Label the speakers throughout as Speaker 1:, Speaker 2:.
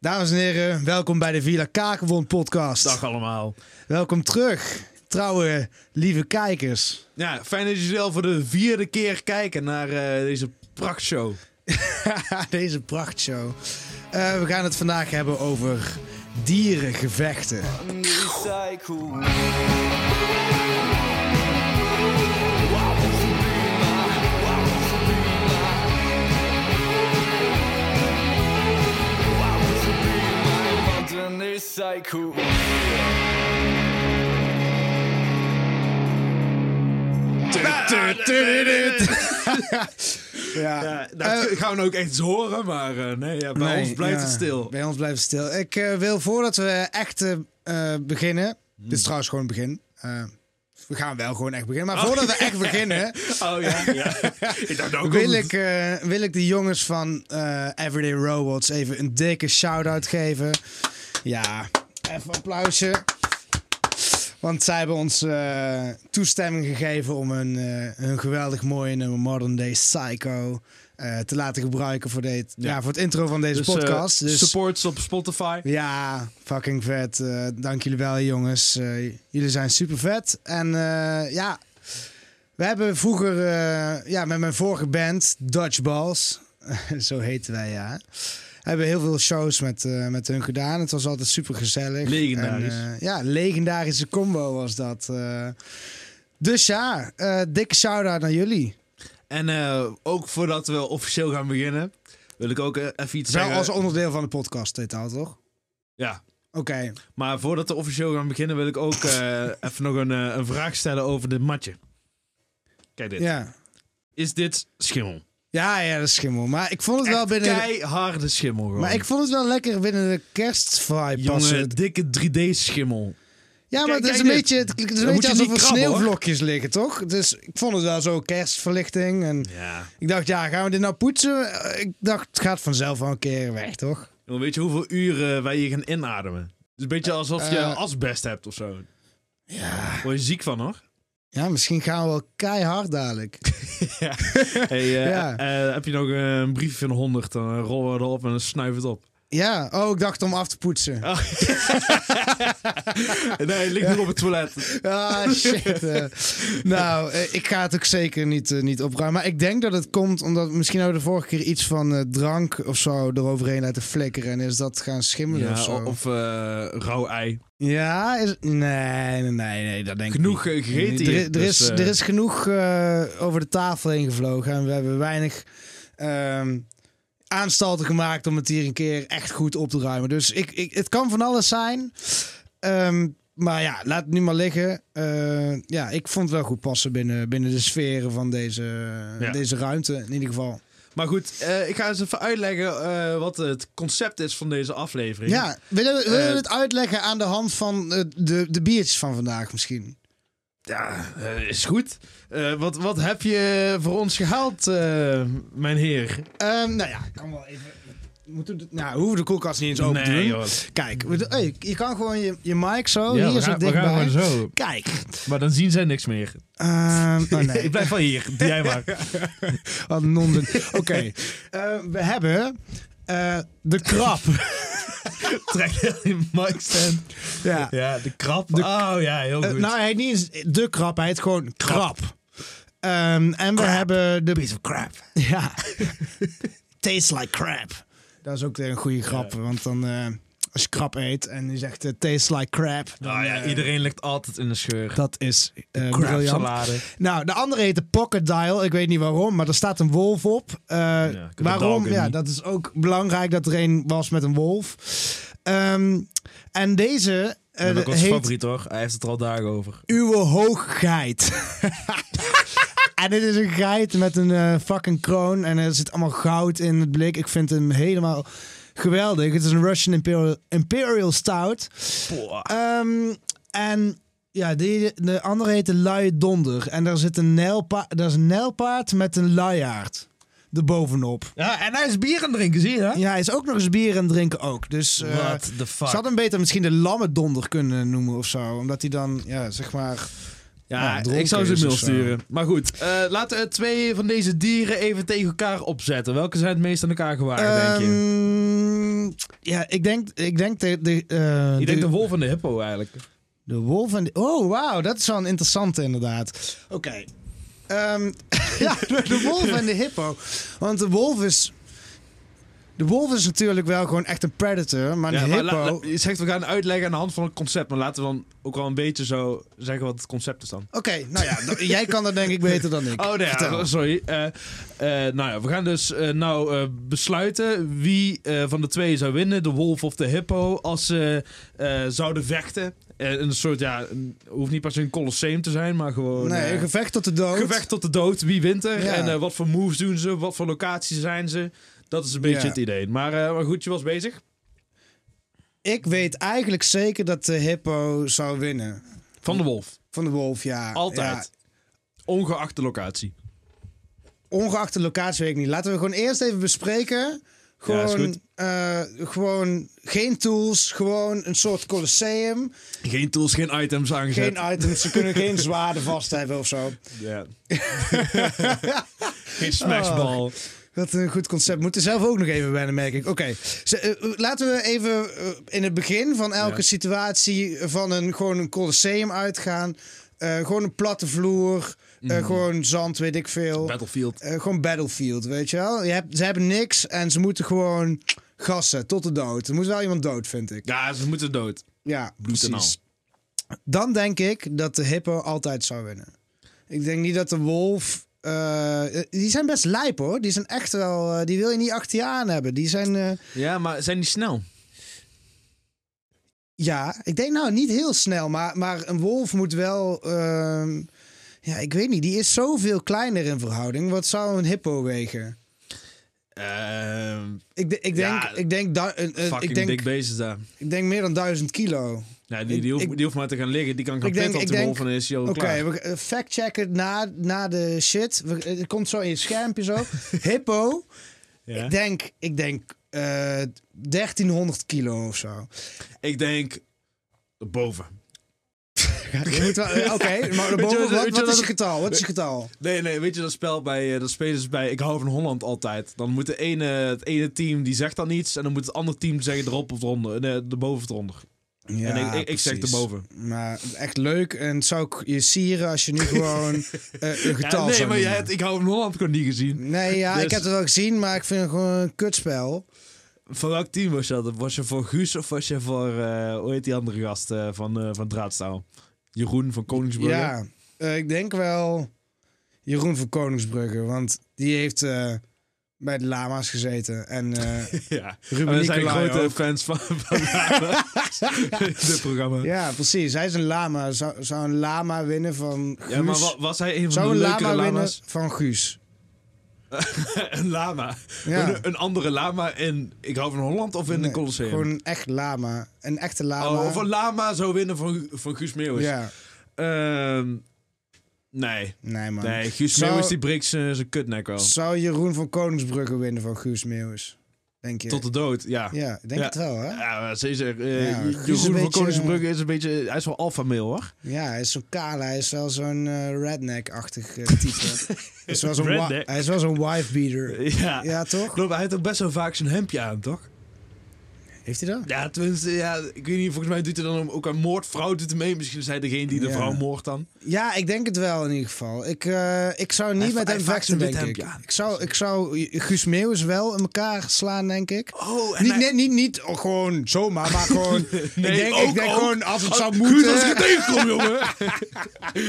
Speaker 1: Dames en heren, welkom bij de Villa Kakenwond podcast.
Speaker 2: Dag allemaal.
Speaker 1: Welkom terug, trouwe lieve kijkers.
Speaker 2: Ja, fijn dat jullie zelf voor de vierde keer kijken naar eh, deze prachtshow.
Speaker 1: Deze prachtshow. Eh, we gaan het vandaag hebben over dierengevechten.
Speaker 3: Cycle.
Speaker 1: Ja, Eh,
Speaker 2: Ja, nou, gaan we ook echt eens horen, maar eh, nee, ja, bij
Speaker 1: Nee,
Speaker 2: ons blijft
Speaker 1: ja,
Speaker 2: het stil.
Speaker 1: Bij ons blijft het stil. Ik eh, wil voordat we echt eh, eh, beginnen.
Speaker 2: Hmm.
Speaker 1: Dit is trouwens gewoon het begin. Eh, we gaan wel gewoon echt beginnen. Maar voordat we echt beginnen,
Speaker 2: Oh ja, ja. ik dacht ook
Speaker 1: wil
Speaker 2: al-
Speaker 1: ik, eh, wil ik de jongens van eh, Everyday Robots even een dikke shout-out geven. Ja, even applausje. Want zij hebben ons eh, toestemming gegeven om een, eh, een geweldig mooie nummer Modern Day Psycho eh, te laten gebruiken voor, dit, ja.
Speaker 2: Ja.
Speaker 1: voor het intro van deze
Speaker 2: Dus, eh,
Speaker 1: podcast. Dus
Speaker 2: Supports op Spotify.
Speaker 1: ja, fucking vet. Eh, dank jullie wel, jongens. Eh, jullie zijn super vet. En eh, ja, we hebben vroeger eh, ja, met mijn vorige band, Dodgeballs, zo heten wij ja, hebben heel veel shows met, eh, met hun gedaan. Het was altijd super gezellig. eh,
Speaker 2: Legendarisch.
Speaker 1: ja, legendarische combo was dat. eh. dus ja, eh, dikke shout-out naar jullie.
Speaker 2: En eh, ook voordat we officieel gaan beginnen, wil ik ook eh, even iets
Speaker 1: Wel
Speaker 2: zeggen.
Speaker 1: als onderdeel van de podcast, dit al, toch?
Speaker 2: Ja,
Speaker 1: Oké,
Speaker 2: maar voordat we officieel gaan beginnen, wil ik ook eh, even nog een, eh, een vraag stellen over dit matje. Kijk dit.
Speaker 1: ja.
Speaker 2: Is dit schimmel?
Speaker 1: Ja, ja, dat is schimmel. Maar ik vond het wel
Speaker 2: Echt
Speaker 1: binnen... de-
Speaker 2: Keiharde schimmel gewoon.
Speaker 1: Maar ik vond het wel lekker binnen de kerstvibe
Speaker 2: Jongen,
Speaker 1: passen.
Speaker 2: dikke 3D-schimmel.
Speaker 1: Ja, maar het
Speaker 2: kijk-
Speaker 1: is
Speaker 2: kijk
Speaker 1: een
Speaker 2: dit.
Speaker 1: beetje, het klinkt een
Speaker 2: Dan moet
Speaker 1: beetje
Speaker 2: je
Speaker 1: alsof
Speaker 2: niet
Speaker 1: er
Speaker 2: krabben, hoor.
Speaker 1: sneeuwvlokjes liggen, toch? Dus ik vond het wel zo kerstverlichting. En
Speaker 2: Ja.
Speaker 1: ik dacht, ja, gaan we dit nou poetsen? Eh, Ik dacht, het gaat vanzelf wel een keer weg, toch?
Speaker 2: Jongen, weet je hoeveel uren wij hier gaan inademen? Het is een beetje alsof je
Speaker 1: Eh.
Speaker 2: asbest hebt of zo. Ja. Word je ziek van, hoor.
Speaker 1: Ja, misschien gaan we wel keihard dadelijk.
Speaker 2: Hey, eh,
Speaker 1: Ja.
Speaker 2: eh, heb je nog een briefje van 100, dan eh, rollen we erop en dan snuiven we het op.
Speaker 1: Ja, oh, ik dacht om af te poetsen.
Speaker 2: Nee, het ligt nu op het toilet.
Speaker 1: Ah, shit. eh. nou, eh, ik ga het ook zeker niet, eh, niet opruimen. Maar ik denk dat het komt omdat misschien hadden we de vorige keer iets van eh, drank of zo eroverheen laten flikkeren. En is dat gaan schimmelen of zo.
Speaker 2: Ja, of eh, rauw ei.
Speaker 1: Ja, is, nee, nee, nee, nee, dat denk
Speaker 2: Genoeg
Speaker 1: ik
Speaker 2: eh,
Speaker 1: niet.
Speaker 2: gegeten
Speaker 1: Nee,
Speaker 2: hier,
Speaker 1: Er, er,
Speaker 2: dus,
Speaker 1: is,
Speaker 2: eh,
Speaker 1: er is genoeg eh, over de tafel heen gevlogen en we hebben weinig ehm, aanstalten gemaakt om het hier een keer echt goed op te ruimen. Dus ik, ik, het kan van alles zijn. Ehm, maar ja, laat het nu maar liggen. Eh, ja, ik vond het wel goed passen binnen, binnen de sferen van deze,
Speaker 2: Ja.
Speaker 1: deze ruimte in ieder geval.
Speaker 2: Maar goed, eh, ik ga eens even uitleggen eh, wat het concept is van deze aflevering.
Speaker 1: Ja, willen we, willen we
Speaker 2: Eh,
Speaker 1: het uitleggen aan de hand van eh, de, de biertjes van vandaag misschien?
Speaker 2: Ja, eh, is goed. Eh, wat, wat heb je voor ons gehaald, eh, mijn heer?
Speaker 1: Ehm, nou ja, ik kan wel even. Moeten we de- nou, hoeven we de koelkast niet eens open te
Speaker 2: Nee,
Speaker 1: doen.
Speaker 2: joh.
Speaker 1: Kijk, we, doen- hey, je kan gewoon je, je mic zo.
Speaker 2: Ja,
Speaker 1: Oh, hier
Speaker 2: we
Speaker 1: zo
Speaker 2: gaan, we gaan
Speaker 1: dichtbij.
Speaker 2: gewoon zo.
Speaker 1: Kijk.
Speaker 2: Maar dan zien zij niks meer.
Speaker 1: Ehm, oh
Speaker 2: Ik
Speaker 1: nee,
Speaker 2: blijf wel hier. Doe jij maar.
Speaker 1: wat nonden. Oké, eh, we hebben eh, de krab.
Speaker 2: Trek heel je mic stand.
Speaker 1: ja.
Speaker 2: Ja, de krap. oh ja, heel
Speaker 1: Eh,
Speaker 2: goed.
Speaker 1: nou, hij heet niet eens de krab, hij heet gewoon krab. Ehm, en we hebben de... Piece of crap. Ja. Tastes like crap. Dat is ook weer een goede grap, want dan... eh, als je krab eet en je zegt eh, tastes like crap. dan,
Speaker 2: Ah, ja,
Speaker 1: eh,
Speaker 2: iedereen ligt altijd in de scheur.
Speaker 1: Dat is eh
Speaker 2: Crap
Speaker 1: briljant.
Speaker 2: salade.
Speaker 1: Nou, de andere heet de Pocket Dial. Ik weet niet waarom, maar er staat een wolf op. Eh,
Speaker 2: ik had
Speaker 1: waarom?
Speaker 2: het ook
Speaker 1: Ja,
Speaker 2: niet.
Speaker 1: dat is ook belangrijk dat er een was met een wolf. Ehm, en deze eh,
Speaker 2: Dat is ook ons
Speaker 1: heet
Speaker 2: favoriet hoor. Hij heeft het er al dagen over.
Speaker 1: Uwe Hooggeit. en dit is een geit met een eh, fucking kroon. En er zit allemaal goud in het blik. Ik vind hem helemaal geweldig. Het is een Russian Imperial, Imperial Stout. Ehm, en ja, die, de andere heet de Luie Donder. En daar zit een nijlpaard, daar is een nijlpaard met een luiaard erbovenop.
Speaker 2: Ja, en hij is bier aan het drinken, zie je dat?
Speaker 1: Ja, hij is ook nog eens bier en drinken ook. Dus eh,
Speaker 2: What the
Speaker 1: ze
Speaker 2: fuck.
Speaker 1: hadden hem beter misschien de lamme donder kunnen noemen of zo. Omdat hij dan, ja, zeg maar... Ja,
Speaker 2: Ja,
Speaker 1: Nou, dronken
Speaker 2: ik zou ze
Speaker 1: is
Speaker 2: een mail
Speaker 1: of zo.
Speaker 2: sturen. Maar goed, eh, laten we twee van deze dieren even tegen elkaar opzetten. Welke zijn het meest aan elkaar gewaagd, denk je?
Speaker 1: Ehm, ja, ik denk, ik denk de, de, eh,
Speaker 2: Ik denk
Speaker 1: de,
Speaker 2: de wolf en de hippo eigenlijk.
Speaker 1: de wolf en de... Oh, wauw, dat is wel een interessante inderdaad. Oké. Ehm, ja, de, de wolf en de hippo. Want de wolf is... De wolf is natuurlijk wel gewoon echt een predator, maar
Speaker 2: Ja,
Speaker 1: een
Speaker 2: maar
Speaker 1: hippo...
Speaker 2: la- la- je zegt, we gaan uitleggen aan de hand van het concept. Maar laten we dan ook wel een beetje zo zeggen wat het concept is dan.
Speaker 1: Oké, nou ja, d- jij kan dat denk ik beter dan ik.
Speaker 2: Oh nee,
Speaker 1: Vertel.
Speaker 2: ja, sorry. Eh, eh, nou ja, we gaan dus eh, nou eh, besluiten wie eh, van de twee zou winnen. De wolf of de hippo. Als ze eh, zouden vechten. Eh, een soort, ja, een- hoeft niet per se een colosseum te zijn, maar gewoon...
Speaker 1: nee,
Speaker 2: eh,
Speaker 1: gevecht tot de dood.
Speaker 2: Gevecht tot de dood, wie wint er?
Speaker 1: Ja.
Speaker 2: En eh, wat voor moves doen ze? Wat voor locaties zijn ze? Dat is een beetje
Speaker 1: Ja.
Speaker 2: het idee. Maar, eh, maar goed, je was bezig.
Speaker 1: Ik weet eigenlijk zeker dat de hippo zou winnen.
Speaker 2: Van de wolf.
Speaker 1: Van de wolf, ja. Ja,
Speaker 2: Altijd. Ongeacht de locatie.
Speaker 1: ongeacht de locatie weet ik niet. Laten we gewoon eerst even bespreken.
Speaker 2: is
Speaker 1: Gewoon,
Speaker 2: goed.
Speaker 1: eh, gewoon geen tools, gewoon een soort colosseum.
Speaker 2: Geen tools, geen items aangezet.
Speaker 1: Geen items, ze kunnen geen zwaarden vast hebben of zo.
Speaker 2: Ja. geen smashbal.
Speaker 1: Oh. Wat een goed concept. Moeten zelf ook nog even wennen, merk ik. Oké, Ze- eh, eh, laten we even eh, in het begin van elke
Speaker 2: Ja.
Speaker 1: situatie van een, gewoon een colosseum uitgaan. Eh, gewoon een platte vloer, eh,
Speaker 2: Mhm.
Speaker 1: gewoon zand, weet ik veel.
Speaker 2: Battlefield.
Speaker 1: Eh, gewoon Battlefield, weet je wel. Je hebt, ze hebben niks en ze moeten gewoon gassen tot de dood. Er moet wel iemand dood, vind ik.
Speaker 2: Ja, ze moeten dood.
Speaker 1: Ja,
Speaker 2: Bloed en
Speaker 1: precies. Dan denk ik dat de hippo altijd zou winnen. Ik denk niet dat de wolf... eh, die zijn best lijp hoor. Die zijn echt wel... eh, die wil je niet achter je aan hebben. Die zijn... eh,
Speaker 2: Ja, maar zijn die snel?
Speaker 1: ja, ik denk nou niet heel snel. Maar, maar een wolf moet wel... ehm, ja, ik weet niet. Die is zoveel kleiner in verhouding. Wat zou een hippo wegen? Ik, de- ik denk...
Speaker 2: Ja,
Speaker 1: ik denk, da- een- een-
Speaker 2: Ehm, fucking
Speaker 1: Eh, ik denk
Speaker 2: dik bezig daar.
Speaker 1: Ik denk meer dan 1000 kilo.
Speaker 2: Ja, die, die,
Speaker 1: Ik-
Speaker 2: hoeft,
Speaker 1: ik-
Speaker 2: die hoeft maar te gaan liggen. Die kan gaan
Speaker 1: Ik denk-
Speaker 2: pitten
Speaker 1: ik
Speaker 2: op de
Speaker 1: denk-
Speaker 2: wolf en dan is hij al
Speaker 1: Oké,
Speaker 2: klaar.
Speaker 1: we eh, factchecken na, na de shit. We- eh, het komt zo in je schermpje zo. Hippo,
Speaker 2: Ja.
Speaker 1: ik denk, ik denk eh, 1300 kilo of zo.
Speaker 2: Ik denk... Boven.
Speaker 1: Je moet wel- eh, Oké, maar
Speaker 2: Weet je
Speaker 1: boven,
Speaker 2: wat-
Speaker 1: wat,
Speaker 2: weet je
Speaker 1: wat
Speaker 2: wat
Speaker 1: is je
Speaker 2: het-
Speaker 1: getal? Wat is je getal?
Speaker 2: Nee, nee, weet je dat spel bij, eh, dat spelen ze bij Ik hou van Holland altijd. Dan moet de ene, het ene team, die zegt dan iets en dan moet het andere team zeggen erop of eronder. Nee, erboven of eronder.
Speaker 1: Ja,
Speaker 2: en ik, ik, ik zeg
Speaker 1: precies.
Speaker 2: erboven.
Speaker 1: Maar echt leuk en het zou ik je sieren als je nu gewoon eh, een
Speaker 2: Ja,
Speaker 1: getal
Speaker 2: nee,
Speaker 1: zou
Speaker 2: maar jij
Speaker 1: noemen.
Speaker 2: hebt Ik hou van Holland gewoon niet gezien.
Speaker 1: Nee, ja, ik
Speaker 2: Dus-
Speaker 1: heb het wel gezien, maar ik vind het gewoon een kutspel.
Speaker 2: Van welk team was je dat? Was je voor Guus of was je voor, eh, hoe heet die andere gast eh, van, eh, van Draadstaal? Jeroen van Koningsbrugge?
Speaker 1: Ja, eh, ik denk wel Jeroen van Koningsbrugge. Want die heeft eh, bij de lama's gezeten. En eh,
Speaker 2: ja.
Speaker 1: Ruben
Speaker 2: We zijn
Speaker 1: Nicolai
Speaker 2: grote
Speaker 1: ook.
Speaker 2: fans van, van Lama's. dit programma. Ja,
Speaker 1: Ja, precies. Hij is een lama. Zou, zou een lama winnen van Guus?
Speaker 2: maar wa- was hij een van
Speaker 1: zou
Speaker 2: de
Speaker 1: een
Speaker 2: leukere
Speaker 1: lama winnen
Speaker 2: lama's?
Speaker 1: van Guus?
Speaker 2: een lama.
Speaker 1: Ja.
Speaker 2: Een, een andere lama in Ik hou van Holland of in
Speaker 1: Nee,
Speaker 2: de Colosseum?
Speaker 1: Gewoon een echt lama. Een echte lama.
Speaker 2: Oh, of een lama zou winnen van, van Guus Meeuwis.
Speaker 1: Ja,
Speaker 2: Ehm, nee.
Speaker 1: nee man.
Speaker 2: Nee, Guus
Speaker 1: Zou-
Speaker 2: Meeuwis die breekt zijn zijn kutnek wel.
Speaker 1: Zou Jeroen van Koningsbrugge winnen van Guus Meeuwis? Denk je?
Speaker 2: Tot de dood, ja.
Speaker 1: Ja, ik denk
Speaker 2: Ja.
Speaker 1: het wel hè?
Speaker 2: Ja, maar ze is er, eh,
Speaker 1: Ja,
Speaker 2: Jeroen
Speaker 1: Guus is een
Speaker 2: van
Speaker 1: beetje, eh,
Speaker 2: Koningsbrugge is een beetje... Hij is wel alfa-mail, hoor.
Speaker 1: Ja, hij is zo kaal. Hij is wel zo'n eh, redneck-achtig eh, type. hij, is wel zo'n wa-
Speaker 2: Redneck.
Speaker 1: hij is wel zo'n wife-beater.
Speaker 2: Ja.
Speaker 1: Ja, toch?
Speaker 2: Klopt, hij heeft ook best wel vaak zijn hemdje aan, toch?
Speaker 1: Heeft hij dat?
Speaker 2: Ja, tenminste, ja, ik weet niet, volgens mij doet hij dan ook een moordvrouw doet hem mee. Misschien is hij degene die de
Speaker 1: Ja.
Speaker 2: vrouw moordt dan.
Speaker 1: Ja, ik denk het wel in ieder geval. Ik, eh, ik zou niet
Speaker 2: Hij-
Speaker 1: met
Speaker 2: hij
Speaker 1: hem
Speaker 2: vaakt
Speaker 1: vechten,
Speaker 2: een wit
Speaker 1: denk ik.
Speaker 2: hemdje aan.
Speaker 1: Ik zou, ik zou Guus Meeuwis wel in elkaar slaan, denk ik.
Speaker 2: Oh,
Speaker 1: Niet, nee, niet, niet oh, gewoon zomaar, maar gewoon... ik denk, ik denk gewoon, als het zou
Speaker 2: Guus, als ik
Speaker 1: moeten...
Speaker 2: het tegenkom, jongen.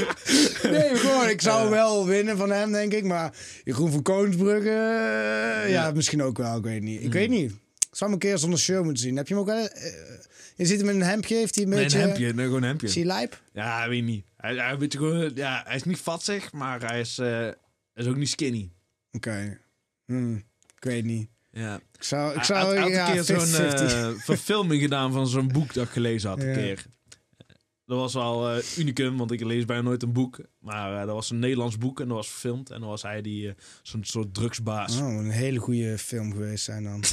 Speaker 1: Nee, gewoon, ik zou wel winnen van hem, denk ik. Maar Jeroen van Koonsbrugge, eh, ja, misschien ook wel. Ik weet niet. Ik
Speaker 2: Hmm.
Speaker 1: weet niet. Ik zou hem een keer zonder shirt moeten zien. Heb je hem ook wel... eh, je ziet hem in een hemdje, heeft hij een
Speaker 2: Nee, een
Speaker 1: beetje... eh,
Speaker 2: hemdje. Nee, gewoon een hemdje.
Speaker 1: Is hij lijp?
Speaker 2: Ja, weet ik niet. Hij, hij, weet je gewoon, ja, hij is niet vatzig, maar hij is, eh, hij is ook niet skinny.
Speaker 1: Oké. Hm, ik weet niet.
Speaker 2: Ja.
Speaker 1: Ik zou... Ik
Speaker 2: Hij
Speaker 1: zou
Speaker 2: had- hij had
Speaker 1: ja,
Speaker 2: een keer zo'n
Speaker 1: 50-50.
Speaker 2: eh, verfilming gedaan van zo'n boek dat ik gelezen had.
Speaker 1: Ja.
Speaker 2: Een keer. Eh, Dat was wel eh, unicum, want ik lees bijna nooit een boek. Maar eh, dat was een Nederlands boek en dat was verfilmd. En dan was hij die, eh, zo'n soort drugsbaas.
Speaker 1: Oh, een hele goede film geweest zijn dan.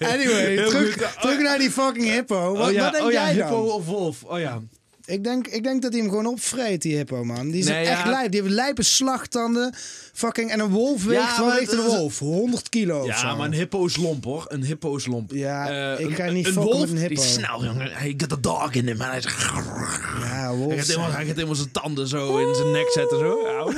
Speaker 1: anyway,
Speaker 2: Heel
Speaker 1: terug,
Speaker 2: goed.
Speaker 1: terug naar die fucking hippo. Wat,
Speaker 2: oh ja,
Speaker 1: wat denk
Speaker 2: oh ja
Speaker 1: jij
Speaker 2: hippo
Speaker 1: dan?
Speaker 2: of wolf. Oh ja.
Speaker 1: Ik denk, ik denk dat hij hem gewoon opvreet, die hippo, man. Die zijn
Speaker 2: Nee,
Speaker 1: echt
Speaker 2: ja.
Speaker 1: lijp. Die hebben lijpe slagtanden. Fucking, en een wolf weegt,
Speaker 2: Ja,
Speaker 1: wat
Speaker 2: maar
Speaker 1: weegt een
Speaker 2: dat is-
Speaker 1: wolf? 100 kilo of
Speaker 2: Ja,
Speaker 1: zo.
Speaker 2: maar een hippo is lomp hoor. Een hippo is lomp.
Speaker 1: Ja,
Speaker 2: Eh,
Speaker 1: ik
Speaker 2: een-
Speaker 1: ga niet
Speaker 2: een
Speaker 1: fokken
Speaker 2: wolf,
Speaker 1: met een hippo.
Speaker 2: Die is snel, jongen. Hij got the dog in him. En hij, is,
Speaker 1: Ja,
Speaker 2: hij,
Speaker 1: wolf.
Speaker 2: gaat
Speaker 1: zijn-
Speaker 2: helemaal, hij gaat helemaal zijn tanden zo in zijn nek zetten. Zo. Au.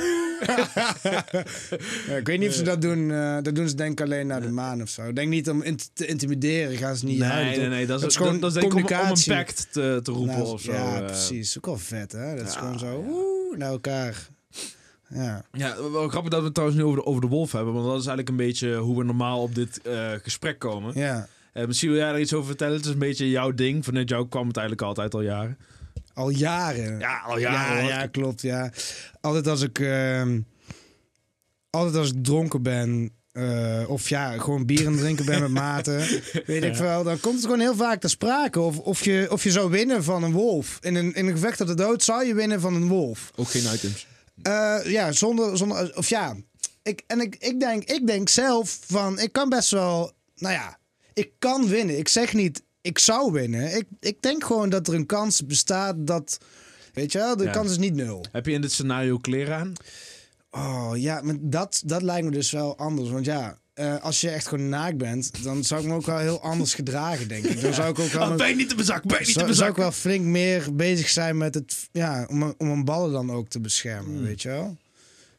Speaker 1: Ja, ik weet niet of ze dat doen. eh, dat doen ze denk ik alleen naar de maan of zo. Ik denk niet om in te intimideren. Gaan ze niet
Speaker 2: Nee,
Speaker 1: houden, toch?
Speaker 2: nee, nee. Dat is,
Speaker 1: gewoon
Speaker 2: dat, dat is denk ik om, om een
Speaker 1: communicatie.
Speaker 2: pact te, te roepen
Speaker 1: Nou,
Speaker 2: of zo.
Speaker 1: Ja,
Speaker 2: eh.
Speaker 1: precies. Ook wel vet, hè? Dat is gewoon zo woe, naar elkaar. Ja.
Speaker 2: Ja, wel grappig dat we het trouwens nu over de, over de wolf hebben. Want dat is eigenlijk een beetje hoe we normaal op dit eh, gesprek komen.
Speaker 1: ja,
Speaker 2: Eh, misschien wil jij er iets over vertellen. Het is een beetje jouw ding. Vanuit jou kwam het eigenlijk altijd al jaren.
Speaker 1: al jaren.
Speaker 2: Ja, al
Speaker 1: ja,
Speaker 2: hoor.
Speaker 1: ja, klopt. Ja. Altijd als ik, ehm, altijd als ik dronken ben. eh, of ja, gewoon bier aan het drinken ben met maten. Weet ik wel. Dan komt het gewoon heel vaak ter sprake. Of, of, je, of je zou winnen van een wolf. In een, in een gevecht tot de dood zou je winnen van een wolf.
Speaker 2: Ook geen items.
Speaker 1: Eh, ja, zonder, zonder. Of ja. Ik, en ik, ik, denk, ik denk zelf van. Ik kan best wel. Nou ja. Ik kan winnen. Ik zeg niet. Ik zou winnen. Ik, ik denk gewoon dat er een kans bestaat dat. Weet je wel, de
Speaker 2: Ja.
Speaker 1: kans is niet nul.
Speaker 2: Heb je in dit scenario kleren aan?
Speaker 1: Oh ja, maar dat, dat lijkt me dus wel anders. Want ja, eh, als je echt gewoon naakt bent, dan zou ik me ook wel heel anders gedragen, denk ik. Dan zou ik ook wel.
Speaker 2: Ah,
Speaker 1: nog-
Speaker 2: niet te bezak, ben
Speaker 1: zou, zou ik wel flink meer bezig zijn met het. Ja, om, om mijn ballen dan ook te beschermen, weet je wel?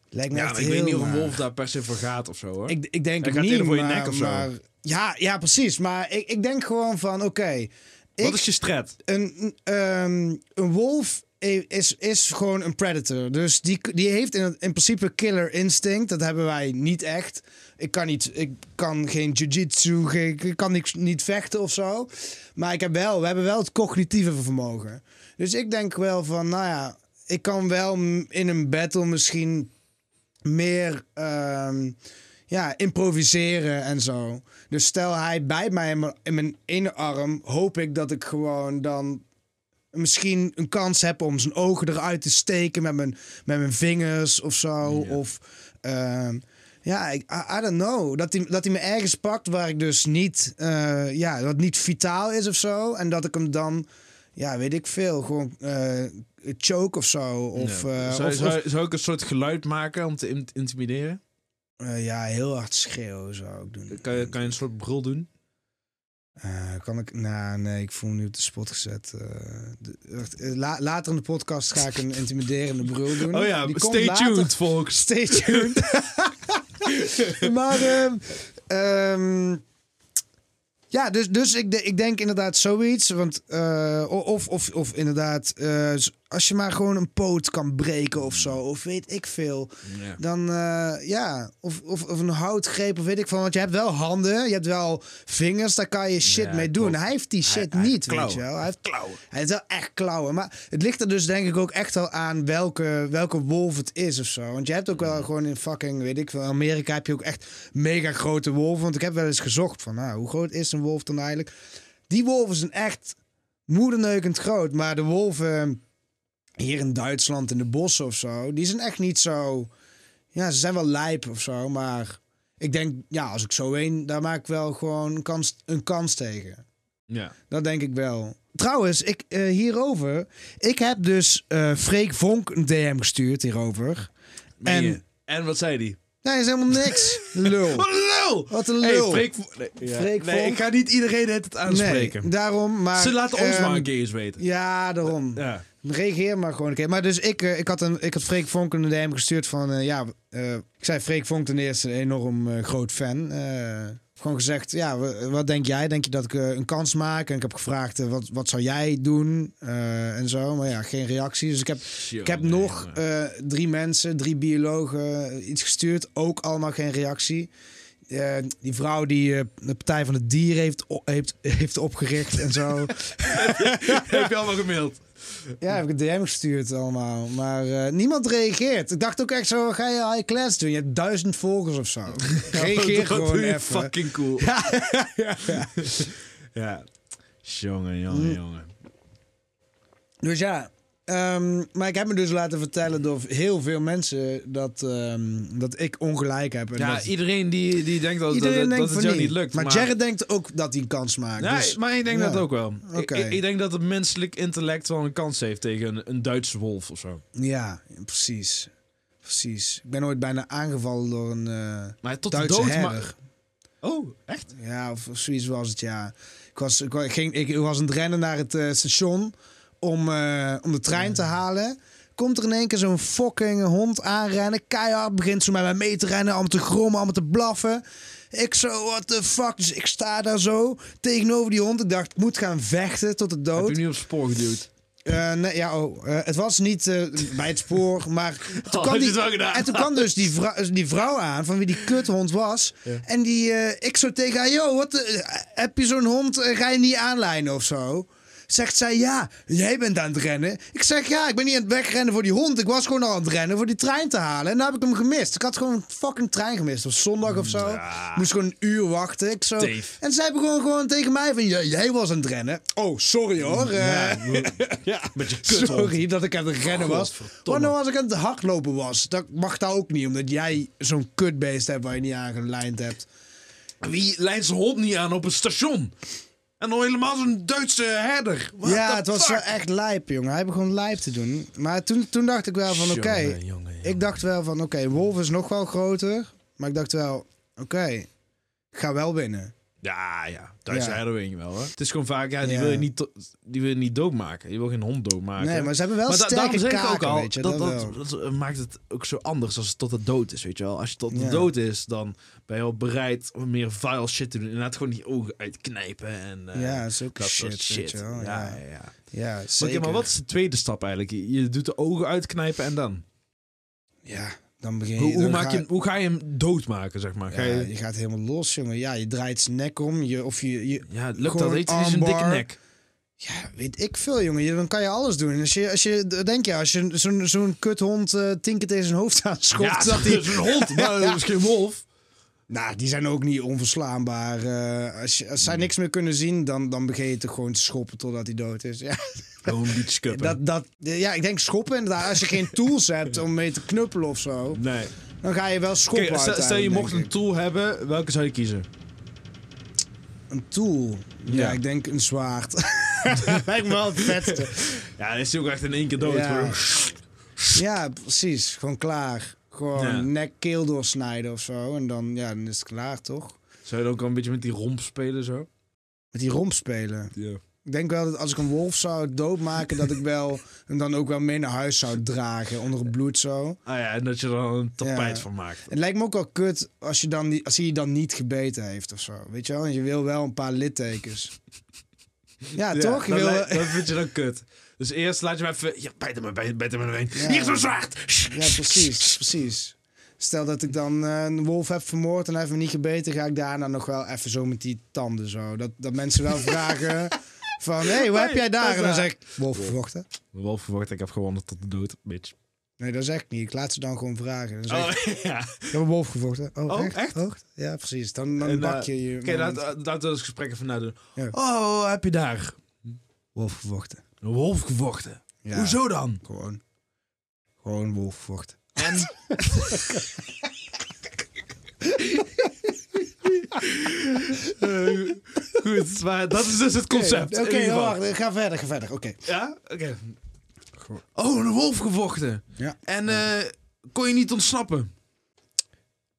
Speaker 1: Lijkt me
Speaker 2: Hmm.
Speaker 1: echt
Speaker 2: Ja, maar ik weet
Speaker 1: heel
Speaker 2: niet of een
Speaker 1: naar.
Speaker 2: wolf daar per se voor gaat of zo hoor.
Speaker 1: Ik, ik denk
Speaker 2: Hij
Speaker 1: het
Speaker 2: gaat
Speaker 1: niet,
Speaker 2: eerder voor je
Speaker 1: maar-
Speaker 2: nek of zo.
Speaker 1: maar- ja, ja, precies. Maar ik, ik denk gewoon van, oké,
Speaker 2: Wat
Speaker 1: ik-
Speaker 2: is je strat?
Speaker 1: een, ehm, een wolf i- is, is gewoon een predator. Dus die, die heeft in, het- in principe killer instinct. Dat hebben wij niet echt. Ik kan, niet, ik kan geen jiu-jitsu, ge- ik kan niet, niet vechten of zo. Maar ik heb wel, we hebben wel het cognitieve vermogen. Dus ik denk wel van, nou ja, ik kan wel m- in een battle misschien meer ehm, ja, improviseren en zo. Dus stel hij bijt mij in mijn- in mijn ene arm, hoop ik dat ik gewoon dan misschien een kans heb om zijn ogen eruit te steken met mijn, met mijn vingers of zo. Of ehm, ja, ik, I, I don't know. Dat hij, dat hij me ergens pakt waar ik dus niet, eh, ja, wat niet vitaal is of zo. En dat ik hem dan, ja, weet ik veel, gewoon eh, choke of zo. Of,
Speaker 2: Ja.
Speaker 1: eh,
Speaker 2: zou,
Speaker 1: of-
Speaker 2: zou, zou ik een soort geluid maken om te in- intimideren?
Speaker 1: Eh, ja, heel hard schreeuwen zou ik doen.
Speaker 2: Kan je, kan je een soort brul doen?
Speaker 1: Eh, kan ik? Nou, nee, ik voel me nu op de spot gezet. Eh, de- wacht, eh, la- later in de podcast ga ik een intimiderende brul doen.
Speaker 2: Oh ja,
Speaker 1: Die komt
Speaker 2: stay
Speaker 1: later.
Speaker 2: tuned volks.
Speaker 1: Stay tuned. maar, ehm, ehm, ja, dus, dus ik, de- ik denk inderdaad zoiets. Want, eh, o- of, of, of inderdaad, eh, als je maar gewoon een poot kan breken of zo, of weet ik veel.
Speaker 2: Ja.
Speaker 1: Dan eh, ja, of, of, of een houtgreep of weet ik van. Want je hebt wel handen, je hebt wel vingers, daar kan je shit
Speaker 2: Ja,
Speaker 1: mee doen.
Speaker 2: klopt.
Speaker 1: Hij heeft die shit
Speaker 2: hij
Speaker 1: niet,
Speaker 2: heeft
Speaker 1: weet
Speaker 2: klauwen.
Speaker 1: je wel. Hij heeft,
Speaker 2: Klauwen.
Speaker 1: hij heeft wel echt klauwen. Maar het ligt er dus denk ik ook echt wel aan welke, welke wolf het is of zo. Want je hebt ook wel gewoon in fucking, weet ik veel, Amerika heb je ook echt mega grote wolven. Want ik heb wel eens gezocht van, nou, hoe groot is een wolf dan eigenlijk? Die wolven zijn echt moederneukend groot. Maar de wolven hier in Duitsland in de bossen of zo, die zijn echt niet zo. Ja, ze zijn wel lijp of zo, maar ik denk, ja, als ik zo een, daar maak ik wel gewoon een kans, een kans tegen.
Speaker 2: Ja.
Speaker 1: Dat denk ik wel. Trouwens, ik, eh, hierover. Ik heb dus eh Freek Vonk een DM gestuurd hierover.
Speaker 2: En,
Speaker 1: En-
Speaker 2: en wat zei die?
Speaker 1: Nee, is helemaal niks. Lul.
Speaker 2: Wat een lul!
Speaker 1: Wat een
Speaker 2: Hey,
Speaker 1: lul.
Speaker 2: Freek, Vo- nee, ja.
Speaker 1: Freek
Speaker 2: nee,
Speaker 1: Vonk.
Speaker 2: ik ga niet iedereen het
Speaker 1: nee,
Speaker 2: aanspreken.
Speaker 1: daarom. Maar,
Speaker 2: Ze laten ons
Speaker 1: ehm,
Speaker 2: maar een keer eens weten.
Speaker 1: Ja, daarom.
Speaker 2: Ja.
Speaker 1: Reageer maar gewoon een keer. Maar dus ik, eh, ik, had, een, ik had Freek Vonk een DM gestuurd van... eh, ja, eh, ik zei Freek Vonk ten eerste een enorm eh, groot fan. Eh, gewoon gezegd, ja, wa- wat denk jij? Denk je dat ik eh, een kans maak? En ik heb gevraagd, eh, wat, wat zou jij doen? Eh, en zo, maar ja, geen reactie. Dus ik heb, ik heb
Speaker 2: Jongen,
Speaker 1: nog
Speaker 2: jongen.
Speaker 1: eh, drie mensen, drie biologen eh, iets gestuurd. Ook allemaal geen reactie. Eh, die vrouw die eh, de Partij van de Dieren heeft, o- heeft, heeft opgericht en zo. eh,
Speaker 2: heb je allemaal gemaild?
Speaker 1: Ja, heb ik een DM gestuurd allemaal. Maar eh, niemand reageert. Ik dacht ook echt zo, ga je high class doen? Je hebt duizend volgers of zo. Reageer
Speaker 2: Wat
Speaker 1: gewoon
Speaker 2: doe je
Speaker 1: even.
Speaker 2: fucking cool. Ja.
Speaker 1: Mm.
Speaker 2: ja. Jongen, jongen, jongen.
Speaker 1: Dus ja, Ehm, maar ik heb me dus laten vertellen door heel veel mensen dat, ehm, dat ik ongelijk heb. En
Speaker 2: Ja,
Speaker 1: dat
Speaker 2: iedereen die, die denkt dat, dat,
Speaker 1: iedereen
Speaker 2: dat,
Speaker 1: denkt
Speaker 2: het
Speaker 1: van
Speaker 2: jou
Speaker 1: niet.
Speaker 2: niet lukt.
Speaker 1: Maar, Jared denkt ook dat hij een kans maakt.
Speaker 2: Nee,
Speaker 1: dus,
Speaker 2: maar ik denk
Speaker 1: ja.
Speaker 2: dat ook wel. Ik-
Speaker 1: Oké.
Speaker 2: Ik, ik denk dat het menselijk intellect wel een kans heeft tegen een, een Duitse wolf of zo.
Speaker 1: Ja, precies. Precies. Ik ben ooit bijna aangevallen door een eh
Speaker 2: Maar tot
Speaker 1: Duitse
Speaker 2: de dood.
Speaker 1: herder.
Speaker 2: Maar... Oh, echt?
Speaker 1: Ja, of, of zoiets was het, ja. Ik was, ik, wa- ging, ik was aan het rennen naar het eh, station om, eh, om de trein te halen. Komt er in één keer zo'n fucking hond aanrennen. Keihard begint ze met mij mee te rennen, allemaal te grommen, allemaal te blaffen. Ik zo, what the fuck? Dus ik sta daar zo tegenover die hond. Ik dacht, ik moet gaan vechten tot de
Speaker 2: Heb
Speaker 1: dood.
Speaker 2: ik niet op het spoor geduwd.
Speaker 1: Eh, nee, ja, oh, eh, het was niet eh, bij het spoor, maar toen
Speaker 2: Oh, had
Speaker 1: kwam,
Speaker 2: je
Speaker 1: die,
Speaker 2: het wel gedaan.
Speaker 1: en toen kwam dus die vrouw, die vrouw aan van wie die kuthond was. En die, eh, ik zo tegen haar, yo, wat, de- heb je zo'n hond, Eh, ga je niet aanlijnen of zo? Zegt zij, ja, jij bent aan het rennen. Ik zeg, ja, ik ben niet aan het wegrennen voor die hond. Ik was gewoon al aan het rennen voor die trein te halen. En nou heb ik hem gemist. Ik had gewoon een fucking trein gemist. Of zondag of zo. Moest gewoon een uur wachten. Ik zo.
Speaker 2: Dave.
Speaker 1: En zij begon gewoon tegen mij van, "Ja, jij was aan het rennen. Oh, sorry hoor. Eh,
Speaker 2: ja. Beetje kut hoor.
Speaker 1: Sorry dat ik aan het rennen was. Maar
Speaker 2: Godverdomme.
Speaker 1: nou als ik aan het hardlopen was, dat mag dat ook niet. Omdat jij zo'n kutbeest hebt waar je niet aan gelijnd hebt.
Speaker 2: Wie lijnt zijn hond niet aan op een station? En dan helemaal zo'n Duitse herder. What
Speaker 1: ja,
Speaker 2: the
Speaker 1: het was
Speaker 2: fuck?
Speaker 1: wel echt lijp, jongen. Hij begon lijp te doen. Maar toen, toen dacht ik wel van, oké.
Speaker 2: Jongen, jongen, jongen.
Speaker 1: ik dacht wel van, oké, Wolf is nog wel groter. Maar ik dacht wel, oké, ik ga wel winnen.
Speaker 2: Ja, ja. Duitse
Speaker 1: Ja.
Speaker 2: herder weet je wel, hè. Het is gewoon vaak, ja, die,
Speaker 1: Ja.
Speaker 2: Wil je niet, to- die wil je niet doodmaken. Je wil geen hond doodmaken.
Speaker 1: Nee, maar ze hebben wel
Speaker 2: Maar da-
Speaker 1: sterke
Speaker 2: daarom zeg ik ook
Speaker 1: kaken,
Speaker 2: al,
Speaker 1: weet je,
Speaker 2: dat,
Speaker 1: dat
Speaker 2: dat, dat maakt het ook zo anders als het tot de dood is, weet je wel. Als je tot de
Speaker 1: Ja.
Speaker 2: dood is, dan ben je wel bereid om meer vuil shit te doen. Inderdaad, gewoon die ogen uitknijpen en eh,
Speaker 1: Ja, dat is ook
Speaker 2: dat
Speaker 1: shit,
Speaker 2: soort
Speaker 1: weet
Speaker 2: shit.
Speaker 1: je wel,
Speaker 2: Ja,
Speaker 1: ja.
Speaker 2: ja, ja.
Speaker 1: Ja,
Speaker 2: Maar, oké,
Speaker 1: zeker.
Speaker 2: maar wat is de tweede stap eigenlijk? Je je doet de ogen uitknijpen en dan?
Speaker 1: Ja, dan begin je...
Speaker 2: hoe, hoe,
Speaker 1: dan
Speaker 2: maak
Speaker 1: ga-
Speaker 2: je, hem- hoe ga je hem doodmaken, zeg maar? Ga
Speaker 1: Ja,
Speaker 2: je,
Speaker 1: je gaat helemaal los, jongen. Ja, je draait zijn nek om. Je, of je, je,
Speaker 2: ja, lukt dat?
Speaker 1: gewoon
Speaker 2: Heet het is een dikke
Speaker 1: armbar.
Speaker 2: nek.
Speaker 1: Ja, weet ik veel, jongen. Je- Dan kan je alles doen. Als je, als je denk je, als je zo'n zo'n kuthond eh tien keer tegen zijn hoofd aanschopt, dat
Speaker 2: Ja, dat
Speaker 1: die...
Speaker 2: is een hond, maar dat is geen wolf.
Speaker 1: Nou, die zijn ook niet onverslaanbaar. Eh, als, je, als zij niks meer kunnen zien, dan, dan begin je toch gewoon te schoppen totdat hij dood is. Ja,
Speaker 2: Gewoon een beach cup.
Speaker 1: dat, dat, ja, ik denk schoppen inderdaad. Als je geen tools hebt om mee te knuppelen of zo,
Speaker 2: Nee.
Speaker 1: dan ga je wel schoppen
Speaker 2: Kijk, stel, stel je
Speaker 1: uiteindelijk,
Speaker 2: mocht
Speaker 1: denk
Speaker 2: een tool hebben, welke zou je kiezen?
Speaker 1: ik. Een tool? Ja,
Speaker 2: Ja.
Speaker 1: ik denk een zwaard. Lijkt me wel het vetste.
Speaker 2: Ja, dan is hij ook echt in één keer dood.
Speaker 1: Ja.
Speaker 2: bro.
Speaker 1: Ja, precies. Gewoon klaar. Gewoon
Speaker 2: Ja.
Speaker 1: nek, keel doorsnijden of zo. En dan, ja, dan is het klaar, toch?
Speaker 2: Zou je dan ook al een beetje met die romp spelen zo?
Speaker 1: Met die romp spelen.
Speaker 2: Ja.
Speaker 1: Ik denk wel dat als ik een wolf zou doodmaken, dat ik wel hem dan ook wel mee naar huis zou dragen. Onder het bloed zo.
Speaker 2: Ah ja, en dat je er dan een tapijt
Speaker 1: Ja.
Speaker 2: van maakt.
Speaker 1: Het lijkt me ook wel kut als, je dan, die- als hij je dan niet gebeten heeft of zo. Weet je wel? Want je wil wel een paar littekens. Ja, toch? Je
Speaker 2: Dat,
Speaker 1: wil...
Speaker 2: lijkt- dat vind je dan kut. Dus eerst laat je hem even... Ja, bijt hem, bijt, bijt hem in de been.
Speaker 1: Ja.
Speaker 2: Hier is een zwaard!
Speaker 1: Ja, precies. precies. Stel dat ik dan eh, een wolf heb vermoord en hij heeft me niet gebeten, ga ik daarna nog wel even zo met die tanden zo. Dat, dat mensen wel vragen van, hé, hey, wat heb jij daar? En dan zeg ik, wolf vervochten.
Speaker 2: De wolf verwacht, ik heb gewonnen tot de dood, bitch.
Speaker 1: Nee, dat zeg ik niet. Ik laat ze dan gewoon vragen. Dan zeg ik,
Speaker 2: Oh, ja.
Speaker 1: ik heb een wolf gevochten. Oh,
Speaker 2: Oh,
Speaker 1: echt?
Speaker 2: echt?
Speaker 1: Oh, ja, precies. Dan, dan
Speaker 2: En,
Speaker 1: pak
Speaker 2: eh,
Speaker 1: je je
Speaker 2: Oké,
Speaker 1: moment.
Speaker 2: laat- laten we dat gesprek even nadoen.
Speaker 1: Ja.
Speaker 2: Oh, wat heb je daar?
Speaker 1: wolf gevochten.
Speaker 2: Een wolf gevochten.
Speaker 1: Ja,
Speaker 2: Hoezo dan?
Speaker 1: Gewoon. Gewoon wolf gevochten.
Speaker 2: En... Eh, Goed, maar dat is dus het concept.
Speaker 1: Oké,
Speaker 2: in ieder geval.
Speaker 1: wacht. Ga verder, ga verder. Oké.
Speaker 2: Ja? Oké.
Speaker 1: Goed.
Speaker 2: Oh, een wolf gevochten.
Speaker 1: Ja.
Speaker 2: En eh, kon je niet ontsnappen?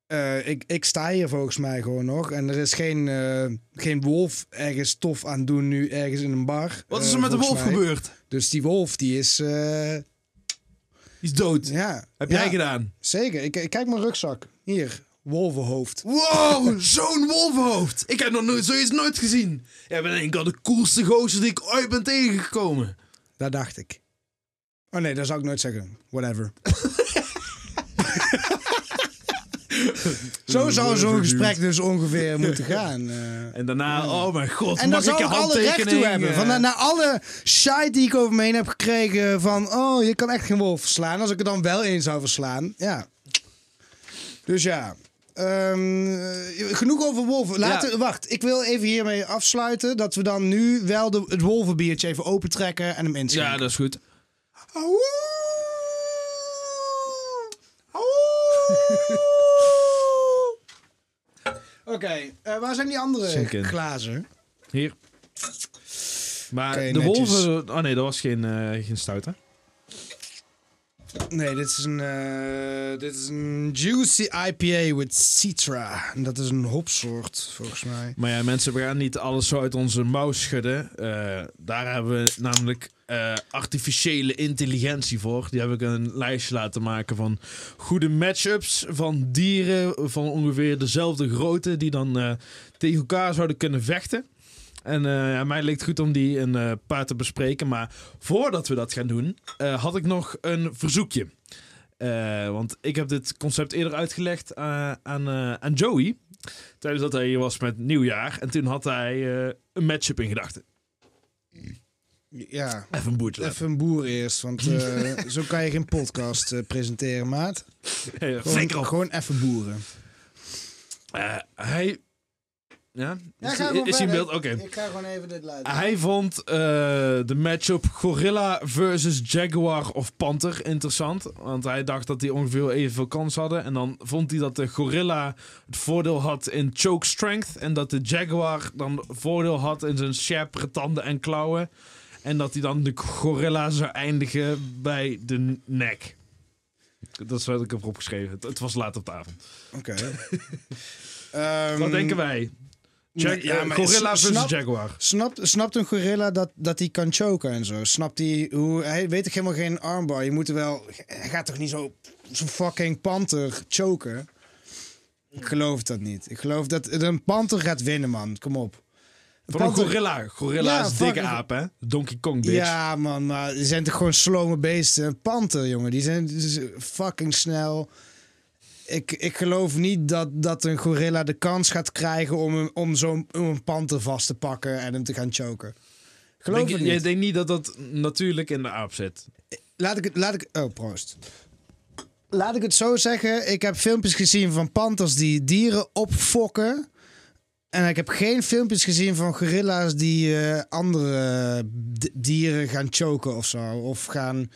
Speaker 1: Eh, ik, ik sta hier volgens mij gewoon nog. En er is geen, eh, geen wolf ergens tof aan doen nu ergens in een bar.
Speaker 2: Wat is er
Speaker 1: Eh,
Speaker 2: met de
Speaker 1: volgens
Speaker 2: wolf
Speaker 1: mij.
Speaker 2: gebeurd?
Speaker 1: Dus die wolf die is... eh,
Speaker 2: Die is dood.
Speaker 1: ja.
Speaker 2: Heb
Speaker 1: Ja,
Speaker 2: jij gedaan?
Speaker 1: Zeker. Ik, ik kijk mijn rugzak. Hier. Wolvenhoofd.
Speaker 2: Wow, zo'n wolvenhoofd. Ik heb nog nooit, zoiets nooit gezien. Jij bent denk ik al de coolste gozer die ik ooit ben tegengekomen.
Speaker 1: Daar dacht ik. Oh nee, dat zou ik nooit zeggen. Whatever. Zo zou zo'n gesprek dus ongeveer moeten gaan. eh.
Speaker 2: En daarna, oh mijn god,
Speaker 1: En dan
Speaker 2: mag
Speaker 1: zou
Speaker 2: ik
Speaker 1: ik
Speaker 2: je
Speaker 1: alle recht toe
Speaker 2: handtekening,
Speaker 1: hebben.
Speaker 2: eh,
Speaker 1: Van, na, na alle shite die ik over me heen heb gekregen. Van, oh, je kan echt geen wolf verslaan. Als ik er dan wel één zou verslaan. Ja. Dus ja. Ehm, eh, genoeg over wolven. Later,
Speaker 2: Ja.
Speaker 1: Wacht, ik wil even hiermee afsluiten. Dat we dan nu wel de, het wolvenbiertje even opentrekken en hem inschenken.
Speaker 2: Ja, dat is goed.
Speaker 1: Auw. Auw. Oké, eh, waar zijn die andere
Speaker 2: Zeker.
Speaker 1: glazen?
Speaker 2: Hier. Maar
Speaker 1: Oké,
Speaker 2: de
Speaker 1: netjes.
Speaker 2: wolven... Oh nee, dat was geen, eh geen stout, hè?
Speaker 1: Nee, dit is een, eh, dit is een juicy IPA with citra. En dat is een hopsoort, volgens mij.
Speaker 2: Maar ja, mensen, we gaan niet alles zo uit onze mouw schudden. Eh, daar hebben we namelijk eh, artificiële intelligentie voor. Die heb ik een lijstje laten maken van goede matchups van dieren van ongeveer dezelfde grootte die dan eh, tegen elkaar zouden kunnen vechten. En eh, ja, mij leek het goed om die een eh, paar te bespreken. Maar voordat we dat gaan doen, eh, had ik nog een verzoekje. Eh, want ik heb dit concept eerder uitgelegd eh, aan, eh, aan Joey. Tijdens dat hij hier was met nieuwjaar. En toen had hij eh, een matchup in gedachten.
Speaker 1: Ja,
Speaker 2: Even een boertje
Speaker 1: even een boer eerst, want eh, zo kan je geen podcast eh, presenteren, maat. Gewoon,
Speaker 2: Flikker op.
Speaker 1: gewoon even boeren.
Speaker 2: Eh, hij... Ja?
Speaker 1: Ja,
Speaker 2: Is,
Speaker 1: ga
Speaker 2: hij-
Speaker 1: gewoon
Speaker 2: is hij in
Speaker 1: verder.
Speaker 2: beeld? Oké.
Speaker 1: Ik ga gewoon even dit laten.
Speaker 2: Hij vond eh, de matchup Gorilla versus Jaguar of Panther interessant. Want hij dacht dat die ongeveer evenveel kans hadden. En dan vond hij dat de Gorilla het voordeel had in choke strength. En dat de Jaguar dan voordeel had in zijn scherpere tanden en klauwen. En dat hij dan de Gorilla zou eindigen bij de nek. Dat is wat ik heb opgeschreven. Het- Het was laat op de avond.
Speaker 1: Oké. Ehm,
Speaker 2: Wat denken wij? Jag-
Speaker 1: nee, ja,
Speaker 2: eh,
Speaker 1: maar
Speaker 2: gorilla
Speaker 1: s-
Speaker 2: versus
Speaker 1: snap-
Speaker 2: Jaguar.
Speaker 1: Snapt, snapt een gorilla dat, dat hij kan choken en zo? Snapt hij hoe... Hij weet toch helemaal geen armbar? Je moet er wel... Hij gaat toch niet zo zo'n fucking panter choken? Ik geloof dat niet. Ik geloof dat een panter gaat winnen, man. Kom op.
Speaker 2: Van een
Speaker 1: Panther-
Speaker 2: gorilla. Gorilla
Speaker 1: Ja,
Speaker 2: is een dikke
Speaker 1: fucking-
Speaker 2: aap, hè? Donkey Kong, bitch.
Speaker 1: Ja, man, maar die zijn toch gewoon slome beesten. Een panter, jongen, die zijn dus fucking snel. Ik, ik geloof niet dat, dat een gorilla de kans gaat krijgen om, een, om zo'n om een panter vast te pakken en hem te gaan choken. Geloof
Speaker 2: Denk,
Speaker 1: het
Speaker 2: je-
Speaker 1: niet.
Speaker 2: je denkt niet dat dat natuurlijk in de aap zit.
Speaker 1: Laat ik het, laat ik, oh proost. Laat ik het zo zeggen, ik heb filmpjes gezien van panters die dieren opfokken. En ik heb geen filmpjes gezien van gorilla's die eh, andere d- dieren gaan choken of zo. Of gaan...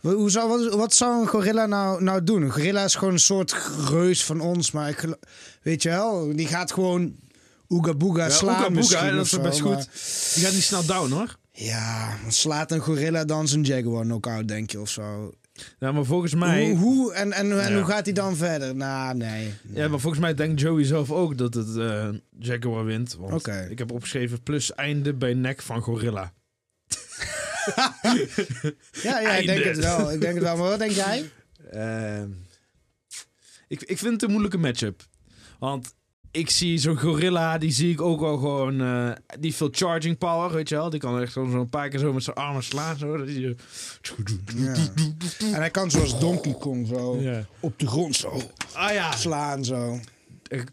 Speaker 1: Wa- Hoe zou, wat, wat zou een gorilla nou, nou doen? Een gorilla is gewoon een soort reus van ons. Maar ik gelo- weet je wel, die gaat gewoon ooga booga
Speaker 2: Ja,
Speaker 1: slaan
Speaker 2: Oeka
Speaker 1: misschien
Speaker 2: Boeka, dat
Speaker 1: of
Speaker 2: is
Speaker 1: zo,
Speaker 2: best
Speaker 1: maar-
Speaker 2: goed. Die gaat niet snel down, hoor.
Speaker 1: Ja, slaat een gorilla dan zijn jaguar knock-out, denk je, of zo.
Speaker 2: Ja, maar volgens mij...
Speaker 1: Hoe, hoe- en, en, en
Speaker 2: Ja.
Speaker 1: hoe gaat hij dan verder? Nou, nee.
Speaker 2: Ja, maar volgens mij denkt Joey zelf ook dat het eh, Jaguar wint. Want
Speaker 1: Oké.
Speaker 2: ik heb opgeschreven plus einde bij nek van gorilla.
Speaker 1: Ja, ja ik denk
Speaker 2: Einde.
Speaker 1: het wel. Ik denk het wel. Maar wat denk jij?
Speaker 2: Ehm, ik, ik vind het een moeilijke matchup. Want ik zie zo'n gorilla, die zie ik ook wel gewoon... eh, die heeft veel charging power, weet je wel. Die kan echt gewoon zo'n paar keer zo met zijn armen slaan. Zo, dat hij zo-
Speaker 1: Ja. En hij kan zoals Donkey Kong zo
Speaker 2: Ja.
Speaker 1: op de grond zo
Speaker 2: Ah ja,
Speaker 1: slaan. Zo.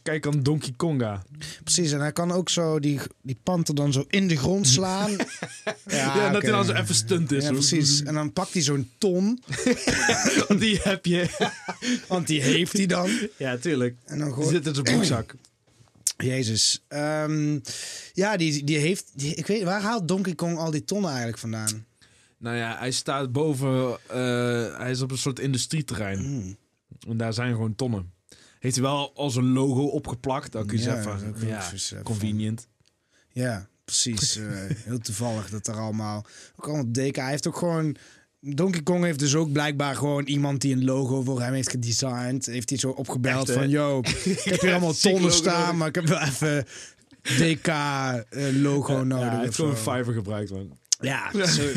Speaker 2: kijk aan Donkey Konga.
Speaker 1: Precies, en hij kan ook zo die, die panter dan zo in de grond slaan.
Speaker 2: Ja, dat
Speaker 1: Ah, oké.
Speaker 2: hij dan zo even stunt is.
Speaker 1: Ja,
Speaker 2: hoor.
Speaker 1: precies. En dan pakt hij zo'n ton,
Speaker 2: Want Die heb je.
Speaker 1: want die heeft hij dan.
Speaker 2: Ja, tuurlijk.
Speaker 1: En dan
Speaker 2: Die
Speaker 1: gooit
Speaker 2: zit in zijn broekzak.
Speaker 1: Jezus. Ehm, ja, die, die heeft. die- ik weet, waar haalt Donkey Kong al die tonnen eigenlijk vandaan?
Speaker 2: Nou ja, hij staat boven... eh, hij is op een soort industrieterrein.
Speaker 1: Hmm.
Speaker 2: En daar zijn gewoon tonnen. Heeft hij wel als een logo opgeplakt. Dan kun je
Speaker 1: Ja,
Speaker 2: zeggen
Speaker 1: dat
Speaker 2: van, eh,
Speaker 1: kun je
Speaker 2: ja,
Speaker 1: precies zeggen
Speaker 2: convenient.
Speaker 1: Ja, precies. Eh, heel toevallig dat er allemaal. Ook allemaal deken. Hij heeft ook gewoon. Donkey Kong heeft dus ook blijkbaar gewoon iemand die een logo voor hem heeft gedesigned. Heeft hij zo opgebeld
Speaker 2: Echt, hè?
Speaker 1: van: Yo, ik heb hier allemaal
Speaker 2: Ziek
Speaker 1: tonnen
Speaker 2: logo nodig.
Speaker 1: staan, maar ik heb wel even DK-logo
Speaker 2: Ja,
Speaker 1: nodig.
Speaker 2: hij
Speaker 1: Ja,
Speaker 2: heeft gewoon Fiverr gebruikt, man.
Speaker 1: ja zo,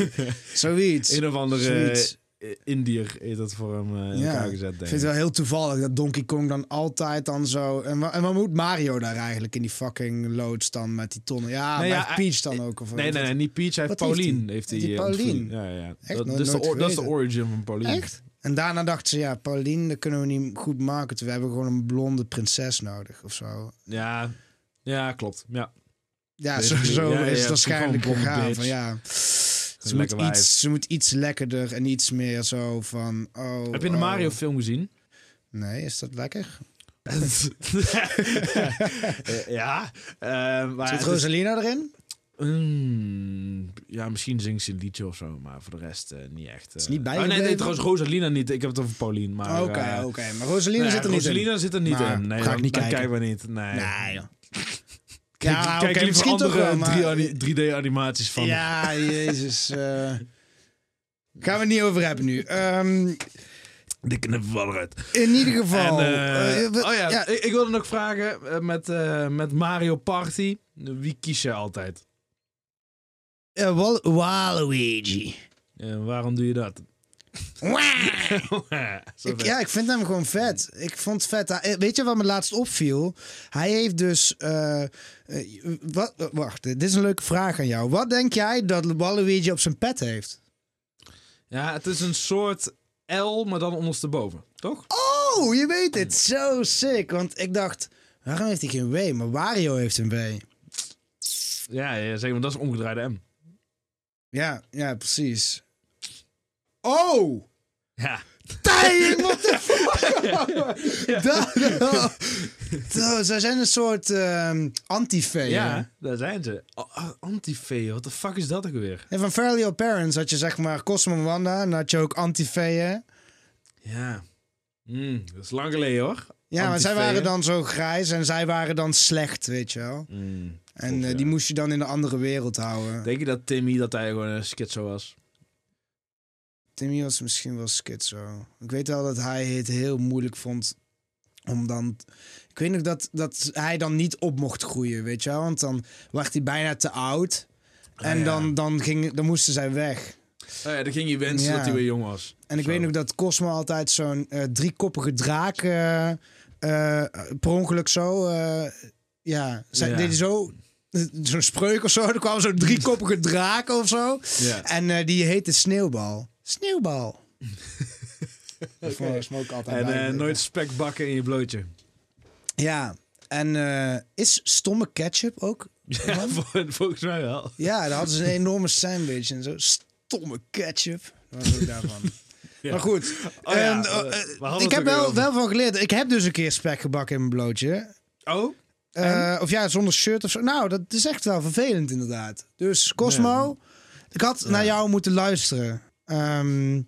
Speaker 1: zoiets.
Speaker 2: Een of andere
Speaker 1: Zoiets.
Speaker 2: eh, Indiër heeft dat voor hem eh, in
Speaker 1: Ja.
Speaker 2: elkaar gezet,
Speaker 1: Ik vind
Speaker 2: denk
Speaker 1: het
Speaker 2: ik.
Speaker 1: wel heel toevallig dat Donkey Kong dan altijd dan zo... En, wa- en wat moet Mario daar eigenlijk in die fucking loods dan met die tonnen? Ja,
Speaker 2: Nee,
Speaker 1: maar
Speaker 2: ja,
Speaker 1: heeft Peach
Speaker 2: hij-
Speaker 1: dan ook? Of
Speaker 2: Nee, nee, nee, niet Peach. Hij heeft
Speaker 1: Wat heeft
Speaker 2: Pauline.
Speaker 1: hij?
Speaker 2: heeft hij,
Speaker 1: Heeft hij
Speaker 2: eh, ontvoerd.
Speaker 1: Pauline?
Speaker 2: Ja, ja.
Speaker 1: Echt?
Speaker 2: Dat,
Speaker 1: Nooit-
Speaker 2: dat is de
Speaker 1: nooit
Speaker 2: or- dat is de
Speaker 1: geweten.
Speaker 2: origin van Pauline.
Speaker 1: Echt? En daarna dacht ze, ja, Pauline, dat kunnen we niet goed maken. dus We hebben gewoon een blonde prinses nodig of zo.
Speaker 2: Ja, ja klopt. Ja.
Speaker 1: Oh, Ja, zo,
Speaker 2: Basically,
Speaker 1: zo
Speaker 2: ja, ja,
Speaker 1: is
Speaker 2: ja,
Speaker 1: het waarschijnlijk
Speaker 2: gewoon een blonde
Speaker 1: gegaan.
Speaker 2: bitch.
Speaker 1: Van, ja, ze, moet
Speaker 2: lekker wijf.
Speaker 1: iets, ze moet iets lekkerder en iets meer zo van... Oh,
Speaker 2: Heb je de
Speaker 1: oh.
Speaker 2: Mario-film gezien?
Speaker 1: Nee, is dat lekker?
Speaker 2: ja. eh, maar
Speaker 1: Zit
Speaker 2: eh, het is-
Speaker 1: Rosalina erin?
Speaker 2: Mm, ja, misschien zingt ze een liedje of zo, maar voor de rest eh, niet echt.
Speaker 1: Is niet bij
Speaker 2: oh, nee, nee,
Speaker 1: gebleven?
Speaker 2: trouwens Rosalina niet. Ik heb het over Paulien. maar, eh,
Speaker 1: Oké, oké. Maar Rosalina
Speaker 2: nee,
Speaker 1: zit er niet in.
Speaker 2: Rosalina zit er niet
Speaker 1: Maar
Speaker 2: in. Nee,
Speaker 1: ga ik
Speaker 2: dan-
Speaker 1: niet
Speaker 2: dan
Speaker 1: kijken.
Speaker 2: we niet. Nee.
Speaker 1: Nee, joh.
Speaker 2: Kijk,
Speaker 1: Ja,
Speaker 2: kijk
Speaker 1: oké,
Speaker 2: liever
Speaker 1: misschien toch
Speaker 2: andere
Speaker 1: wel, maar-
Speaker 2: 3D-animaties van.
Speaker 1: Ja, jezus. eh. Gaan we het niet over hebben nu. Ehm,
Speaker 2: Die knippen we eruit.
Speaker 1: in ieder geval.
Speaker 2: En, eh,
Speaker 1: eh, we-
Speaker 2: oh ja, Ik, ik wilde nog vragen eh, met, eh, met Mario Party. Wie kies je altijd?
Speaker 1: eh, Wal- Waluigi.
Speaker 2: En Eh, waarom doe je dat?
Speaker 1: Wah!
Speaker 2: Zo
Speaker 1: Ik,
Speaker 2: vet.
Speaker 1: ja, ik vind hem gewoon vet. Ik vond het vet. Hij- Weet je wat me laatst opviel? Hij heeft dus. eh, eh, wat, eh, wacht, dit is een leuke vraag aan jou. Wat denk jij dat Waluigi op zijn pet heeft?
Speaker 2: ja, het is een soort L, maar dan ondersteboven. Toch?
Speaker 1: Oh, je weet het. Zo sick. Want ik dacht, waarom heeft hij geen W? Maar Wario heeft een W.
Speaker 2: Ja, ja zeg maar, dat is een omgedraaide M.
Speaker 1: Ja, ja, precies. Oh!
Speaker 2: Ja.
Speaker 1: Tijing, wat de fuck? Dat- Zo, Ze zijn een soort ehm anti-vee. hè?
Speaker 2: Ja, daar zijn ze. Oh, oh, Antifee, wat de fuck is dat ook weer?
Speaker 1: En van Fairly Odd Parents had je zeg maar Cosmo en Wanda. En dan had je ook Antifeeën.
Speaker 2: Ja. Mm, dat is lang geleden hoor.
Speaker 1: Ja, maar zij
Speaker 2: Antifeeën.
Speaker 1: waren dan zo grijs en zij waren dan slecht, weet je wel.
Speaker 2: Mm.
Speaker 1: En
Speaker 2: Klopt,
Speaker 1: eh,
Speaker 2: ja.
Speaker 1: die moest je dan in de andere wereld houden.
Speaker 2: Denk je dat Timmy dat hij gewoon een schizo was?
Speaker 1: Timmy was misschien wel schizo. Ik weet wel dat hij het heel moeilijk vond om dan... Ik weet nog dat, dat hij dan niet op mocht groeien, weet je wel. Want dan werd hij bijna te oud. En
Speaker 2: Ah, ja.
Speaker 1: dan, dan, ging, dan moesten zij weg.
Speaker 2: Oh ja, dan ging je wensen
Speaker 1: Ja.
Speaker 2: dat hij weer jong was.
Speaker 1: En ik
Speaker 2: Zo.
Speaker 1: weet nog dat Cosmo altijd zo'n eh, driekoppige draak eh, eh, per ongeluk zo. eh, ja, zij
Speaker 2: Ja.
Speaker 1: deed hij zo. eh, Zo'n spreuk of zo. Er kwam zo'n driekoppige draak of zo.
Speaker 2: Ja.
Speaker 1: En eh, die heette Sneeuwbal. Sneeuwbal. Dat vond ik Smoke altijd
Speaker 2: En
Speaker 1: bij
Speaker 2: eh,
Speaker 1: me.
Speaker 2: nooit spek bakken in je blootje.
Speaker 1: Ja. En eh, is stomme ketchup ook?
Speaker 2: Ja, vol- volgens mij wel.
Speaker 1: Ja, daar hadden ze een enorme sandwich en zo. Stomme ketchup. Dat was ook daarvan. Maar goed.
Speaker 2: Oh ja,
Speaker 1: En,
Speaker 2: eh,
Speaker 1: eh,
Speaker 2: we
Speaker 1: eh,
Speaker 2: hadden
Speaker 1: ik
Speaker 2: het
Speaker 1: heb
Speaker 2: ook
Speaker 1: wel,
Speaker 2: over.
Speaker 1: wel van geleerd. Ik heb dus een keer spek gebakken in mijn blootje.
Speaker 2: Oh?
Speaker 1: Eh, of ja, zonder shirt of zo. Nou, dat is echt wel vervelend inderdaad. Dus Cosmo, ik had naar jou moeten luisteren. Ehm,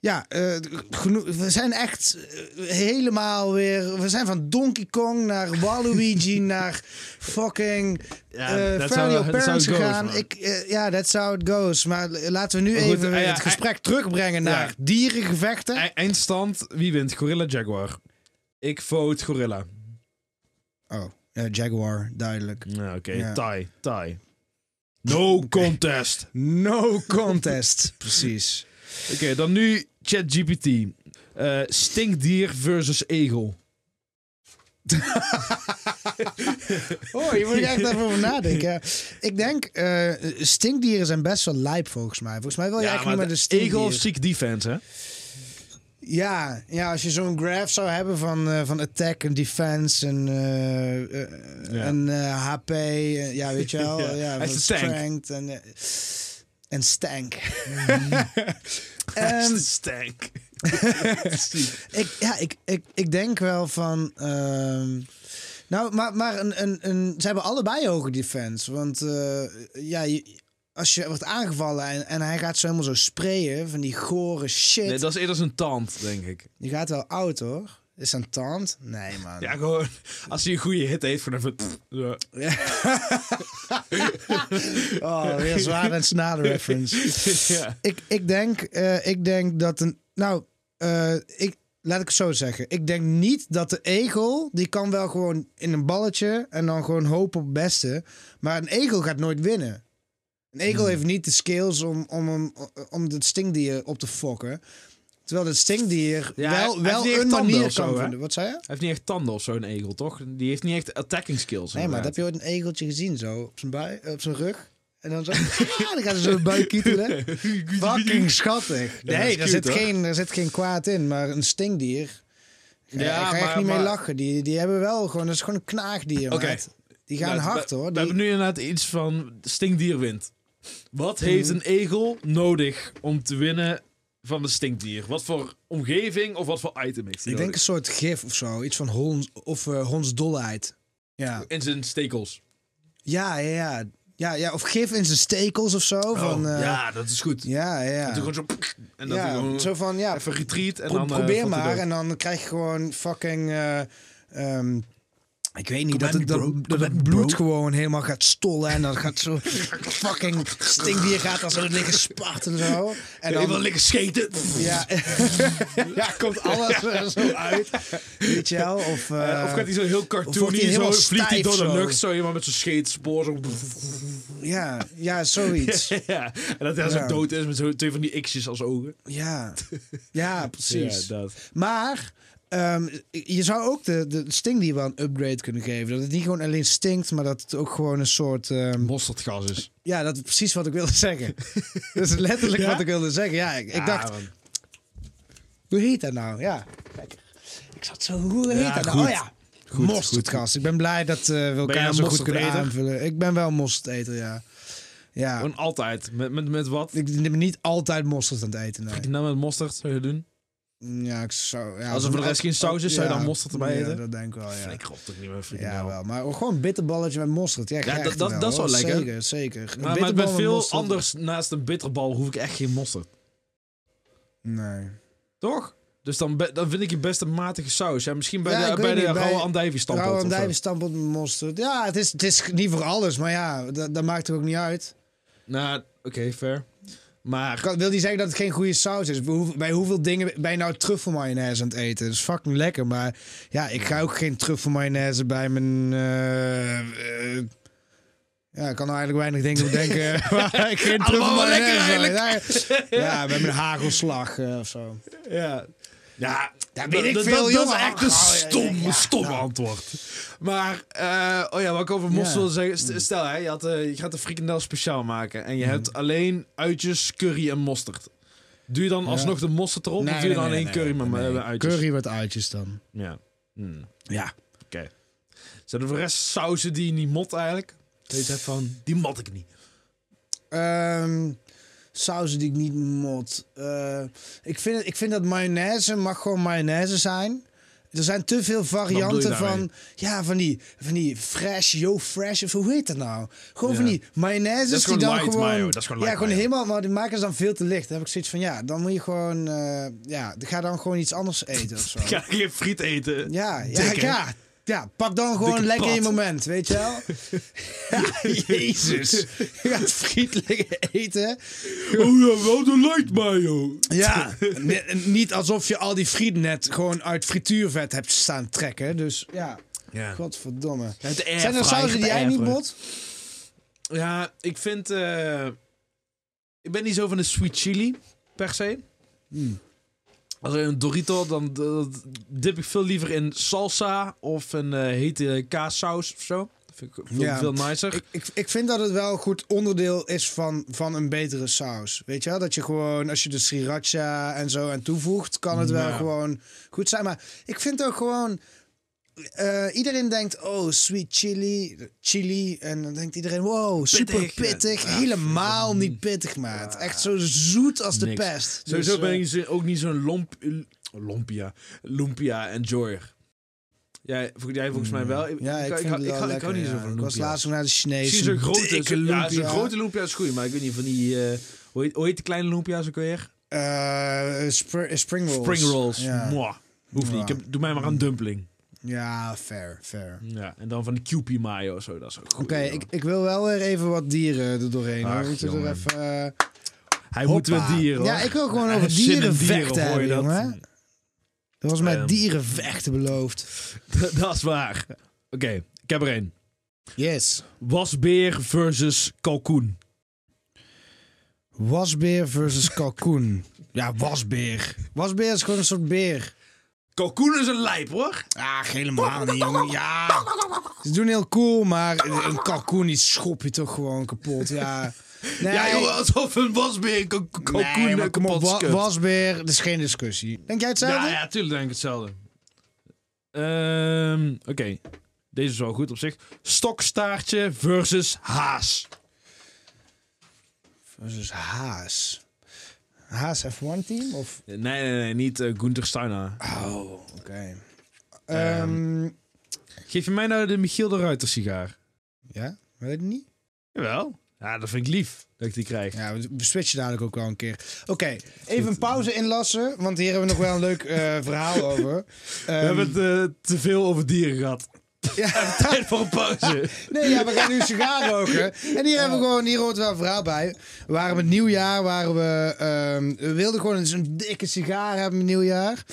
Speaker 1: ja, eh, genoeg- we zijn echt eh, helemaal weer... We zijn van Donkey Kong naar Waluigi naar fucking
Speaker 2: Ja,
Speaker 1: eh,
Speaker 2: that's
Speaker 1: Fairly
Speaker 2: how-
Speaker 1: Odd
Speaker 2: that's
Speaker 1: Parents
Speaker 2: how it goes,
Speaker 1: gegaan.
Speaker 2: man.
Speaker 1: Ik, eh, ja, that's how it goes. Maar l- laten we nu
Speaker 2: goed,
Speaker 1: even
Speaker 2: eh, ja,
Speaker 1: het gesprek terugbrengen naar
Speaker 2: ja.
Speaker 1: dierengevechten.
Speaker 2: E- Eindstand, wie wint? Gorilla Jaguar. Ik vote Gorilla.
Speaker 1: oh, ja, Jaguar, duidelijk.
Speaker 2: Nou, oké.
Speaker 1: Ja.
Speaker 2: Tie, tie. No contest.
Speaker 1: No contest. Precies.
Speaker 2: Oké, dan nu ChatGPT. Eh, stinkdier versus egel.
Speaker 1: Oh, hier moet ik echt even over nadenken. Ja. Ik denk, eh, stinkdieren zijn best wel lijp volgens mij. Volgens mij wil je eigenlijk niet
Speaker 2: maar
Speaker 1: met een
Speaker 2: de egel
Speaker 1: stinkdier.
Speaker 2: ziek defense, hè?
Speaker 1: Ja, ja, als je zo'n graph zou hebben van, eh, van attack en defense en, eh, eh,
Speaker 2: Ja.
Speaker 1: en eh, HP. eh, ja, weet je wel.
Speaker 2: Ja,
Speaker 1: ja,
Speaker 2: hij is
Speaker 1: van
Speaker 2: een tank.
Speaker 1: strength en, eh, en stank.
Speaker 2: Hij is
Speaker 1: Ehm,
Speaker 2: de stank.
Speaker 1: ik, ja, ik, ik, ik denk wel van. ehm, nou, maar, maar een, een, een, ze hebben allebei hoge defense. Want eh, ja, je- als je wordt aangevallen en, en hij gaat zo helemaal zo sprayen van die gore shit.
Speaker 2: Nee, dat is eerder zijn tand, denk ik.
Speaker 1: Je gaat wel oud hoor. Is dat een tand? Nee, man.
Speaker 2: Ja, gewoon. Als hij een goede hit heeft, van even... pff, zo.
Speaker 1: Oh, weer zwaar en snade reference.
Speaker 2: ja.
Speaker 1: Ik, ik, denk, eh, ik denk dat een. Nou, eh, ik, laat ik het zo zeggen. Ik denk niet dat de egel. die kan wel gewoon in een balletje. en dan gewoon hopen op het beste. Maar een egel gaat nooit winnen. Een egel
Speaker 2: Hmm.
Speaker 1: heeft niet de skills om, om, om, om het stinkdier op te fokken. Terwijl het stinkdier
Speaker 2: Ja, hij-
Speaker 1: wel,
Speaker 2: hij heeft
Speaker 1: wel
Speaker 2: niet echt
Speaker 1: een
Speaker 2: tanden
Speaker 1: manier
Speaker 2: of zo,
Speaker 1: kan
Speaker 2: hè?
Speaker 1: vinden. Wat zei je?
Speaker 2: Hij heeft niet echt tanden of zo, een egel, toch? Die heeft niet echt attacking skills.
Speaker 1: Nee, maar dat heb
Speaker 2: inderdaad.
Speaker 1: je ooit een egeltje gezien zo? Op zijn, bui, op zijn rug? En dan zo. Ah, dan gaan ze zo buik kietelen. Fucking schattig.
Speaker 2: dat
Speaker 1: Nee,
Speaker 2: is
Speaker 1: daar
Speaker 2: cute,
Speaker 1: zit,
Speaker 2: hoor.
Speaker 1: geen, daar zit geen kwaad in, maar een stinkdier. Ja,
Speaker 2: Ja,
Speaker 1: daar ga je echt
Speaker 2: maar-
Speaker 1: niet mee
Speaker 2: maar-
Speaker 1: lachen. Die, die hebben wel gewoon, dat is gewoon een knaagdier.
Speaker 2: Oké.
Speaker 1: maat. Die gaan
Speaker 2: Nou,
Speaker 1: hard
Speaker 2: we,
Speaker 1: hoor.
Speaker 2: We
Speaker 1: Die-
Speaker 2: hebben nu inderdaad iets van stinkdier wint. Wat
Speaker 1: Mhm.
Speaker 2: heeft een egel nodig om te winnen van een stinkdier? Wat voor omgeving of wat voor item heeft hij
Speaker 1: ik denk een
Speaker 2: nodig?
Speaker 1: soort gif of zo. Iets van hons, of eh hondsdolheid. Ja.
Speaker 2: In zijn stekels.
Speaker 1: Ja, ja, ja. ja, ja of gif in zijn stekels of zo. van, eh, ja.
Speaker 2: Oh, ja, dat is goed.
Speaker 1: Ja, ja.
Speaker 2: Doe gewoon zo... En dan
Speaker 1: ja,
Speaker 2: gewoon
Speaker 1: zo van, ja,
Speaker 2: even retreat. En
Speaker 1: pro-
Speaker 2: dan, eh,
Speaker 1: probeer
Speaker 2: valt hij
Speaker 1: maar.
Speaker 2: dood.
Speaker 1: En dan krijg je gewoon fucking... eh, ehm, ik weet niet,
Speaker 2: Kom
Speaker 1: dat
Speaker 2: at
Speaker 1: het,
Speaker 2: me,
Speaker 1: dat,
Speaker 2: bro.
Speaker 1: dat
Speaker 2: Kom at
Speaker 1: het
Speaker 2: me,
Speaker 1: bloed
Speaker 2: bro.
Speaker 1: gewoon helemaal gaat stollen. En dan gaat zo fucking stinkdier gaat als het liggen sparten en zo. En
Speaker 2: Ik wil
Speaker 1: dan,
Speaker 2: lekker scheten.
Speaker 1: ja, ja, komt alles er zo uit. Weet je wel? Of, eh,
Speaker 2: Eh, of gaat hij zo heel
Speaker 1: wordt hij
Speaker 2: cartoony, zo
Speaker 1: helemaal
Speaker 2: vliegt hij door
Speaker 1: stijf
Speaker 2: de
Speaker 1: zo?
Speaker 2: lucht, zo iemand met zo'n scheetspoor. Zo.
Speaker 1: ja, ja, zoiets.
Speaker 2: ja, en dat hij
Speaker 1: Ja.
Speaker 2: zo dood is met zo twee van die x'jes als ogen.
Speaker 1: Ja, ja precies.
Speaker 2: Ja, dat.
Speaker 1: Maar ehm, je zou ook de, de sting die wel een upgrade kunnen geven. Dat het niet gewoon alleen stinkt, maar dat het ook gewoon een soort. ehm,
Speaker 2: Mosterdgas is.
Speaker 1: ja, dat is precies wat ik wilde zeggen. dat is letterlijk
Speaker 2: Ja?
Speaker 1: wat ik wilde zeggen. Ja, ik, ik dacht, hoe heet dat nou? Ja. Kijk, Ik zat zo, hoe heet
Speaker 2: Ja,
Speaker 1: dat
Speaker 2: goed.
Speaker 1: nou? Oh ja.
Speaker 2: Goed,
Speaker 1: mosterdgas. Ik ben blij dat eh, we elkaar
Speaker 2: een
Speaker 1: zo goed kunnen
Speaker 2: mosterdeter?
Speaker 1: aanvullen. Ik ben wel een mosterdeter, ja. Ja.
Speaker 2: Gewoon altijd. Met, met, met wat?
Speaker 1: Ik ben niet altijd mosterd aan het eten. nee.
Speaker 2: Die nou met mosterd zou je doen?
Speaker 1: Ja, ik zou... Ja,
Speaker 2: Als er voor de rest geen saus is, zou je dan mosterd erbij
Speaker 1: Ja,
Speaker 2: eten?
Speaker 1: dat denk ik wel, Oh, ja.
Speaker 2: Flikker op toch niet nou. meer, vrienden.
Speaker 1: Ja, wel. Maar ook gewoon een bitterballetje met mosterd. Ja, krijg
Speaker 2: dat-
Speaker 1: je
Speaker 2: dat-
Speaker 1: wel,
Speaker 2: dat is wel
Speaker 1: hoor.
Speaker 2: lekker.
Speaker 1: Zeker, zeker. Een
Speaker 2: Maar, maar
Speaker 1: bitterbal
Speaker 2: met
Speaker 1: met
Speaker 2: veel
Speaker 1: mosterd.
Speaker 2: anders naast een bitterbal hoef ik echt geen mosterd.
Speaker 1: Nee.
Speaker 2: Toch? Dus dan, be- dan vind ik je best een matige saus. Ja, misschien bij
Speaker 1: Ja, ik
Speaker 2: de,
Speaker 1: weet
Speaker 2: bij de
Speaker 1: niet, bij-
Speaker 2: rauwe andijvie stamppot
Speaker 1: Rauwe
Speaker 2: of zo.
Speaker 1: andijven stampot met mosterd. Ja, het is, het is niet voor alles, maar ja, dat, dat maakt er ook niet uit.
Speaker 2: Nou, oké, fair. Maar
Speaker 1: Kan- Wil niet zeggen dat het geen goede saus is? Bij, hoe- bij hoeveel dingen ben je nou truffelmayonaise aan het eten? Dat is fucking lekker, maar ja, ik ga ook geen truffelmayonaise bij mijn... eh, eh, ja, ik kan er eigenlijk weinig dingen bedenken waar ik geen
Speaker 2: Allemaal wel lekker
Speaker 1: truffelmayonaise bij- Ja, bij mijn hagelslag eh, of zo.
Speaker 2: ja. Ja,
Speaker 1: Ja, weet ik
Speaker 2: dat-
Speaker 1: veel,
Speaker 2: dat, dat
Speaker 1: jongen.
Speaker 2: is echt een
Speaker 1: Oh, ja, ja,
Speaker 2: stom,
Speaker 1: ja,
Speaker 2: stom
Speaker 1: nou.
Speaker 2: antwoord. Maar, eh, oh ja, wat ik over mosterd
Speaker 1: Ja.
Speaker 2: wil zeggen. st- Stel, hè, je, had, eh, je gaat een frikandel speciaal maken. En je hebt alleen uitjes, curry en mosterd. Doe je dan alsnog de mosterd erop? of doe je dan alleen curry met,
Speaker 1: nee.
Speaker 2: met uitjes?
Speaker 1: Curry met uitjes dan.
Speaker 2: Ja. Hmm.
Speaker 1: Ja.
Speaker 2: Oké. Zijn er voor de rest sauzen die je niet mot eigenlijk? Dat je zegt van, die mot ik niet.
Speaker 1: sauzen Ehm, die ik niet mot. Eh, ik, vind, ik vind dat mayonaise mag gewoon mayonaise zijn. Er zijn te veel
Speaker 2: bedoel
Speaker 1: varianten
Speaker 2: je daarmee?
Speaker 1: van, ja, van, die, van die fresh, yo fresh, of hoe heet dat nou? Gewoon van
Speaker 2: Ja.
Speaker 1: die mayonaise
Speaker 2: Dat
Speaker 1: die
Speaker 2: is gewoon
Speaker 1: dan
Speaker 2: light
Speaker 1: gewoon...
Speaker 2: mayo, dat is gewoon light
Speaker 1: ja, gewoon
Speaker 2: mayo.
Speaker 1: helemaal, maar die maken ze dan veel te licht. Dan heb ik zoiets van, ja, dan moet je gewoon, eh, ja, ga dan gewoon iets anders eten of zo.
Speaker 2: Ik ga geen friet eten.
Speaker 1: Ja, ja,
Speaker 2: Dik, hè?
Speaker 1: ja. Ja, pak dan gewoon
Speaker 2: Dikke
Speaker 1: lekker
Speaker 2: pad.
Speaker 1: je moment, weet je wel? ja, jezus. Je gaat friet liggen eten.
Speaker 2: Oh ja, wel de light mayo.
Speaker 1: Ja, n- niet alsof je al die friet net gewoon uit frituurvet hebt staan trekken. Dus ja,
Speaker 2: Ja.
Speaker 1: godverdomme.
Speaker 2: Het
Speaker 1: Zijn er sausen die jij niet bot?
Speaker 2: Ja, ik vind... eh, ik ben niet zo van de sweet chili, per se.
Speaker 1: Hmm.
Speaker 2: Als in een Dorito, dan dat dip ik veel liever in salsa of een eh, hete kaassaus of zo. Dat vind ik veel,
Speaker 1: Ja.
Speaker 2: veel nicer.
Speaker 1: Ik, ik, ik vind dat het wel een goed onderdeel is van, van een betere saus. Weet je wel? Dat je gewoon, als je de sriracha en zo aan toevoegt, kan het wel
Speaker 2: Ja.
Speaker 1: gewoon goed zijn. Maar ik vind ook gewoon. eh, iedereen denkt, oh, sweet chili, chili. En dan denkt iedereen, wow, super
Speaker 2: Pittig.
Speaker 1: pittig.
Speaker 2: Ja,
Speaker 1: Helemaal niet pittig, maat. Echt zo zoet als de
Speaker 2: Niks.
Speaker 1: pest.
Speaker 2: Sowieso
Speaker 1: Dus,
Speaker 2: ben
Speaker 1: eh,
Speaker 2: ik zo- ook niet zo'n lomp, lompia, lumpia enjoyer. Jij, vol- jij volgens mij wel.
Speaker 1: Hmm. Ja, ik, vind
Speaker 2: hou-
Speaker 1: het wel
Speaker 2: hou-
Speaker 1: lekker.
Speaker 2: ik hou niet
Speaker 1: ja.
Speaker 2: zo van
Speaker 1: Ik was
Speaker 2: lumpia.
Speaker 1: laatst nog naar de Chinees.
Speaker 2: Misschien zo'n grote,
Speaker 1: dikke
Speaker 2: zo'n- ja, zo'n
Speaker 1: lumpia.
Speaker 2: grote lumpia is goed, maar ik weet niet van die... eh, hoe, heet, hoe heet de kleine lumpia's ook weer?
Speaker 1: Eh, spr- spring rolls.
Speaker 2: Spring rolls.
Speaker 1: Ja.
Speaker 2: Mwah. Hoeft
Speaker 1: Ja.
Speaker 2: niet. Ik heb- doe mij maar een dumpling.
Speaker 1: Ja, fair, fair.
Speaker 2: Ja. En dan van de Cupie mayo of zo. Dat is ook goed.
Speaker 1: Oké,
Speaker 2: joh.
Speaker 1: ik, ik wil wel weer even wat dieren er doorheen. hoor.
Speaker 2: Ach,
Speaker 1: We moeten er
Speaker 2: jongen.
Speaker 1: even, eh,
Speaker 2: Hij moet weer
Speaker 1: hoppa.
Speaker 2: dieren.
Speaker 1: Ja,
Speaker 2: hoor.
Speaker 1: ik wil gewoon
Speaker 2: Hij
Speaker 1: over
Speaker 2: heeft zin in
Speaker 1: dieren
Speaker 2: dieren,
Speaker 1: vechten
Speaker 2: hoor je
Speaker 1: hebben,
Speaker 2: dat?
Speaker 1: jongen. Er was mij
Speaker 2: Ehm.
Speaker 1: dieren vechten beloofd.
Speaker 2: dat is waar. Oké, ik heb er één.
Speaker 1: Yes.
Speaker 2: Wasbeer versus kalkoen.
Speaker 1: Wasbeer versus kalkoen. ja, wasbeer. Wasbeer is gewoon een soort beer.
Speaker 2: Kalkoen is een lijp hoor.
Speaker 1: Ah, helemaal niet, jongen. Ja. Ze doen heel cool, maar een kalkoen die schop je toch gewoon kapot. Ja, nee,
Speaker 2: Ja, joh, alsof een wasbeer een kalk- kalkoen
Speaker 1: nee,
Speaker 2: nee,
Speaker 1: maar kom op,
Speaker 2: kapot
Speaker 1: wa-
Speaker 2: schudt.
Speaker 1: wasbeer, dat is geen discussie. Denk jij hetzelfde?
Speaker 2: Ja, ja, tuurlijk denk ik hetzelfde. Ehm, Oké, deze is wel goed op zich. Stokstaartje versus haas.
Speaker 1: Versus Haas. Haas F1 team? Of...
Speaker 2: Nee, nee, nee, niet eh, Gunther Steiner.
Speaker 1: Oh, oké. Ehm,
Speaker 2: Ehm. Geef je mij nou de Michiel de Ruiter sigaar?
Speaker 1: ja? Weet je niet?
Speaker 2: Jawel. Ja, dat vind ik lief dat ik die krijg.
Speaker 1: Ja, we we switchen dadelijk ook wel een keer. Oké, even een pauze inlassen, want hier hebben we nog wel een leuk eh, verhaal over. Ehm,
Speaker 2: We hebben het eh, te veel over dieren gehad.
Speaker 1: ja.
Speaker 2: Tijd voor een pauze.
Speaker 1: Nee, ja, we gaan nu een sigaar roken. En
Speaker 2: Oh.
Speaker 1: hier hebben we gewoon, hier hoort wel een verhaal bij. We waren met nieuwjaar, waren we, ehm, we wilden gewoon eens een dikke sigaar hebben met nieuwjaar.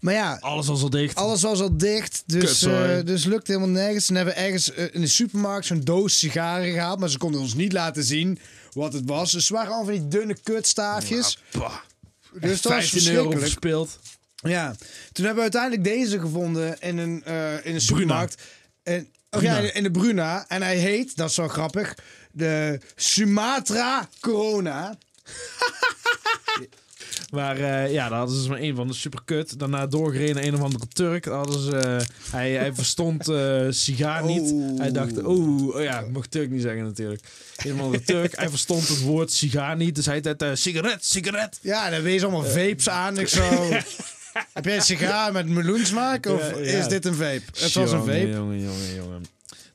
Speaker 1: Maar ja,
Speaker 2: Alles was al dicht.
Speaker 1: alles was al dicht, dus,
Speaker 2: Kutzooi.
Speaker 1: eh dus lukte helemaal nergens. Toen hebben we ergens eh, in de supermarkt zo'n doos sigaren gehaald, maar ze konden ons niet laten zien wat het was. Dus het waren allemaal van die dunne kutstaafjes.
Speaker 2: Ah, Bah.
Speaker 1: dus dat was
Speaker 2: 15 euro
Speaker 1: verschrikkelijk.
Speaker 2: verspeeld.
Speaker 1: Ja, toen hebben we uiteindelijk deze gevonden in een, eh in een supermarkt. En, oh ja,
Speaker 2: Bruna.
Speaker 1: in de- in de Bruna. En hij heet, dat is wel grappig, de Sumatra Corona.
Speaker 2: Maar eh, ja, daar hadden ze dus maar één van. Dat is super kut. Daarna doorgereden naar een of andere Turk. Daar Hadden ze, eh, hij, hij verstond eh, sigaar niet.
Speaker 1: Oh.
Speaker 2: Hij dacht, oh, oh ja, ik mag Turk niet zeggen natuurlijk. Een of andere Turk. Hij verstond het woord sigaar niet. Dus hij deed eh, sigaret, sigaret.
Speaker 1: Ja, daar wees
Speaker 2: Eh.
Speaker 1: allemaal vapes aan. Ik zo... Heb jij een sigaar met meloensmaak of
Speaker 2: Ja, ja.
Speaker 1: is dit een vape? Het was een
Speaker 2: Jongen,
Speaker 1: vape.
Speaker 2: Jongen, jongen, jongen.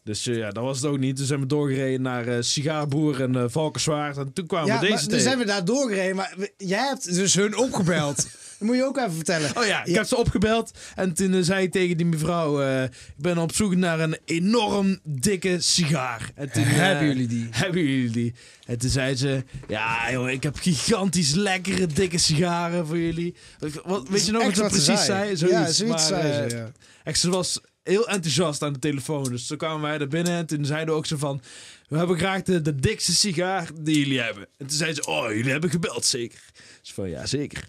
Speaker 2: Dus eh, ja, dat was het ook niet. Toen zijn we doorgereden naar eh, Sigaarboer en eh Valkenswaard. En toen kwamen
Speaker 1: Ja,
Speaker 2: we Oh, deze
Speaker 1: maar,
Speaker 2: tegen.
Speaker 1: dus zijn we daar doorgereden, maar we- jij hebt dus hun opgebeld. Dat moet je ook even vertellen.
Speaker 2: Oh ja, ik heb ze opgebeld. En toen eh, zei ik tegen die mevrouw... eh, ik ben op zoek naar een enorm dikke sigaar. En toen, eh,
Speaker 1: Hebben jullie die?
Speaker 2: Hebben jullie die? En toen zei ze... Ja, joh, ik heb gigantisch lekkere dikke sigaren voor jullie. Wat, weet je nog wat
Speaker 1: Echt
Speaker 2: ze
Speaker 1: wat ze
Speaker 2: precies
Speaker 1: zei.
Speaker 2: zei? Zoiets,
Speaker 1: Ja, zoiets
Speaker 2: maar,
Speaker 1: zei
Speaker 2: eh,
Speaker 1: ze, ja.
Speaker 2: Echt, ze was heel enthousiast aan de telefoon. Dus toen kwamen wij er binnen en toen zeiden we ook zo van... We hebben graag de, de dikste sigaar die jullie hebben. En toen zeiden ze... Oh, jullie hebben gebeld, zeker? Dus van, ja, zeker.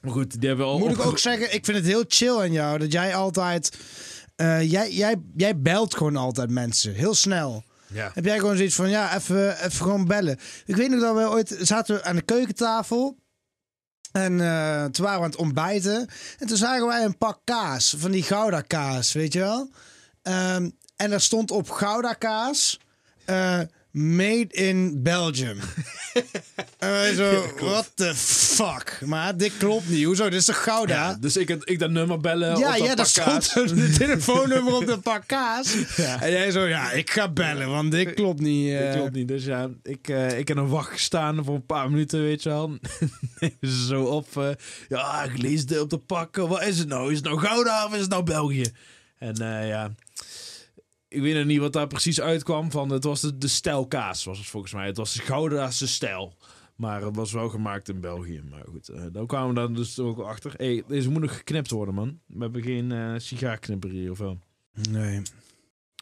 Speaker 2: Maar goed, die hebben we al
Speaker 1: Moet ik
Speaker 2: opgeroepen.
Speaker 1: ook zeggen, ik vind het heel chill aan jou dat jij altijd. eh, jij, jij, jij belt gewoon altijd mensen, heel snel.
Speaker 2: Ja.
Speaker 1: Heb jij gewoon zoiets van, ja, even, even gewoon bellen. Ik weet nog dat we ooit zaten we aan de keukentafel. En eh, toen waren we aan het ontbijten. En toen zagen wij een pak kaas, van die Gouda kaas, weet je wel. Ehm, en daar stond op Gouda kaas, eh, made in Belgium. en wij zo, what the fuck? Maar dit klopt niet, hoezo? Dit is toch Gouda?
Speaker 2: Ja, dus ik, ik dat nummer bellen.
Speaker 1: Ja,
Speaker 2: op
Speaker 1: ja, daar
Speaker 2: dat pakkaas.
Speaker 1: stond een telefoonnummer op de pak kaas. En jij zo, ja, ik ga bellen, want dit klopt niet. eh.
Speaker 2: Dat klopt niet. Dus ja, ik, eh, ik heb een wacht gestaan voor een paar minuten, weet je wel. Nemen ze zo op. eh, ja, ik lees dit op de pakken. Wat is het nou? Is het nou Gouda of is het nou België? En eh, ja, ik weet nog niet wat daar precies uitkwam. Van, het was de, de stijl kaas, was het volgens mij. Het was de Gouda's stijl. Maar het was wel gemaakt in België. Maar goed, eh dan kwamen we daar dus ook achter. hey, deze moet nog geknipt worden, man. We hebben geen eh sigaarknipper hier, of wel?
Speaker 1: Nee.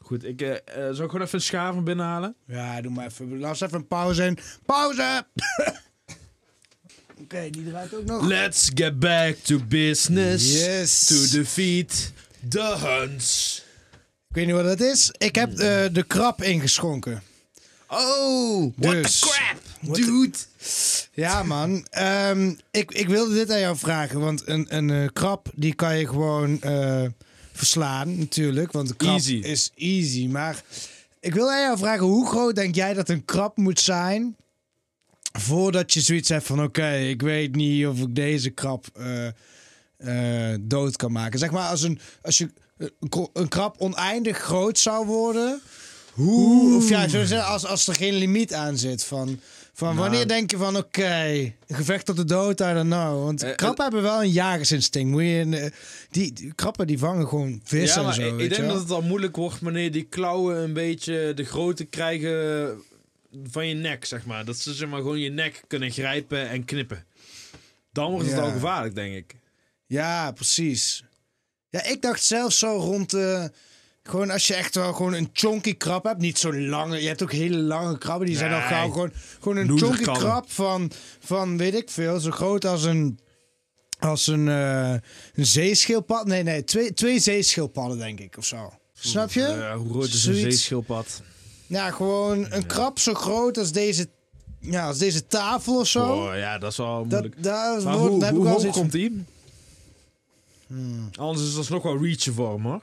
Speaker 2: Goed, ik eh, eh, zal ik gewoon even een schaar van binnenhalen.
Speaker 1: Ja, doe maar even. Laat eens even een pauze in. Pauze! Oké, die draait ook nog.
Speaker 2: Let's get back to business.
Speaker 1: Yes.
Speaker 2: To defeat the Huns.
Speaker 1: Ik weet niet wat dat is. Ik heb eh, de krab ingeschonken.
Speaker 2: Oh, what
Speaker 1: Dus.
Speaker 2: the crap,
Speaker 1: What the-
Speaker 2: dude.
Speaker 1: Ja, man. Ehm, ik, ik wilde dit aan jou vragen. Want een, een eh, krab, die kan je gewoon eh, verslaan, natuurlijk. Want de krab
Speaker 2: Easy.
Speaker 1: is easy. Maar ik wil aan jou vragen, hoe groot denk jij dat een krab moet zijn... voordat je zoiets hebt van... oké, ik weet niet of ik deze krab eh, eh, dood kan maken. Zeg maar, als, een, als je eh, een kro- een krab oneindig groot zou worden... Hoe, of ja, zo zeggen, als, als er geen limiet aan zit. Van, van
Speaker 2: Nou.
Speaker 1: wanneer denk je van, oké, een gevecht tot de dood, I don't know. Want
Speaker 2: Eh,
Speaker 1: krappen hebben wel een jagersinstinct. Moet je een, eh, die, die krappen die vangen gewoon vissen
Speaker 2: Ja, maar
Speaker 1: en zo,
Speaker 2: ik, ik
Speaker 1: weet je
Speaker 2: denk
Speaker 1: wel.
Speaker 2: dat het al moeilijk wordt wanneer die klauwen een beetje de grootte krijgen van je nek, zeg maar. Dat ze zeg maar, gewoon je nek kunnen grijpen en knippen. Dan wordt het
Speaker 1: Ja.
Speaker 2: al gevaarlijk, denk ik.
Speaker 1: Ja, precies. Ja, ik dacht zelfs zo rond... eh, gewoon als je echt wel gewoon een chonky krab hebt. Niet zo'n lange... Je hebt ook hele lange krabben. Die zijn al
Speaker 2: Nee.
Speaker 1: gauw gewoon... Gewoon een chonky
Speaker 2: Loserkrabben.
Speaker 1: krab van, van, weet ik veel, zo groot als een... Als een, eh, een zeeschildpad. Nee, nee, twee, twee zeeschildpadden, denk ik, of zo. Snap je?
Speaker 2: Eh, hoe groot is
Speaker 1: Zoiets.
Speaker 2: een zeeschildpad?
Speaker 1: Ja, gewoon een krab zo groot als deze, ja, als deze tafel of zo.
Speaker 2: Oh, ja, dat is wel
Speaker 1: dat,
Speaker 2: moeilijk.
Speaker 1: daar
Speaker 2: Maar
Speaker 1: wordt-
Speaker 2: hoe,
Speaker 1: daar heb
Speaker 2: hoe
Speaker 1: ik wel
Speaker 2: hoog
Speaker 1: zoiets van-
Speaker 2: komt die? Hmm. Anders is dat nog wel reachen voor hem, hoor.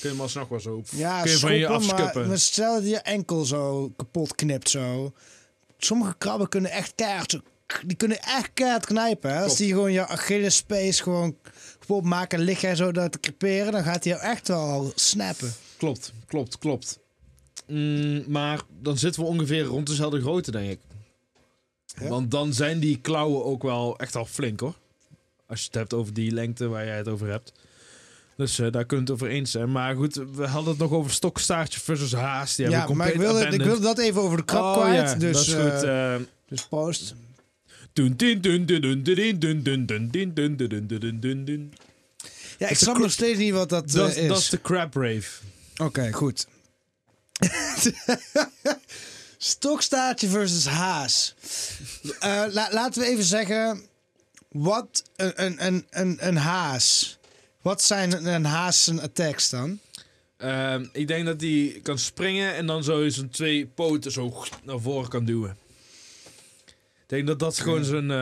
Speaker 2: Kun je hem alsnog wel zo...
Speaker 1: Ja,
Speaker 2: kun je van je
Speaker 1: schoppen, maar,
Speaker 2: afskuppen.
Speaker 1: maar stel dat je enkel zo kapot knipt zo. Sommige krabben kunnen echt keihard, zo- die kunnen echt keihard knijpen. Hè? Als
Speaker 2: Klopt.
Speaker 1: die gewoon je Achillespace gewoon kapot maken, lig jij zo dat te creperen, dan gaat hij jou echt wel snappen.
Speaker 2: Klopt, klopt, klopt. Mm, maar dan zitten we ongeveer rond dezelfde grootte, denk ik.
Speaker 1: Ja.
Speaker 2: Want dan zijn die klauwen ook wel echt al flink, hoor. Als je het hebt over die lengte waar jij het over hebt. Dus eh, daar kunnen we het over eens zijn. Maar goed, we hadden het nog over stokstaartje versus haas. Die
Speaker 1: Ja,
Speaker 2: hebben we
Speaker 1: maar ik
Speaker 2: compleet
Speaker 1: wilde, ik
Speaker 2: abandoned.
Speaker 1: wilde dat even over de krap
Speaker 2: Oh,
Speaker 1: kwijt.
Speaker 2: ja,
Speaker 1: dus,
Speaker 2: dat is goed.
Speaker 1: eh,
Speaker 2: eh,
Speaker 1: dus post.
Speaker 2: Dun, dun, dun, dun, dun, dun, dun, dun, dun, dun, dun, dun, dun, dun, dun, dun.
Speaker 1: Ja, ik
Speaker 2: is
Speaker 1: snap
Speaker 2: de-
Speaker 1: nog steeds niet wat dat, eh,
Speaker 2: Dat
Speaker 1: is.
Speaker 2: dat is de crab rave.
Speaker 1: Oké, goed. Stokstaartje versus haas. Eh, la- laten we even zeggen. Wat een, een, een, een, een haas. Wat zijn een, een haas zijn attacks dan?
Speaker 2: Ehm, Ik denk dat die kan springen en dan zo zijn twee poten zo naar voren kan duwen. Ik denk dat dat gewoon zijn, eh,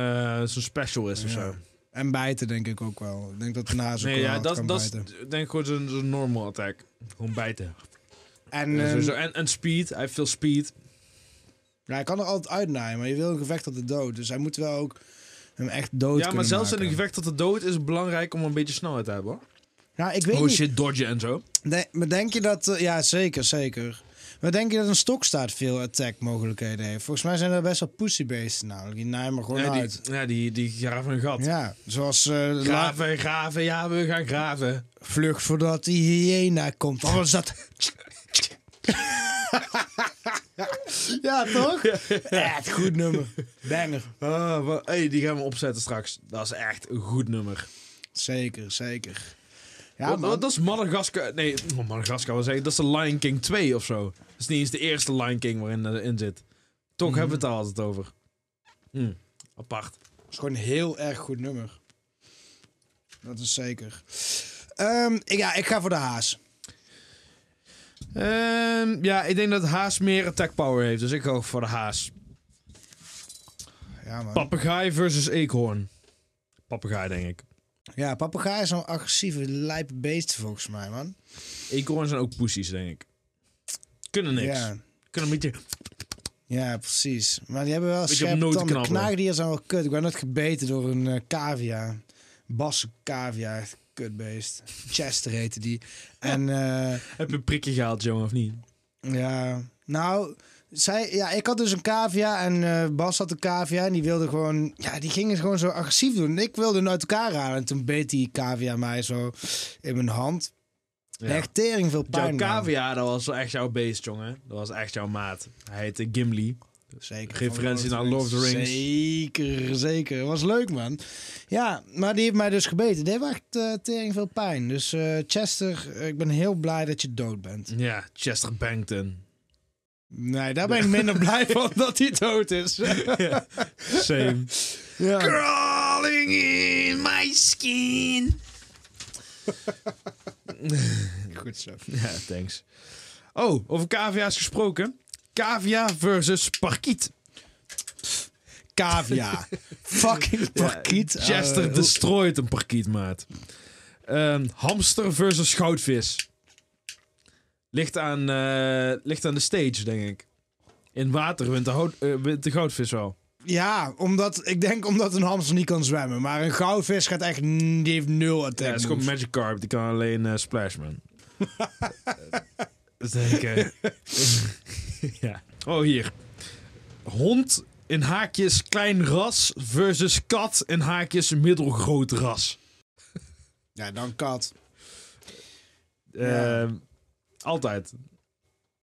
Speaker 2: zijn special is of
Speaker 1: Ja.
Speaker 2: zo.
Speaker 1: En bijten denk ik ook wel. Ik denk dat een haas ook
Speaker 2: Nee,
Speaker 1: wel
Speaker 2: ja,
Speaker 1: hard
Speaker 2: dat,
Speaker 1: kan
Speaker 2: dat is
Speaker 1: bijten.
Speaker 2: denk ik gewoon zijn, zijn normal attack. Gewoon bijten.
Speaker 1: En,
Speaker 2: En,
Speaker 1: ehm,
Speaker 2: sowieso- en, en speed, hij heeft veel speed.
Speaker 1: ja, hij kan er altijd uitnaaien, maar je wil een gevecht tot de dood. Dus hij moet wel ook hem echt dood
Speaker 2: Ja, maar
Speaker 1: kunnen
Speaker 2: zelfs in een
Speaker 1: maken.
Speaker 2: gevecht tot de dood is het belangrijk om een beetje snelheid te hebben. hoor.
Speaker 1: Nou, ik weet
Speaker 2: Oh
Speaker 1: niet.
Speaker 2: shit, dodgen en zo.
Speaker 1: Nee, maar denk je dat... eh, ja, zeker, zeker. Maar denk je dat een stokstaart veel attack mogelijkheden heeft? Volgens mij zijn er best wel pussybeesten namelijk. Die naaien maar gewoon
Speaker 2: Ja, die,
Speaker 1: uit.
Speaker 2: ja, die, die graven een gat.
Speaker 1: Ja, zoals eh, de la-
Speaker 2: Graven, graven, ja, we gaan graven.
Speaker 1: vlucht voordat die hyena komt. Oh, wat is dat? ja, toch? Echt goed nummer. Banger.
Speaker 2: Ah, wa- hey, die gaan we opzetten straks. Dat is echt een goed nummer.
Speaker 1: Zeker, zeker. Ja,
Speaker 2: Wat- wat-
Speaker 1: man.
Speaker 2: dat is Madagaskar. Nee, oh, Madagaskar wil zeggen. Dat is de Lion King 2 of zo. Dat is niet eens de eerste Lion King waarin dat in zit. Toch
Speaker 1: Mhm.
Speaker 2: hebben we het daar altijd over. Hm, apart.
Speaker 1: Dat is gewoon een heel erg goed nummer. Dat is zeker. Ehm, ik- ja, ik ga voor de haas.
Speaker 2: Ehm, ja, ik denk dat Haas meer attack power heeft. Dus ik ga ook voor de Haas.
Speaker 1: Ja, man.
Speaker 2: Papegaai versus eekhoorn. Papegaai, denk ik.
Speaker 1: Ja, papegaai is zo'n agressieve lijpe beest volgens mij, man.
Speaker 2: Eekhoorn zijn ook poesies, denk ik. Kunnen niks.
Speaker 1: Ja,
Speaker 2: Kunnen een beetje...
Speaker 1: ja, precies. Maar die hebben wel
Speaker 2: Beetje op
Speaker 1: scherpe
Speaker 2: noten
Speaker 1: tanden.
Speaker 2: knabbelen.
Speaker 1: Knaagdieren zijn wel kut. Ik ben net gebeten door een eh, cavia. Basse cavia, echt kutbeest. Chester heette die. En eh,
Speaker 2: Heb je een prikje gehaald, jongen, of niet?
Speaker 1: ja, nou... Zij, ja, ik had dus een cavia en eh, Bas had een cavia en die wilde gewoon... Ja, die ging het gewoon zo agressief doen. Ik wilde hem uit elkaar halen en toen beet die cavia mij zo in mijn hand. Echt tering veel pijn.
Speaker 2: Jouw
Speaker 1: man.
Speaker 2: cavia, dat was wel echt jouw beest, jongen. Dat was echt jouw maat. Hij heette Gimli.
Speaker 1: Zeker.
Speaker 2: Referentie
Speaker 1: van
Speaker 2: naar Lord of the Rings.
Speaker 1: Zeker, zeker. Was leuk, man. Ja, maar die heeft mij dus gebeten. Die heeft echt eh, tering veel pijn. Dus eh, Chester, eh, ik ben heel blij dat je dood bent.
Speaker 2: Ja, Chester Bennington.
Speaker 1: Nee, daar ben ik minder blij van dat hij dood is.
Speaker 2: Same.
Speaker 1: ja.
Speaker 2: Crawling in my skin.
Speaker 1: Goed zo.
Speaker 2: Ja, thanks. Oh, over cavia's gesproken. Cavia versus parkiet.
Speaker 1: Cavia. Fucking parkiet.
Speaker 2: Chester
Speaker 1: Eh,
Speaker 2: destroyt een parkiet, maat. Ehm, hamster versus goudvis. Ligt aan, eh, ligt aan de stage, denk ik. In water wint de, hout- eh, wint de goudvis wel.
Speaker 1: ja, omdat, ik denk omdat een hamster niet kan zwemmen. Maar een goudvis gaat echt... n- Die heeft nul attack
Speaker 2: Ja, het is gewoon
Speaker 1: moves.
Speaker 2: Magikarp. Die kan alleen eh, Splashman. Dat denk ik. eh, ja. Oh, hier. Hond in haakjes klein ras versus kat in haakjes middelgroot ras.
Speaker 1: Ja, dan kat.
Speaker 2: Ehm,
Speaker 1: Ja.
Speaker 2: Altijd.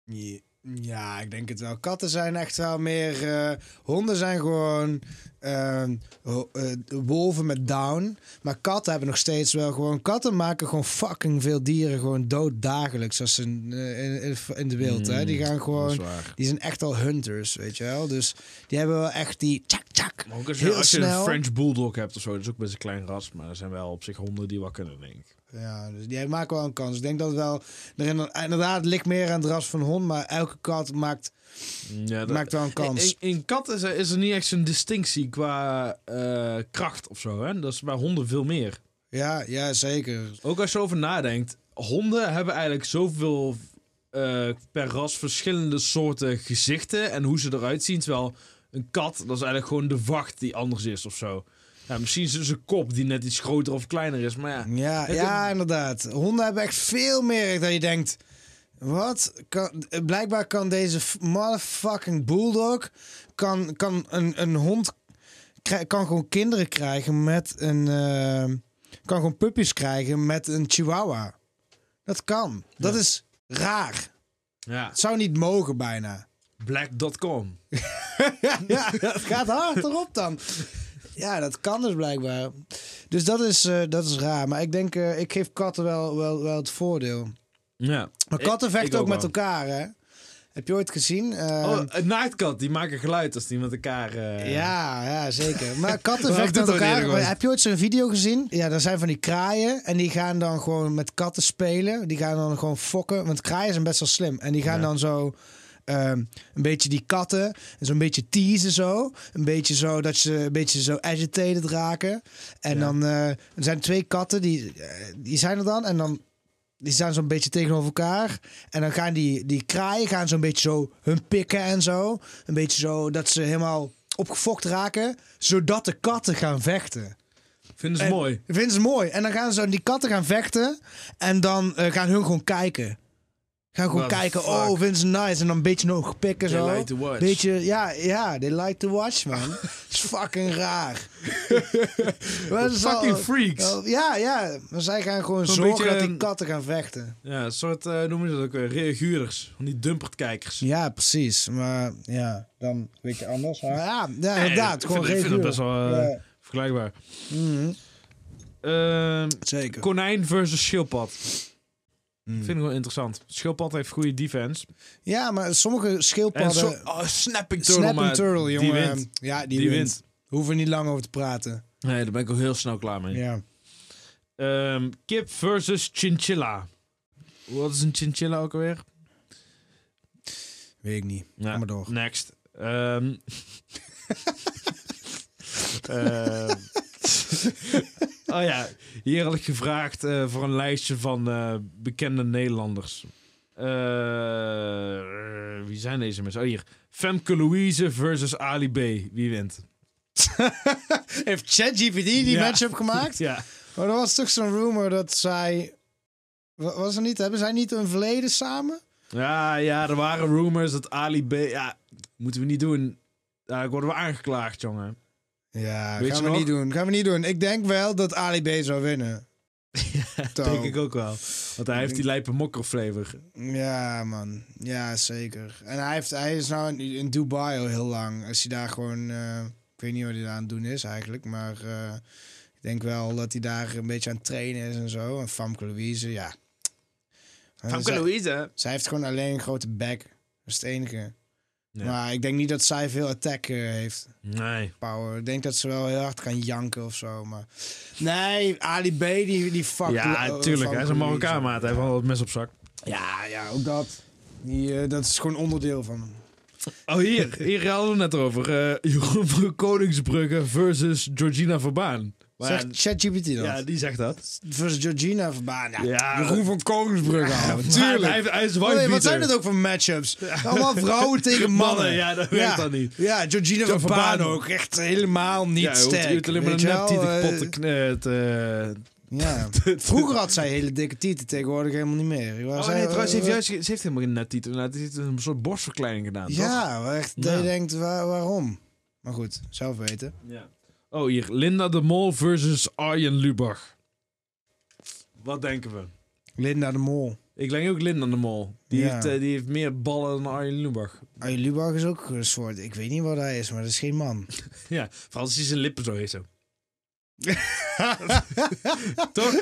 Speaker 1: Ja, Ja, ik denk het wel. Katten zijn echt wel meer. eh, honden zijn gewoon ehm, ho- eh, wolven met down. Maar katten hebben nog steeds wel gewoon. Katten maken gewoon fucking veel dieren gewoon dood dagelijks. Als ze in, eh, in, in de wild. Hè? Die gaan
Speaker 2: Mm, Dat is
Speaker 1: gewoon.
Speaker 2: waar.
Speaker 1: Die zijn echt al hunters, weet je wel. Dus die hebben wel echt die. Tjak, tjak.
Speaker 2: Maar ook als je,
Speaker 1: Heel
Speaker 2: als je een
Speaker 1: snel.
Speaker 2: French Bulldog hebt of zo, dat is ook best een klein ras. Maar er zijn wel op zich honden die wat kunnen, denk ik.
Speaker 1: Ja, dus die maken wel een kans. Ik denk dat wel. Er in- inderdaad, het ligt meer aan het ras van hond. Maar elke kat maakt,
Speaker 2: Mm, Ja, dat-
Speaker 1: maakt wel een kans.
Speaker 2: In, in katten is er, is er niet echt zo'n distinctie qua eh, kracht of zo. Hè? Dat is bij honden veel meer.
Speaker 1: Ja, ja, zeker.
Speaker 2: Ook als je over nadenkt, honden hebben eigenlijk zoveel eh, per ras verschillende soorten gezichten en hoe ze eruit zien. Terwijl een kat, dat is eigenlijk gewoon de vacht die anders is of zo. Ja, misschien is het dus een kop die net iets groter of kleiner is, maar ja.
Speaker 1: Ja,
Speaker 2: Het-
Speaker 1: ja, inderdaad. Honden hebben echt veel meer dat je denkt. Wat? Kan, eh, blijkbaar kan deze f- motherfucking bulldog... Kan, kan een, een hond... krij- Kan gewoon kinderen krijgen met een... eh, kan gewoon puppies krijgen met een chihuahua. Dat kan. Dat is raar.
Speaker 2: Ja.
Speaker 1: Het zou niet mogen bijna.
Speaker 2: Black.com.
Speaker 1: ja, het gaat hard erop dan. Ja, dat kan dus blijkbaar. Dus dat is, eh, dat is raar. Maar ik denk, eh, ik geef katten wel, wel, wel het voordeel.
Speaker 2: Ja.
Speaker 1: Maar
Speaker 2: Ik-
Speaker 1: katten vechten
Speaker 2: ik
Speaker 1: ook, met
Speaker 2: wel.
Speaker 1: elkaar, hè? Heb je ooit gezien? Eh,
Speaker 2: Oh, een naaktkat, die maken geluid als die met elkaar... eh,
Speaker 1: ja, ja, zeker. Maar katten
Speaker 2: Maar
Speaker 1: vechten
Speaker 2: dat
Speaker 1: met
Speaker 2: doet
Speaker 1: elkaar.
Speaker 2: iedereen.
Speaker 1: heb je ooit zo'n video gezien? Ja, daar zijn van die kraaien. En die gaan dan gewoon met katten spelen. Die gaan dan gewoon fokken. Want kraaien zijn best wel slim. En die gaan
Speaker 2: Ja.
Speaker 1: dan zo... ehm, een beetje die katten. En zo'n beetje teasen zo. Een beetje zo dat ze een beetje zo agitated raken. En
Speaker 2: Ja.
Speaker 1: dan eh, er zijn twee katten. Die, eh, die zijn er dan. En dan die staan zo'n beetje tegenover elkaar. En dan gaan die, die kraaien gaan zo'n beetje zo hun pikken en zo. Een beetje zo dat ze helemaal opgefokt raken. Zodat de katten gaan vechten.
Speaker 2: Vinden ze
Speaker 1: En-
Speaker 2: mooi.
Speaker 1: Dat vinden ze mooi. En dan gaan ze zo die katten gaan vechten. En dan eh, gaan hun gewoon kijken. Gaan gewoon
Speaker 2: What the
Speaker 1: kijken.
Speaker 2: fuck?
Speaker 1: Oh, vinden ze nice. En dan een beetje nog pikken
Speaker 2: They
Speaker 1: zo.
Speaker 2: like to watch.
Speaker 1: Beetje, ja, ja, they like to watch, man. Dat is fucking raar. Dat is
Speaker 2: Fucking
Speaker 1: al-
Speaker 2: freaks.
Speaker 1: wel- Ja, ja. Maar zij gaan gewoon
Speaker 2: Zo'n
Speaker 1: zorgen
Speaker 2: beetje,
Speaker 1: dat die
Speaker 2: ehm,
Speaker 1: katten gaan vechten.
Speaker 2: Ja, een soort, eh, noemen ze dat ook weer, reaguurders. Van die dumpertkijkers.
Speaker 1: Ja, precies. Maar ja, dan een beetje anders. Maar ja, ja
Speaker 2: Nee,
Speaker 1: inderdaad.
Speaker 2: ik
Speaker 1: gewoon
Speaker 2: vind, ik vind het best
Speaker 1: regulier.
Speaker 2: wel eh,
Speaker 1: Ja.
Speaker 2: vergelijkbaar.
Speaker 1: Mhm,
Speaker 2: Ehm,
Speaker 1: zeker.
Speaker 2: konijn versus schildpad.
Speaker 1: Mm.
Speaker 2: Vind ik wel interessant. Schildpad heeft goede defense.
Speaker 1: Ja, maar sommige
Speaker 2: En zo,
Speaker 1: schildpadden...
Speaker 2: oh, snapping turtle,
Speaker 1: Snapping
Speaker 2: maar
Speaker 1: turtle,
Speaker 2: die
Speaker 1: jongen.
Speaker 2: wint.
Speaker 1: Ja, die,
Speaker 2: Die,
Speaker 1: wint.
Speaker 2: wint.
Speaker 1: Hoeven we niet lang over te praten.
Speaker 2: Nee, daar ben ik al heel snel klaar mee.
Speaker 1: Ja.
Speaker 2: Ehm, kip versus chinchilla. Wat is een chinchilla ook alweer?
Speaker 1: Weet ik niet.
Speaker 2: Ja,
Speaker 1: Ga maar door.
Speaker 2: Next. Ehm. Ehm. oh ja, hier had ik gevraagd eh, voor een lijstje van eh, bekende Nederlanders. Eh, wie zijn deze mensen? Oh hier, Femke Louise versus Ali B. Wie wint?
Speaker 1: Heeft ChatGPT die
Speaker 2: Ja.
Speaker 1: matchup gemaakt?
Speaker 2: Ja,
Speaker 1: Maar er was toch zo'n rumor dat zij... Wa- Was er niet? Hebben zij niet een verleden samen?
Speaker 2: ja, ja er waren rumors dat Ali B. Ja, moeten we niet doen. Daar worden we aangeklaagd, jongen.
Speaker 1: Ja,
Speaker 2: Weet
Speaker 1: gaan
Speaker 2: je
Speaker 1: we
Speaker 2: nog?
Speaker 1: niet doen. Gaan we niet doen. Ik denk wel dat Ali B zou winnen.
Speaker 2: Dat denk ik ook wel. Want hij heeft die lijpe mokker flavor.
Speaker 1: Ja, man. Ja, zeker. En hij, heeft, hij is nou in, in Dubai al heel lang. Als hij daar gewoon... eh, ik weet niet wat hij daar aan het doen is eigenlijk, maar... eh, ik denk wel dat hij daar een beetje aan het trainen is en zo. En Famke Louise, ja. Zij-
Speaker 2: Louise.
Speaker 1: Zij heeft gewoon alleen een grote bek. Dat is het enige.
Speaker 2: Ja.
Speaker 1: Maar ik denk niet dat zij veel attack eh, heeft.
Speaker 2: Nee.
Speaker 1: Power. Ik denk dat ze wel heel hard kan janken of zo. Maar... Nee, Ali B, die, die fuck.
Speaker 2: ja, tuurlijk. Hij is een Marokkaan, maat. Hij heeft wel wat mes op zak.
Speaker 1: Ja, ja, ook dat. Die, eh, dat is gewoon onderdeel van hem.
Speaker 2: Oh, hier. Hier hadden we het net over. eh, Jeroen van Koningsbrugge versus Georgina Verbaan. Maar ja,
Speaker 1: Zegt ChatGPT dat?
Speaker 2: ja, die zegt dat.
Speaker 1: Versus Georgina Verbaan. Ja,
Speaker 2: Ja.
Speaker 1: Jeroen van Koningsbrugge. houden.
Speaker 2: Maar Hij,
Speaker 1: tuurlijk.
Speaker 2: heeft- hij is
Speaker 1: Oh,
Speaker 2: white
Speaker 1: nee, wat
Speaker 2: beater.
Speaker 1: zijn dat ook voor matchups? Allemaal vrouwen tegen mannen.
Speaker 2: Mannen, ja, dat werkt dan niet.
Speaker 1: Ja, Georgina
Speaker 2: Van
Speaker 1: Verbaan
Speaker 2: Baan.
Speaker 1: ook. Echt helemaal niet
Speaker 2: Ja, je hoeft-
Speaker 1: sterk.
Speaker 2: Je hoeft alleen maar
Speaker 1: weet
Speaker 2: een
Speaker 1: je wel,
Speaker 2: neptiet
Speaker 1: eh,
Speaker 2: kapot te kn- eh, te...
Speaker 1: Ja. Vroeger had zij hele dikke tieten, tegenwoordig helemaal niet meer. Was
Speaker 2: Oh
Speaker 1: zij-
Speaker 2: nee, trouwens, ze heeft, juist, ge- ze heeft helemaal geen neptiet. inderdaad. Ze heeft een soort borstverkleining gedaan, toch?
Speaker 1: Ja, waar echt, dat
Speaker 2: Ja.
Speaker 1: je denkt, wa- waarom? Maar goed, zelf weten.
Speaker 2: Ja. Oh, hier. Linda de Mol versus Arjen Lubach. Wat denken we?
Speaker 1: Linda de Mol.
Speaker 2: Ik denk ook Linda de Mol. Die,
Speaker 1: Ja.
Speaker 2: heeft, eh, die heeft meer ballen dan Arjen Lubach.
Speaker 1: Arjen Lubach is ook een soort, ik weet niet wat hij is, maar dat is geen man.
Speaker 2: Ja, vooral als hij zijn lippen zo heeft. Zo. Toch?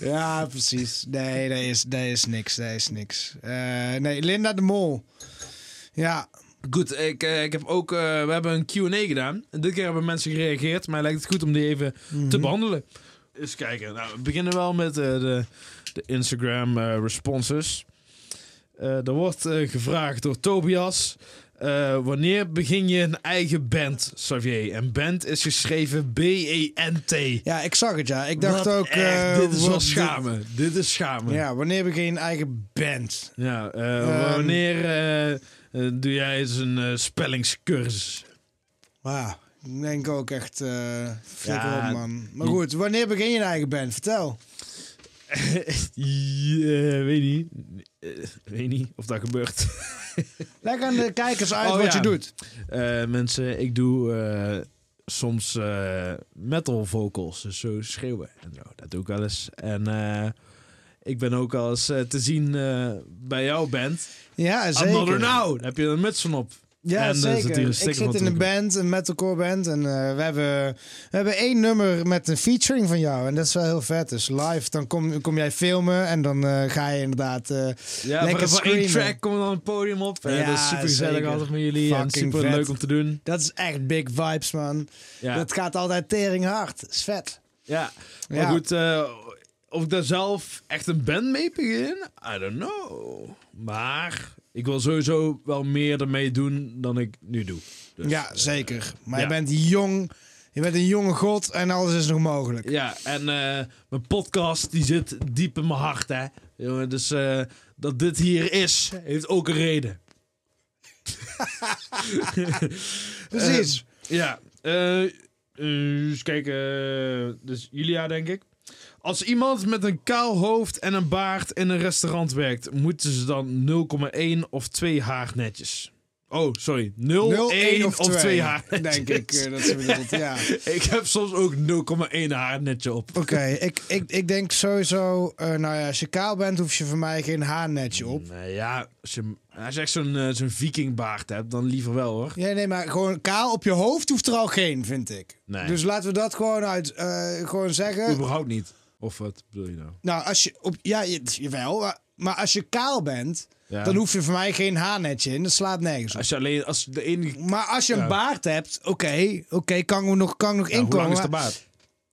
Speaker 1: ja, precies. Nee, dat is, dat is niks, dat is niks. Eh, nee, Linda de Mol. Ja,
Speaker 2: Goed, ik, eh, ik heb ook, eh, we hebben een Q&A gedaan. En dit keer hebben mensen gereageerd, maar lijkt het goed om die even
Speaker 1: mhm.
Speaker 2: te behandelen. Eens kijken. Nou, we beginnen wel met eh, de, de Instagram eh, responses. Eh, er wordt eh, gevraagd door Tobias... eh, wanneer begin je een eigen band, Xavier? En band is geschreven E B-E-N-T.
Speaker 1: ja ik zag het, ja. Ik dacht
Speaker 2: Wat
Speaker 1: ook...
Speaker 2: echt,
Speaker 1: eh,
Speaker 2: dit is wel
Speaker 1: wat-
Speaker 2: schamen. Dit, is schamen. Ja,
Speaker 1: Ja, wanneer begin je een eigen band?
Speaker 2: eh,
Speaker 1: Ehm.
Speaker 2: wanneer eh, eh, doe jij eens een eh, spellingscursus?
Speaker 1: Wauw. Ik denk ook echt, eh flikker
Speaker 2: Ja,
Speaker 1: op man. Maar
Speaker 2: je-
Speaker 1: goed, wanneer begin je een eigen band? Vertel.
Speaker 2: Ja, weet niet. Eh, weet niet of dat gebeurt.
Speaker 1: Leg aan de kijkers uit
Speaker 2: Oh,
Speaker 1: wat
Speaker 2: ja.
Speaker 1: je doet.
Speaker 2: Eh, mensen, ik doe eh, soms eh, metal vocals, dus zo schreeuwen en zo. Dat doe ik wel eens. En eh, ik ben ook wel eens eh, te zien eh, bij jouw band.
Speaker 1: Ja,
Speaker 2: Another
Speaker 1: zeker.
Speaker 2: Now, daar heb je een muts van op.
Speaker 1: Ja,
Speaker 2: En er zit
Speaker 1: zeker.
Speaker 2: hier een
Speaker 1: Ik
Speaker 2: sticker
Speaker 1: zit in een
Speaker 2: natuurlijk
Speaker 1: band, een metalcore band. En eh, we, hebben, we hebben één nummer met een featuring van jou. En dat is wel heel vet. Dus live, dan kom, kom jij filmen en dan eh, ga je inderdaad... eh,
Speaker 2: Ja,
Speaker 1: Lekker
Speaker 2: maar voor één
Speaker 1: screamen.
Speaker 2: track komt dan een podium op. En
Speaker 1: Ja,
Speaker 2: dat is super gezellig
Speaker 1: zeker.
Speaker 2: altijd met jullie. en
Speaker 1: Fucking
Speaker 2: super leuk
Speaker 1: vet.
Speaker 2: om te doen.
Speaker 1: dat is echt big vibes, man.
Speaker 2: Ja,
Speaker 1: Dat gaat altijd tering hard. is vet.
Speaker 2: ja. maar
Speaker 1: Ja.
Speaker 2: goed, eh, of ik daar zelf echt een band mee begin, I don't know. Maar ik wil sowieso wel meer ermee doen dan ik nu doe. Dus,
Speaker 1: ja, zeker. Maar je
Speaker 2: ja.
Speaker 1: bent jong. Je bent een jonge god en alles is nog mogelijk.
Speaker 2: Ja, en eh, mijn podcast die zit diep in mijn hart, hè. Jongen, dus eh, dat dit hier is, heeft ook een reden. Eh,
Speaker 1: Precies.
Speaker 2: Ja, eh, eh, eens kijken. eh, dus Julia, denk ik. Als iemand met een kaal hoofd en een baard in een restaurant werkt, moeten ze dan 0,1 of 2 haarnetjes? Oh, sorry. 0,1 of 2, haarnetjes.
Speaker 1: Denk ik eh, dat ze bedoelt, ja.
Speaker 2: Ik heb soms ook 0,1 haarnetje op.
Speaker 1: Oké, ik, ik, ik denk sowieso... eh, nou ja, als je kaal bent, hoef je voor mij geen haarnetje op.
Speaker 2: Nou ja, als je, als je echt zo'n eh, zo'n vikingbaard hebt, dan liever wel hoor.
Speaker 1: Ja, nee, maar gewoon kaal op je hoofd hoeft er al geen, vind ik.
Speaker 2: Nee.
Speaker 1: Dus laten we dat gewoon uit, eh, gewoon zeggen.
Speaker 2: Überhaupt niet. Of wat bedoel je nou?
Speaker 1: Nou, als je op, ja, je- jawel, maar, maar als je kaal bent,
Speaker 2: Ja.
Speaker 1: dan hoef je voor mij geen haarnetje in. Dat slaat nergens op.
Speaker 2: Als je alleen, als de enige...
Speaker 1: Maar als je een
Speaker 2: Ja.
Speaker 1: baard hebt, oké, oké, kan er nog, kan er nog
Speaker 2: Ja, hoe
Speaker 1: inkomen.
Speaker 2: lang is de
Speaker 1: maar
Speaker 2: baard?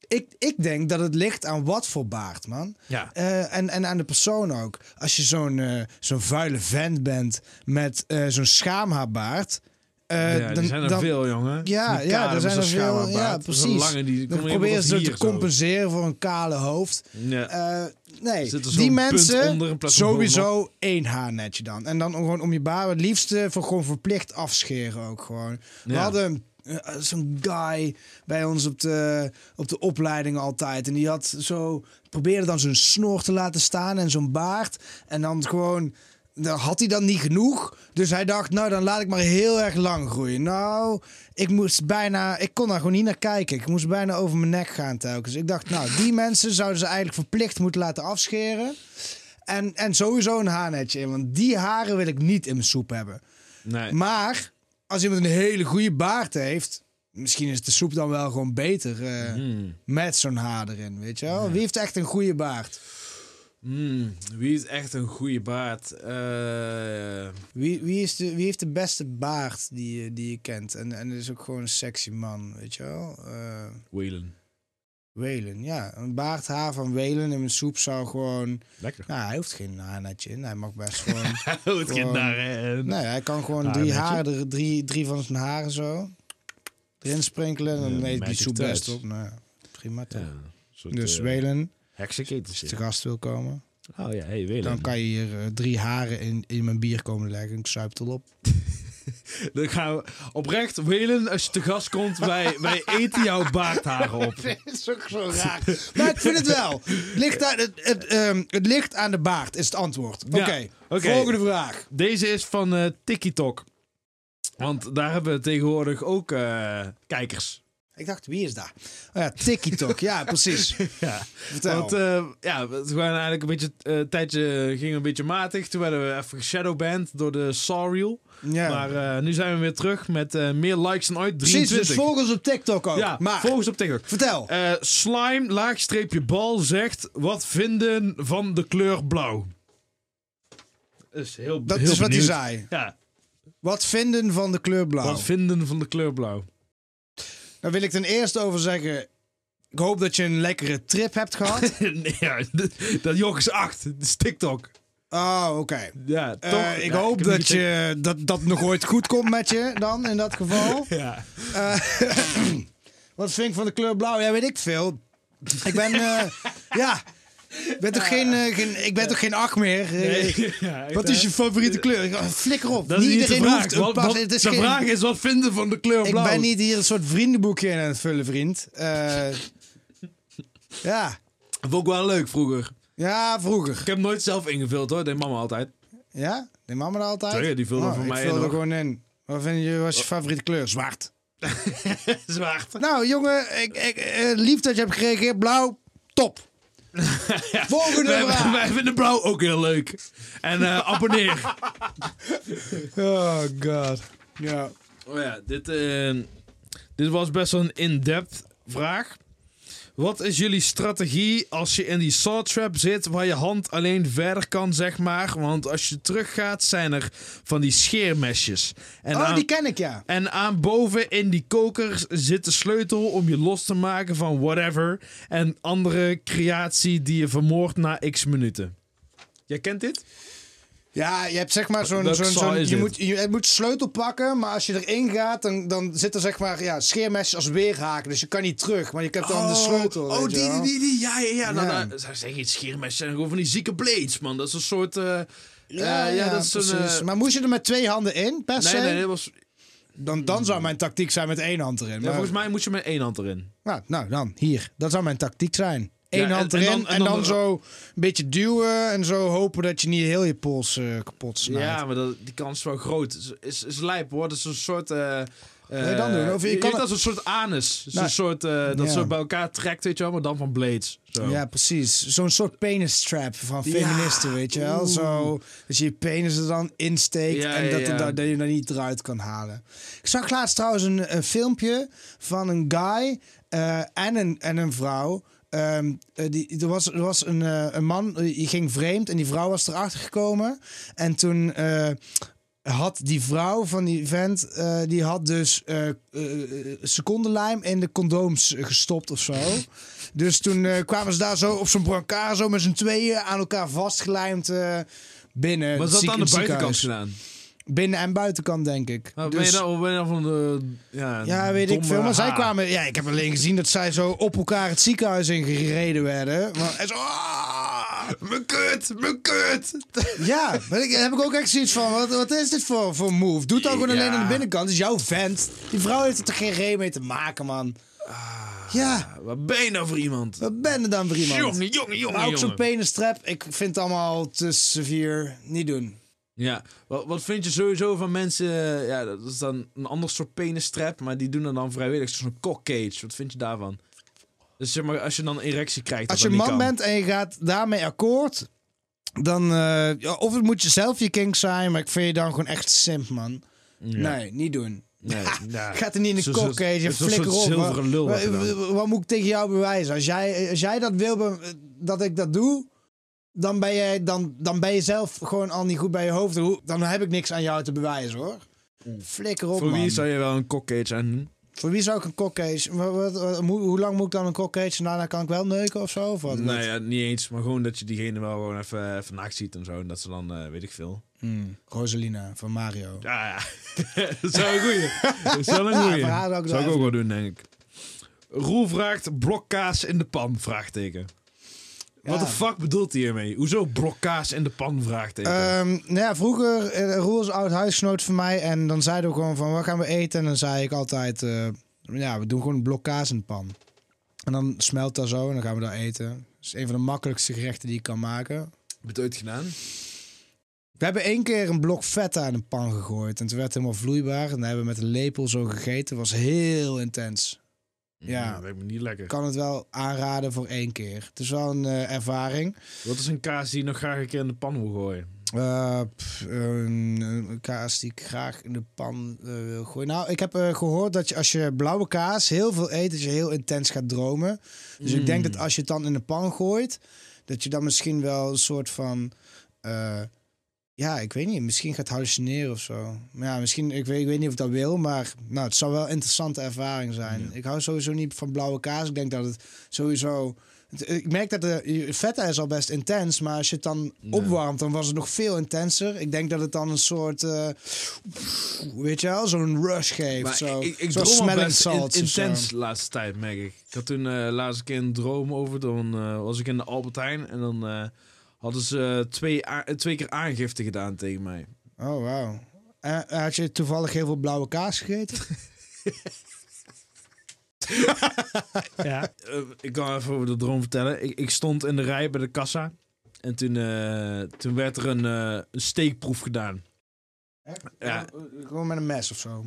Speaker 1: Ik, ik denk dat het ligt aan wat voor baard, man.
Speaker 2: Ja.
Speaker 1: Eh, en, en aan de persoon ook. Als je zo'n eh, zo'n vuile vent bent met eh, zo'n schaamhaarbaard. eh,
Speaker 2: ja,
Speaker 1: dan,
Speaker 2: er zijn er
Speaker 1: dan,
Speaker 2: veel, jongen.
Speaker 1: Ja,
Speaker 2: Die
Speaker 1: ja,
Speaker 2: kale
Speaker 1: er
Speaker 2: met
Speaker 1: zijn er
Speaker 2: zo'n
Speaker 1: veel.
Speaker 2: schaamhaarbaard.
Speaker 1: Ja,
Speaker 2: Dat is een
Speaker 1: pretot
Speaker 2: lange, die
Speaker 1: dan
Speaker 2: komen helemaal
Speaker 1: proberen
Speaker 2: tot
Speaker 1: ze
Speaker 2: hier
Speaker 1: te
Speaker 2: zo.
Speaker 1: compenseren voor een kale hoofd.
Speaker 2: Ja.
Speaker 1: Eh, nee,
Speaker 2: Zit er zo'n
Speaker 1: die
Speaker 2: punt
Speaker 1: mensen
Speaker 2: onder in plaats van
Speaker 1: sowieso één haarnetje dan. En dan gewoon om je baar het liefste voor gewoon verplicht afscheren ook gewoon. We
Speaker 2: Ja.
Speaker 1: hadden eh, zo'n guy bij ons op de, op de opleiding altijd. En die had zo, probeerde dan zo'n snor te laten staan en zo'n baard. En dan gewoon... Dan had hij dan niet genoeg. Dus hij dacht, nou dan laat ik maar heel erg lang groeien. Nou, ik moest bijna. Ik kon daar gewoon niet naar kijken. Ik moest bijna over mijn nek gaan telkens. Ik dacht, nou, die mensen zouden ze eigenlijk verplicht moeten laten afscheren. En, en sowieso een haarnetje in. Want die haren wil ik niet in mijn soep hebben.
Speaker 2: Nee.
Speaker 1: Maar als iemand een hele goede baard heeft. Misschien is de soep dan wel gewoon beter eh,
Speaker 2: Mhm. Mm,
Speaker 1: met zo'n haar erin, weet je wel? Wie heeft echt een goede baard?
Speaker 2: Hmm, wie is echt een goede baard? Eh,
Speaker 1: Wie, wie, is de, wie heeft de beste baard die, je- die je kent? En, en is ook gewoon een sexy man, weet je wel? Eh,
Speaker 2: Waylon.
Speaker 1: Welen, ja. Een baardhaar van Welen in mijn soep zou gewoon...
Speaker 2: Lekker.
Speaker 1: Nou, hij hoeft geen haarnetje in. Hij mag best gewoon...
Speaker 2: het
Speaker 1: Gewoon-
Speaker 2: gaat daarin.
Speaker 1: nee, hij kan gewoon drie,
Speaker 2: Haarnetje?
Speaker 1: haren, er- drie, drie van zijn haren zo erin sprinkelen. En dan eet
Speaker 2: Eh,
Speaker 1: die
Speaker 2: magic
Speaker 1: soep
Speaker 2: touch.
Speaker 1: best op. Nou, prima toch.
Speaker 2: Ja, een soort,
Speaker 1: Dus
Speaker 2: eh,
Speaker 1: Welen, als je te
Speaker 2: heksenketeltje.
Speaker 1: gast wil komen...
Speaker 2: Oh ja, hey, Waylon.
Speaker 1: dan kan je hier eh, drie haren in, in mijn bier komen leggen. en Ik zuip het al op.
Speaker 2: Dan gaan we oprecht, Waylon, als je te gast komt, wij, wij eten jouw baardharen op.
Speaker 1: Dat is ook zo raar. Maar ik vind het wel. Het ligt aan, het, het, ehm, het ligt aan de baard, is het antwoord. Oké,
Speaker 2: Ja, oké.
Speaker 1: volgende vraag.
Speaker 2: Deze is van eh TikTok. Want daar hebben we tegenwoordig ook eh, kijkers.
Speaker 1: Ik dacht, wie is daar? Oh ja, TikTok. ja, precies.
Speaker 2: Ja.
Speaker 1: Vertel.
Speaker 2: Want eh, ja, we we waren eigenlijk een beetje, eh, een tijdje gingen een beetje matig. Toen werden we even shadowband door de Sawreel.
Speaker 1: ja.
Speaker 2: Maar eh, nu zijn we weer terug met eh, meer likes dan ooit.
Speaker 1: precies,
Speaker 2: 23.
Speaker 1: dus volg ons op TikTok ook.
Speaker 2: ja,
Speaker 1: maar,
Speaker 2: volgens op TikTok.
Speaker 1: vertel.
Speaker 2: Eh, slime, laagstreepje bal, zegt wat vinden van de kleur blauw? Dat is heel
Speaker 1: dat
Speaker 2: heel
Speaker 1: is wat hij
Speaker 2: benieuwd.
Speaker 1: zei. Oh.
Speaker 2: Ja,
Speaker 1: Wat vinden van de kleur blauw?
Speaker 2: wat vinden van de kleur blauw?
Speaker 1: Daar wil ik ten eerste over zeggen... Ik hoop dat je een lekkere trip hebt gehad.
Speaker 2: nee, ja, d- dat joch is 8. Dat is TikTok.
Speaker 1: oh, oké.
Speaker 2: Ja, toch?
Speaker 1: Eh, ik
Speaker 2: Ja,
Speaker 1: hoop
Speaker 2: heb niet
Speaker 1: dat, je, dat dat nog ooit goed komt met je dan, in dat geval.
Speaker 2: gecheckt. Ja.
Speaker 1: Eh, wat vind ik van de kleur blauw? Ja, weet ik veel. Ik ben, eh, ja, ik ben toch geen, eh, geen, ik ben toch geen acht meer. Eh,
Speaker 2: Ja, Ah. echt,
Speaker 1: Wat
Speaker 2: hè?
Speaker 1: is je favoriete kleur? Ik- oh, Flikker op.
Speaker 2: Dat is
Speaker 1: Niet
Speaker 2: niet de
Speaker 1: iedereen
Speaker 2: vraag.
Speaker 1: hoeft een
Speaker 2: Wat-
Speaker 1: pas.
Speaker 2: wat-
Speaker 1: Het is
Speaker 2: de
Speaker 1: geen-
Speaker 2: vraag is wat vinden van de kleur
Speaker 1: ik
Speaker 2: blauw?
Speaker 1: ben niet hier een soort vriendenboekje in aan het vullen, vriend. Eh, ja.
Speaker 2: Vond ik wel leuk vroeger.
Speaker 1: Ja, vroeger.
Speaker 2: Ik heb nooit zelf ingevuld hoor, dat deed mama altijd.
Speaker 1: Ja? Die mama dat altijd? Oh,
Speaker 2: Tuurlijk, die vulde voor
Speaker 1: ik
Speaker 2: mij Oh.
Speaker 1: vulde
Speaker 2: in, hoor.
Speaker 1: gewoon in. Wat vind je, was je favoriete kleur? Zwart.
Speaker 2: Zwaard.
Speaker 1: Nou, jongen, ik, ik, eh, lief dat je hebt gereageerd. Blauw, top. Volgende
Speaker 2: Wij,
Speaker 1: vraag.
Speaker 2: wij vinden blauw ook heel leuk. En eh, abonneer.
Speaker 1: Oh, god. Ja.
Speaker 2: Oh ja, dit, eh, dit was best wel een in-depth vraag. Wat is jullie strategie als je in die saw trap zit waar je hand alleen verder kan, zeg maar? Want als je teruggaat, zijn er van die scheermesjes. En
Speaker 1: Oh,
Speaker 2: aan-
Speaker 1: die ken ik, ja.
Speaker 2: En aan boven in die koker zit de sleutel om je los te maken van whatever. En andere creatie die je vermoordt na x minuten. Jij kent dit?
Speaker 1: Ja, je hebt zeg maar zo'n...
Speaker 2: Welke
Speaker 1: zo'n
Speaker 2: zaal
Speaker 1: zo'n-
Speaker 2: is
Speaker 1: je,
Speaker 2: dit?
Speaker 1: moet, je, het moet sleutel pakken, maar als je erin gaat, dan, dan zit er zeg maar ja, scheermesjes als weerhaken. Dus je kan niet terug, maar je hebt dan de sleutel.
Speaker 2: Oh,
Speaker 1: weet je
Speaker 2: die,
Speaker 1: wel.
Speaker 2: die, die, die. Ja, ja, ja.
Speaker 1: Ja.
Speaker 2: Nou, nou, dat zijn geen scheermesjes, zijn gewoon van die zieke blades, man. Dat is een soort... eh, eh, ja, dat is zo'n...
Speaker 1: precies.
Speaker 2: eh,
Speaker 1: Maar moest je er met twee handen in, per se?
Speaker 2: nee, nee, dat was... ja,
Speaker 1: Dan, dan zou mijn tactiek zijn met één hand erin. Maar,
Speaker 2: volgens mij moet je met één hand erin.
Speaker 1: nou, nou, dan, hier. Dat zou mijn tactiek zijn. Eén
Speaker 2: Ja, en-
Speaker 1: hand
Speaker 2: en
Speaker 1: erin en
Speaker 2: dan-
Speaker 1: dan,
Speaker 2: en dan-
Speaker 1: zo een beetje duwen en zo hopen dat je niet heel je pols eh, kapot snijdt.
Speaker 2: Ja, maar dat, die kans is wel groot. Is, is, is lijp, hoor. Dat is een soort... eh
Speaker 1: je dan doen? Of je kan
Speaker 2: kan
Speaker 1: het-
Speaker 2: dat is een soort anus. Dat is
Speaker 1: Nou,
Speaker 2: een soort, eh,
Speaker 1: ja.
Speaker 2: dat zo bij elkaar trekt, weet je wel, maar dan van blades. Zo.
Speaker 1: Ja, precies. Zo'n soort penis trap van
Speaker 2: Ja.
Speaker 1: feministen, weet je wel.
Speaker 2: Oeh.
Speaker 1: Zo, dat je je penis er dan insteekt
Speaker 2: Ja,
Speaker 1: en
Speaker 2: ja,
Speaker 1: dat,
Speaker 2: ja.
Speaker 1: dat, dat je er niet eruit kan halen. Ik zag laatst trouwens een, een filmpje van een guy eh, en, een, en een vrouw. Ehm, eh, die, er was, er was een, eh, een man, eh, die ging vreemd en die vrouw was erachter gekomen. En toen... eh, had die vrouw van die vent, eh, die had dus eh eh, secondenlijm in de condooms eh, gestopt of zo. dus toen eh, kwamen ze daar zo op zo'n brancard, zo met z'n tweeën aan elkaar vastgelijmd eh, binnen.
Speaker 2: Maar
Speaker 1: het
Speaker 2: is dat
Speaker 1: zieke-
Speaker 2: aan de
Speaker 1: het ziekenhuis.
Speaker 2: buitenkant gedaan?
Speaker 1: Binnen en buitenkant, denk ik.
Speaker 2: Nou, ben,
Speaker 1: Dus-
Speaker 2: je dan, ben je dan van de... Ja,
Speaker 1: ja, weet ik
Speaker 2: domme
Speaker 1: veel. Maar zij
Speaker 2: haar?
Speaker 1: kwamen. Ja, ik heb alleen gezien dat zij zo op elkaar het ziekenhuis in gereden werden. Maar, en zo, "Ah!"
Speaker 2: Mijn kut, mijn kut.
Speaker 1: Ja, maar ik, heb ik ook echt zoiets van, wat, wat is dit voor, voor move? Doe het dan gewoon
Speaker 2: Ja.
Speaker 1: alleen aan de binnenkant. Het is jouw vent. Die vrouw heeft er toch geen reden mee te maken, man.
Speaker 2: Ah.
Speaker 1: Ja,
Speaker 2: Wat ben je nou voor iemand?
Speaker 1: wat ben je dan voor iemand?
Speaker 2: Jongen, jongen, jongen,
Speaker 1: Maar ook zo'n
Speaker 2: jongen.
Speaker 1: penistrap, ik vind het allemaal te sevier. Niet doen.
Speaker 2: Ja, wat, wat vind je sowieso van mensen... eh, Ja, dat is dan een ander soort penistrap, maar die doen er dan vrijwillig. Zo'n cockcage, wat vind je daarvan? Dus zeg maar, als je dan een erectie krijgt...
Speaker 1: Als je
Speaker 2: dat
Speaker 1: een
Speaker 2: dat
Speaker 1: man
Speaker 2: niet kan.
Speaker 1: bent en je gaat daarmee akkoord, dan... eh, ja, of het moet je zelf je kink zijn, maar ik vind je dan gewoon echt simp, man.
Speaker 2: Ja.
Speaker 1: Nee, niet doen.
Speaker 2: Nee, nee.
Speaker 1: Gaat er niet in
Speaker 2: Zo'n
Speaker 1: de
Speaker 2: soort-
Speaker 1: kok, je
Speaker 2: zo'n soort
Speaker 1: flikker op.
Speaker 2: zilveren
Speaker 1: Wat-
Speaker 2: lul
Speaker 1: wat,
Speaker 2: heb je dan.
Speaker 1: wat- wat moet ik tegen jou bewijzen? Als jij, als jij dat wil, be- dat ik dat doe, dan ben, jij, dan, dan ben je zelf gewoon al niet goed bij je hoofd. Hoe- Dan heb ik niks aan jou te bewijzen, hoor. Flikker op,
Speaker 2: Voor
Speaker 1: man.
Speaker 2: wie zou je wel een cockcage aan doen?
Speaker 1: Voor wie zou ik een cockcage... Wat, wat- wat- hoe, hoe lang moet ik dan een cockcage en daarna kan ik wel neuken of zo? Of wat?
Speaker 2: Nou ja, niet eens. Maar gewoon dat je diegene wel gewoon even, even naakt ziet en zo. En dat ze dan, eh, weet ik veel...
Speaker 1: Hmm, Rosalina van Mario.
Speaker 2: Ja, ja. dat zou een goeie. Dat zou een
Speaker 1: Ja,
Speaker 2: goeie.
Speaker 1: voor haar zou ik dat
Speaker 2: zou ik ook
Speaker 1: even
Speaker 2: wel doen, denk ik. Roel vraagt blokkaas in de pan? Vraagteken. Wat de fuck bedoelt hij hiermee? Hoezo blokkaas in de pan? Vraagteken.
Speaker 1: Ehm, nou ja, vroeger, eh, Roel is een oud huisgenoot van mij. En dan zeiden we gewoon van, wat gaan we eten? En dan zei ik altijd, eh, ja, we doen gewoon een blok kaas in de pan. En dan smelt dat zo en dan gaan we dat eten. Dat is een van de makkelijkste gerechten die ik kan maken.
Speaker 2: Heb je het ooit gedaan?
Speaker 1: We hebben één keer een blok feta in een pan gegooid. En toen werd het helemaal vloeibaar. En dat hebben we met een lepel zo gegeten. Dat was heel intens. Ja.
Speaker 2: Dat lijkt me niet lekker.
Speaker 1: Ik kan het wel aanraden voor één keer. Het is wel een eh, ervaring.
Speaker 2: Wat is een kaas die je nog graag een keer in de pan wil gooien?
Speaker 1: Eh, pff, een, een kaas die ik graag in de pan eh, wil gooien. Nou, ik heb eh, gehoord dat je als je blauwe kaas heel veel eet, dat je heel intens gaat dromen. Dus ik denk dat als je het dan in de pan gooit, dat je dan misschien wel een soort van. eh, ja, ik weet niet. Misschien gaat hallucineren of zo. Maar ja, misschien. Ik weet, ik weet niet of ik dat wil. Maar nou, het zou wel een interessante ervaring zijn. Ik hou sowieso niet van blauwe kaas. Ik denk dat het sowieso. het- Ik merk dat de feta is al best intens, maar als je het dan opwarmt, dan was het nog veel intenser. Ik denk dat het dan een soort, eh, weet je wel, zo'n rush geeft. zo.
Speaker 2: ik, ik
Speaker 1: Zo'n
Speaker 2: droom al
Speaker 1: smelling
Speaker 2: best in-
Speaker 1: salts of zo.
Speaker 2: intens de laatste tijd, merk ik. Ik had toen eh laatst een keer een droom over. Dan eh, was ik in de Albert Heijn en dan eh, hadden ze eh, twee, a- eh, twee keer aangifte gedaan tegen mij.
Speaker 1: Oh, wauw. En had je toevallig heel veel blauwe kaas gegeten?
Speaker 2: Eh, ik kan even over de droom vertellen. Ik, ik stond in de rij bij de kassa. En toen, eh, toen werd er een, eh, een steekproef gedaan.
Speaker 1: Echt?
Speaker 2: Ja.
Speaker 1: Eh, Gewoon met een mes of zo.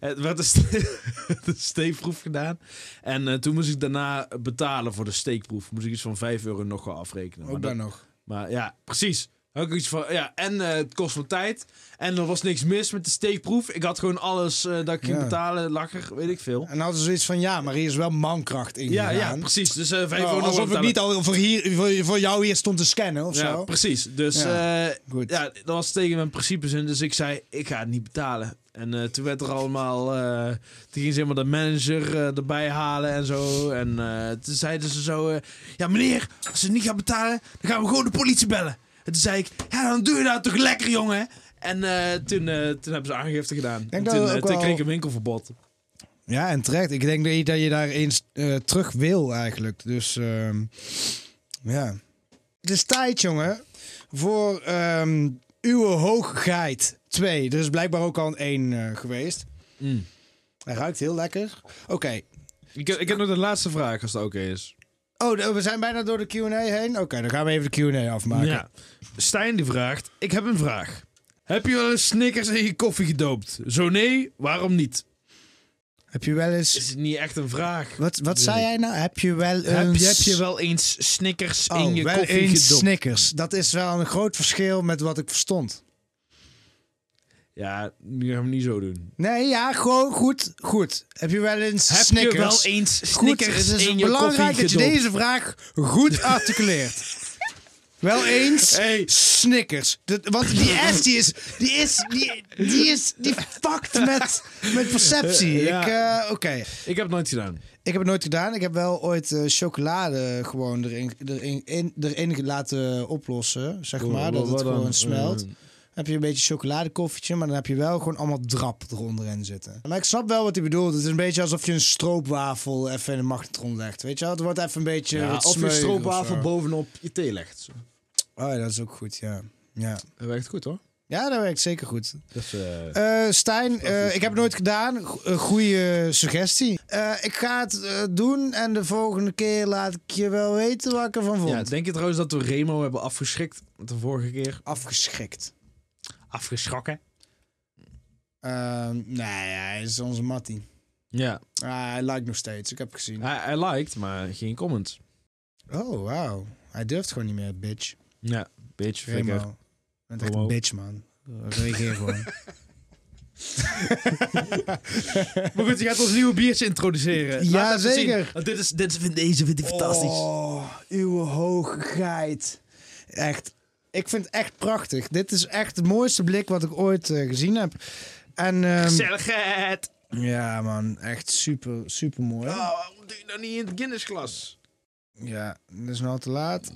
Speaker 2: Het werd een, ste- een steekproef gedaan. En eh, toen moest ik daarna betalen voor de steekproef. Moest ik iets van 5 euro nog gaan afrekenen.
Speaker 1: Ook
Speaker 2: dat-
Speaker 1: daar nog.
Speaker 2: Maar ja, precies. Ook iets van, ja, en eh, het kost me tijd. En er was niks mis met de steekproef. Ik had gewoon alles eh, dat ik ging
Speaker 1: Ja.
Speaker 2: betalen. Lakker, weet ik veel.
Speaker 1: En dan hadden ze zoiets van, ja, maar hier is wel mankracht in
Speaker 2: Ja, ja,
Speaker 1: gegaan.
Speaker 2: precies. Dus eh vijf
Speaker 1: Oh,
Speaker 2: euro nog
Speaker 1: alsof ik
Speaker 2: betalen.
Speaker 1: niet al voor, hier, voor, voor jou hier stond te scannen of
Speaker 2: Ja,
Speaker 1: zo.
Speaker 2: precies. Dus
Speaker 1: Ja,
Speaker 2: ja.
Speaker 1: Goed.
Speaker 2: ja, dat was tegen mijn principes in. Dus ik zei, ik ga het niet betalen. En eh, toen werd er allemaal... eh toen ging ze helemaal de manager eh, erbij halen en zo. En eh, toen zeiden ze zo... eh, ja, meneer, als ze niet gaat betalen, dan gaan we gewoon de politie bellen. En toen zei ik, ja, dan doe je dat toch lekker, jongen. En eh, toen, eh, toen hebben ze aangifte gedaan. En
Speaker 1: dat
Speaker 2: toen,
Speaker 1: we
Speaker 2: eh,
Speaker 1: ook
Speaker 2: toen
Speaker 1: wel-
Speaker 2: kreeg ik een winkelverbod.
Speaker 1: Ja, en terecht. Ik denk dat je, dat je daar eens eh, terug wil eigenlijk. Dus ehm, ja. Het is tijd, jongen, voor ehm Uwe Hoogheid 2. Er is blijkbaar ook al een 1 geweest.
Speaker 2: Mm.
Speaker 1: Hij ruikt heel lekker. Oké.
Speaker 2: Ik, heb- ik heb nog de laatste vraag, als dat oké is.
Speaker 1: Oh, de- we zijn bijna door de Q&A heen. Oké, dan gaan we even de Q&A afmaken.
Speaker 2: Ja. Stijn die vraagt: Ik heb een vraag. Heb je wel eens Snickers in je koffie gedoopt? Zo nee, waarom niet?
Speaker 1: Heb je wel eens...
Speaker 2: Is het niet echt een vraag?
Speaker 1: Wat, wat zei jij nou? Heb je wel eens...
Speaker 2: Heb, heb je wel eens Snickers
Speaker 1: Oh,
Speaker 2: in je
Speaker 1: wel
Speaker 2: koffie
Speaker 1: eens
Speaker 2: gedoopt?
Speaker 1: Snickers. Dat is wel een groot verschil met wat ik verstond.
Speaker 2: ja, nu gaan we niet zo doen.
Speaker 1: Nee, ja, gewoon goed. Goed. Heb je wel eens
Speaker 2: Heb
Speaker 1: Snickers?
Speaker 2: je wel eens
Speaker 1: Goed,
Speaker 2: Snickers
Speaker 1: het is
Speaker 2: in je
Speaker 1: belangrijk
Speaker 2: koffie
Speaker 1: dat je
Speaker 2: gedoopt?
Speaker 1: deze vraag goed articuleert. wel eens
Speaker 2: Hey.
Speaker 1: Snickers. Dat- want die S die is, die is, die, die is, die fucked met, met perceptie.
Speaker 2: Ja.
Speaker 1: Ik, eh, Oké,
Speaker 2: Ik heb het nooit gedaan.
Speaker 1: ik heb het nooit gedaan. Ik heb wel ooit eh, chocolade gewoon erin, erin, in, erin laten oplossen, zeg maar. Dat het
Speaker 2: Wat dan?
Speaker 1: gewoon smelt.
Speaker 2: Eh,
Speaker 1: Dan heb je een beetje chocoladekoffietje, maar dan heb je wel gewoon allemaal drap eronder in zitten. Maar ik snap wel wat hij bedoelt. Het is een beetje alsof je een stroopwafel even in de magnetron legt. Weet je wel, het wordt even een beetje.
Speaker 2: ja,
Speaker 1: wat
Speaker 2: of je
Speaker 1: smeuiger
Speaker 2: stroopwafel
Speaker 1: of zo.
Speaker 2: bovenop je thee legt. Zo.
Speaker 1: Oh ja, dat is ook goed, ja. Ja,
Speaker 2: Dat werkt goed hoor.
Speaker 1: ja dat werkt zeker goed.
Speaker 2: Dat is, eh,
Speaker 1: Eh, Stijn, eh, ik heb het nooit gedaan. Go- eh, goeie suggestie. Eh, ik ga het eh, doen en de volgende keer laat ik je wel weten wat ik ervan vond.
Speaker 2: ja, denk je trouwens dat we Remo hebben afgeschrikt de vorige keer?
Speaker 1: Afgeschikt.
Speaker 2: Afgeschrokken?
Speaker 1: Ehm, nee, hij is onze Mattie.
Speaker 2: Ja.
Speaker 1: Ah, hij lijkt nog steeds, ik heb het gezien.
Speaker 2: Hij, hij liked, maar geen comments.
Speaker 1: Oh, wauw. Hij durft gewoon niet meer, bitch.
Speaker 2: Ja, bitch,
Speaker 1: Remo.
Speaker 2: flikker.
Speaker 1: Je bent echt een
Speaker 2: Homo.
Speaker 1: bitch, man. Reageer gewoon.
Speaker 2: Maar goed, je gaat ons nieuwe biertje introduceren. Laat
Speaker 1: Ja,
Speaker 2: even zien.
Speaker 1: zeker.
Speaker 2: Want dit is, dit is, deze vind ik fantastisch.
Speaker 1: Oh, uw hoogheid. Echt. Ik vind het echt prachtig. Dit is echt het mooiste blik wat ik ooit eh, gezien heb. En ehm
Speaker 2: Gezelligheid.
Speaker 1: ja, man. Echt super, super mooi.
Speaker 2: Oh, waarom doe je nou niet in het Guinness-glas?
Speaker 1: Ja, dat is nou te laat.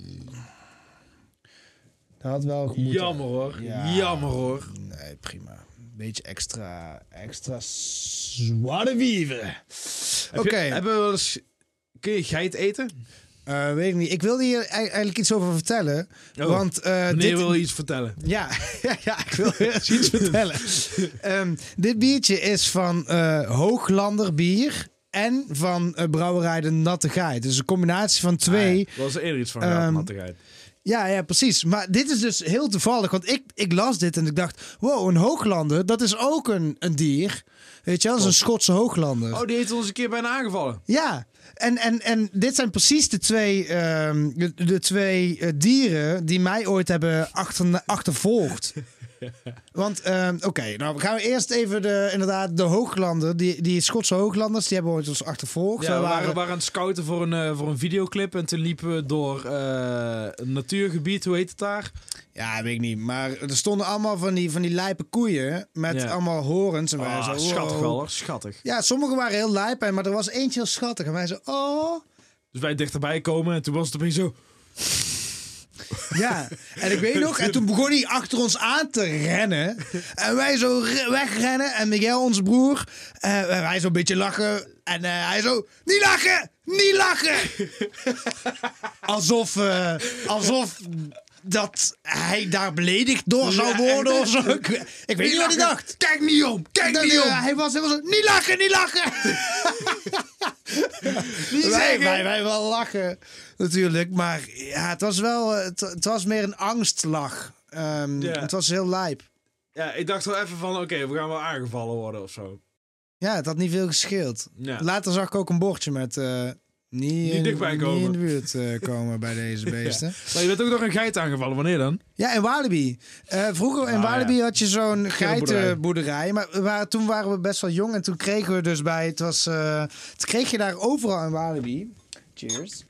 Speaker 1: Dat had wel gemoeten.
Speaker 2: Jammer hoor.
Speaker 1: Ja.
Speaker 2: Jammer hoor.
Speaker 1: Nee, prima. Beetje extra, extra zwarte wieven. Oké.
Speaker 2: Heb je- Hebben we wel eens... Kun je geit eten?
Speaker 1: Eh, weet ik niet. Ik wilde hier ei- eigenlijk iets over vertellen.
Speaker 2: Oh,
Speaker 1: want eh,
Speaker 2: Meneer
Speaker 1: dit...
Speaker 2: wil je iets vertellen.
Speaker 1: Ja, ja, ik wil eerst iets vertellen. Ehm, dit biertje is van eh, Hooglander bier en van eh, brouwerij De Natte Geit. Dus een combinatie van twee.
Speaker 2: Ah, er was er eerder iets van
Speaker 1: Ehm,
Speaker 2: um, nattigheid.
Speaker 1: Ja, ja, precies. Maar dit is dus heel toevallig. Want ik, ik las dit en ik dacht... Wow, een Hooglander, dat is ook een, een dier. Weet je wel, dat is een Schotse Hooglander.
Speaker 2: Oh, die heeft ons een keer bijna aangevallen.
Speaker 1: Ja, en, en, en dit zijn precies de twee, ehm, de, de twee eh, dieren die mij ooit hebben achter, achtervolgd. Want, ehm, oké, nou gaan we eerst even de, inderdaad de Hooglander, die, die Schotse Hooglanders, die hebben ooit ons achtervolgd.
Speaker 2: Ja,
Speaker 1: Wij
Speaker 2: we waren, waren aan het scouten voor een, eh, voor een videoclip. En toen liepen we door eh, een natuurgebied. Hoe heet het daar?
Speaker 1: ja, weet ik niet, maar er stonden allemaal van die, van die lijpe koeien met
Speaker 2: Ja.
Speaker 1: allemaal horens. En wij
Speaker 2: Ah,
Speaker 1: zo, wow.
Speaker 2: schattig wel hoor. Schattig.
Speaker 1: Ja, sommige waren heel lijp, maar er was eentje heel schattig. En wij zo, oh...
Speaker 2: Dus wij dichterbij komen en toen was het opeens zo...
Speaker 1: Ja, en ik weet nog, en toen begon hij achter ons aan te rennen. En wij zo re- wegrennen. En Miguel, onze broer, eh, en wij zo een beetje lachen. En eh, hij zo, niet lachen, niet lachen. Alsof, eh, alsof dat hij daar beledigd door zou worden of zo. Ik, ik weet niet wat hij dacht.
Speaker 2: Kijk niet om, kijk
Speaker 1: Dat,
Speaker 2: niet
Speaker 1: eh,
Speaker 2: om.
Speaker 1: hij was helemaal zo, niet lachen, niet lachen!
Speaker 2: Niet
Speaker 1: wij,
Speaker 2: zeggen.
Speaker 1: wij, wij wel lachen, natuurlijk. Maar ja, het was wel, eh, het, het was meer een angstlach. Ehm,
Speaker 2: Ja.
Speaker 1: Het was heel lijp.
Speaker 2: Ja, ik dacht wel even van, oké, we gaan wel aangevallen worden of zo.
Speaker 1: Ja, het had niet veel gescheeld.
Speaker 2: Ja.
Speaker 1: Later zag ik ook een bordje met... eh, niet, in,
Speaker 2: dichtbij komen.
Speaker 1: niet in de buurt eh, komen bij deze beesten.
Speaker 2: Maar je bent ook nog een geit aangevallen, wanneer dan?
Speaker 1: Ja, in Walibi. Eh, vroeger in
Speaker 2: Ah,
Speaker 1: Walibi had je zo'n geitenboerderij. Maar we waren- toen waren we best wel jong. En toen kregen we dus bij... Het was, eh, toen kreeg je daar overal in Walibi... Cheers.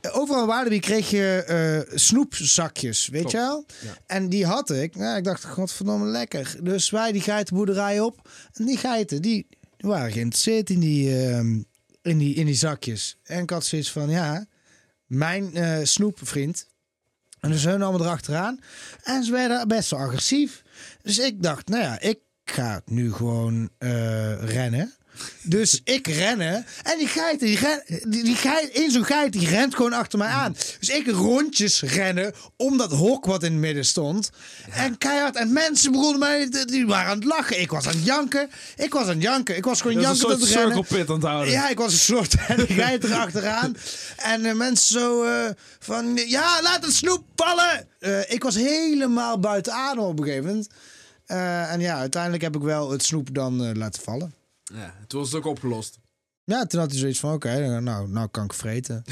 Speaker 1: Eh, Overal in Walibi kreeg je eh, snoepzakjes, weet
Speaker 2: Klopt.
Speaker 1: je wel?
Speaker 2: Ja.
Speaker 1: En die had ik. Nou, ik dacht, godverdomme, lekker. Dus wij die geitenboerderij op. En die geiten, die, die waren geïnteresseerd in die, ehm, in, die, in die zakjes. En ik had zoiets van, ja, mijn eh, snoepvriend... En dus hun allemaal erachteraan. En ze werden best wel agressief. Dus ik dacht, nou ja, ik ga nu gewoon eh, rennen. Dus ik rennen. En die geit, die ren, die, die geit in zo'n geit, die rent gewoon achter mij aan. Dus ik rondjes rennen om dat hok wat in het midden stond. En keihard. En mensen begonnen mij, die waren aan het lachen. Ik was aan het janken. Ik was aan het janken. Ik was gewoon
Speaker 2: Dat is een
Speaker 1: janken
Speaker 2: soort
Speaker 1: tot rennen.
Speaker 2: circle pit aan het houden.
Speaker 1: Ja, ik was een soort en ik rijd erachteraan. En eh, mensen zo eh, van, ja, laat het snoep vallen. Eh, ik was helemaal buiten adem op een gegeven moment. Eh, en ja, uiteindelijk heb ik wel het snoep dan eh, laten vallen.
Speaker 2: Ja, toen was het ook opgelost.
Speaker 1: Ja, toen had hij zoiets van, oké, nou, nou kan ik vreten.